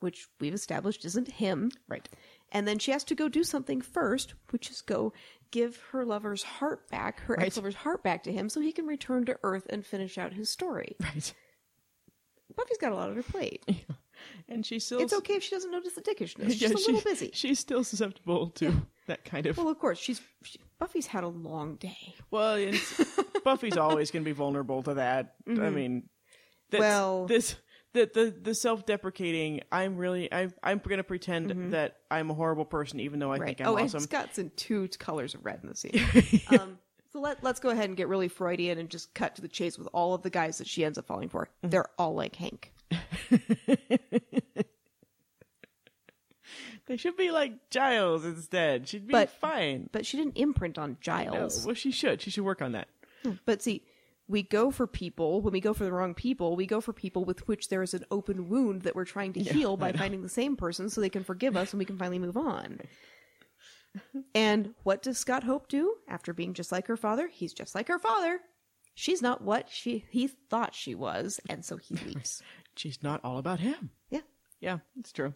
Speaker 1: which we've established isn't him,
Speaker 2: Right.
Speaker 1: and then she has to go do something first, which is go give her lover's heart back, her ex lover's heart back to him so he can return to Earth and finish out his story.
Speaker 2: Right.
Speaker 1: Buffy's got a lot on her plate.
Speaker 2: And she still.
Speaker 1: It's okay if she doesn't notice the dickishness. She's
Speaker 2: yeah,
Speaker 1: a little
Speaker 2: she-
Speaker 1: busy.
Speaker 2: She's still susceptible to that kind of.
Speaker 1: Well, of course, she's she, Buffy's had a long day.
Speaker 2: Well, and Buffy's always going to be vulnerable to that. I mean,
Speaker 1: Mm-hmm.
Speaker 2: that's,
Speaker 1: Well-
Speaker 2: this the the, the self deprecating. I'm really I I'm going to pretend that I'm a horrible person, even though I
Speaker 1: Mm-hmm. Right.
Speaker 2: think I'm
Speaker 1: Oh,
Speaker 2: awesome.
Speaker 1: and Scott's in two colors of red in the scene. um, so let, let's go ahead and get really Freudian and just cut to the chase with all of the guys that she ends up falling for.
Speaker 2: Mm-hmm.
Speaker 1: They're all like Hank.
Speaker 2: They should be like Giles instead. She'd be
Speaker 1: But-
Speaker 2: fine.
Speaker 1: But she didn't imprint on
Speaker 2: No,
Speaker 1: Giles.
Speaker 2: Uh, well, she should. She should work on that.
Speaker 1: But see, we go for people, when we go for the wrong people, we go for people with which there is an open wound that we're trying to heal by finding the same person so they can forgive us and we can finally move on. And what does Scott Hope do after being just like her father? He's just like her father. She's not what she he thought she was, and so he leaves.
Speaker 2: She's not all about him.
Speaker 1: yeah.
Speaker 2: Yeah, it's true.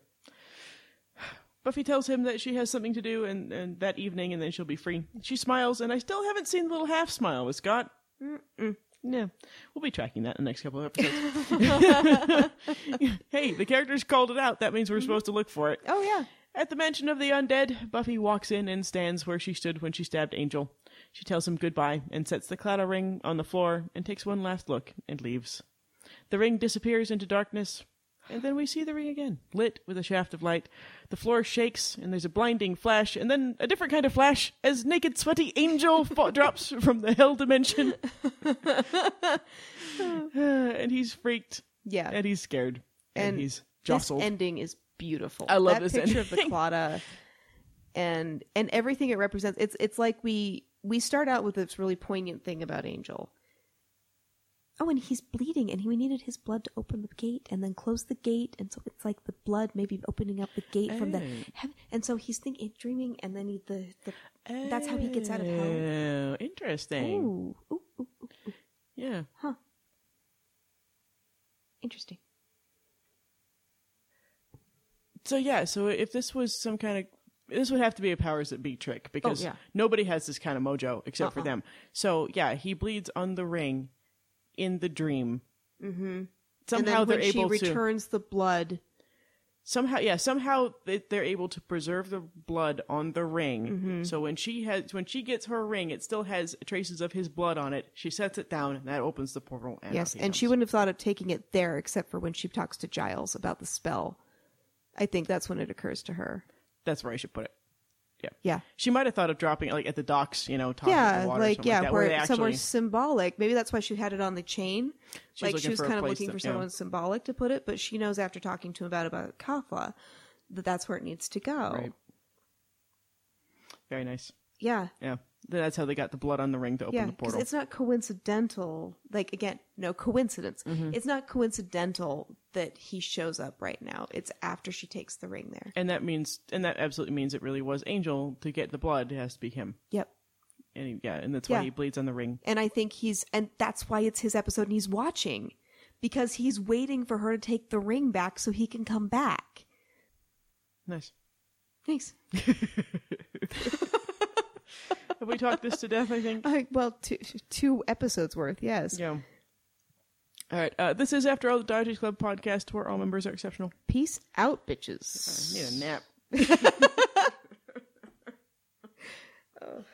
Speaker 2: Buffy tells him that she has something to do and, and that evening, and then she'll be free. She smiles, and I still haven't seen the little half smile with Scott. Mm-mm. No, we'll be tracking that in the next couple of episodes. hey, the characters called it out. That means we're supposed to look for it.
Speaker 1: Oh yeah.
Speaker 2: At the mansion of the undead, Buffy walks in and stands where she stood when she stabbed Angel. She tells him goodbye and sets the cloud ring on the floor and takes one last look and leaves. The ring disappears into darkness, and then we see the ring again, lit with a shaft of light. The floor shakes, and there's a blinding flash, and then a different kind of flash as naked, sweaty Angel fa- drops from the hell dimension. and he's freaked,
Speaker 1: Yeah.
Speaker 2: and he's scared, and,
Speaker 1: And
Speaker 2: he's
Speaker 1: this
Speaker 2: jostled.
Speaker 1: ending is beautiful.
Speaker 2: I love
Speaker 1: that
Speaker 2: this
Speaker 1: picture of the
Speaker 2: ending.
Speaker 1: clotta and and everything it represents. It's it's like we we start out with this really poignant thing about Angel. Oh, and he's bleeding, and he, we needed his blood to open the gate and then close the gate, and so it's like the blood maybe opening up the gate from the
Speaker 2: Oh.
Speaker 1: heaven. And so he's thinking, dreaming, and then he, the, the that's how he gets out of hell.
Speaker 2: Oh, interesting.
Speaker 1: Ooh, ooh, ooh, ooh, ooh.
Speaker 2: Yeah.
Speaker 1: huh? Interesting.
Speaker 2: So yeah, so if this was some kind of this would have to be a powers that be trick because
Speaker 1: Oh, yeah. Uh-uh.
Speaker 2: nobody has this kind of mojo except for them. So yeah, he bleeds on the ring in the dream. Mm-hmm.
Speaker 6: and
Speaker 2: Somehow
Speaker 6: then
Speaker 2: they're
Speaker 6: when she
Speaker 2: able to
Speaker 6: returns the blood,
Speaker 2: somehow yeah somehow they- they're able to preserve the blood on the ring.
Speaker 1: Mm-hmm.
Speaker 2: So when she has when she gets her ring, it still has traces of his blood on it. She sets it down and that opens the portal. And
Speaker 1: Yes,
Speaker 2: up he
Speaker 1: and she
Speaker 2: comes.
Speaker 1: wouldn't have thought of taking it there except for when she talks to Giles about the spell. I think that's when it occurs to her.
Speaker 2: that's where I should put it.
Speaker 1: Yeah.
Speaker 2: She might have thought of dropping it like at the docks, you know, tossing it in
Speaker 1: Yeah,
Speaker 2: the water or
Speaker 1: like
Speaker 2: something
Speaker 1: yeah,
Speaker 2: like that,
Speaker 1: where,
Speaker 2: they
Speaker 1: it's somewhere
Speaker 2: actually-
Speaker 1: symbolic. Maybe that's why she had it on the chain.
Speaker 2: She was
Speaker 1: Like
Speaker 2: looking
Speaker 1: she was
Speaker 2: for a
Speaker 1: kind of
Speaker 2: place
Speaker 1: looking
Speaker 2: that-
Speaker 1: for
Speaker 2: yeah.
Speaker 1: someone symbolic to put it, but she knows after talking to him about about Kafa that that's where it needs to go.
Speaker 2: Right. Very nice.
Speaker 1: Yeah.
Speaker 2: Yeah. Th- That's how they got the blood on the ring to open
Speaker 1: Yeah,
Speaker 2: the
Speaker 1: 'cause
Speaker 2: portal.
Speaker 1: it's not coincidental. Like again, no coincidence.
Speaker 2: Mm-hmm.
Speaker 1: It's not coincidental that he shows up right now. It's after she takes the ring there.
Speaker 2: And that means, and that absolutely means it really was Angel to get the blood. It has to be him.
Speaker 1: Yep.
Speaker 2: And he, yeah, and that's why
Speaker 1: Yeah.
Speaker 2: he bleeds on the ring.
Speaker 1: and I think he's and that's why it's his episode and he's watching because he's waiting for her to take the ring back so he can come back.
Speaker 2: Nice.
Speaker 1: Thanks.
Speaker 2: Have we talked this to death? I think.
Speaker 6: I, well, two, two episodes worth, yes.
Speaker 2: Yeah. All right. Uh, this is after all the Dietary Club podcast, where all members are exceptional.
Speaker 6: Peace out, bitches.
Speaker 2: I need a nap.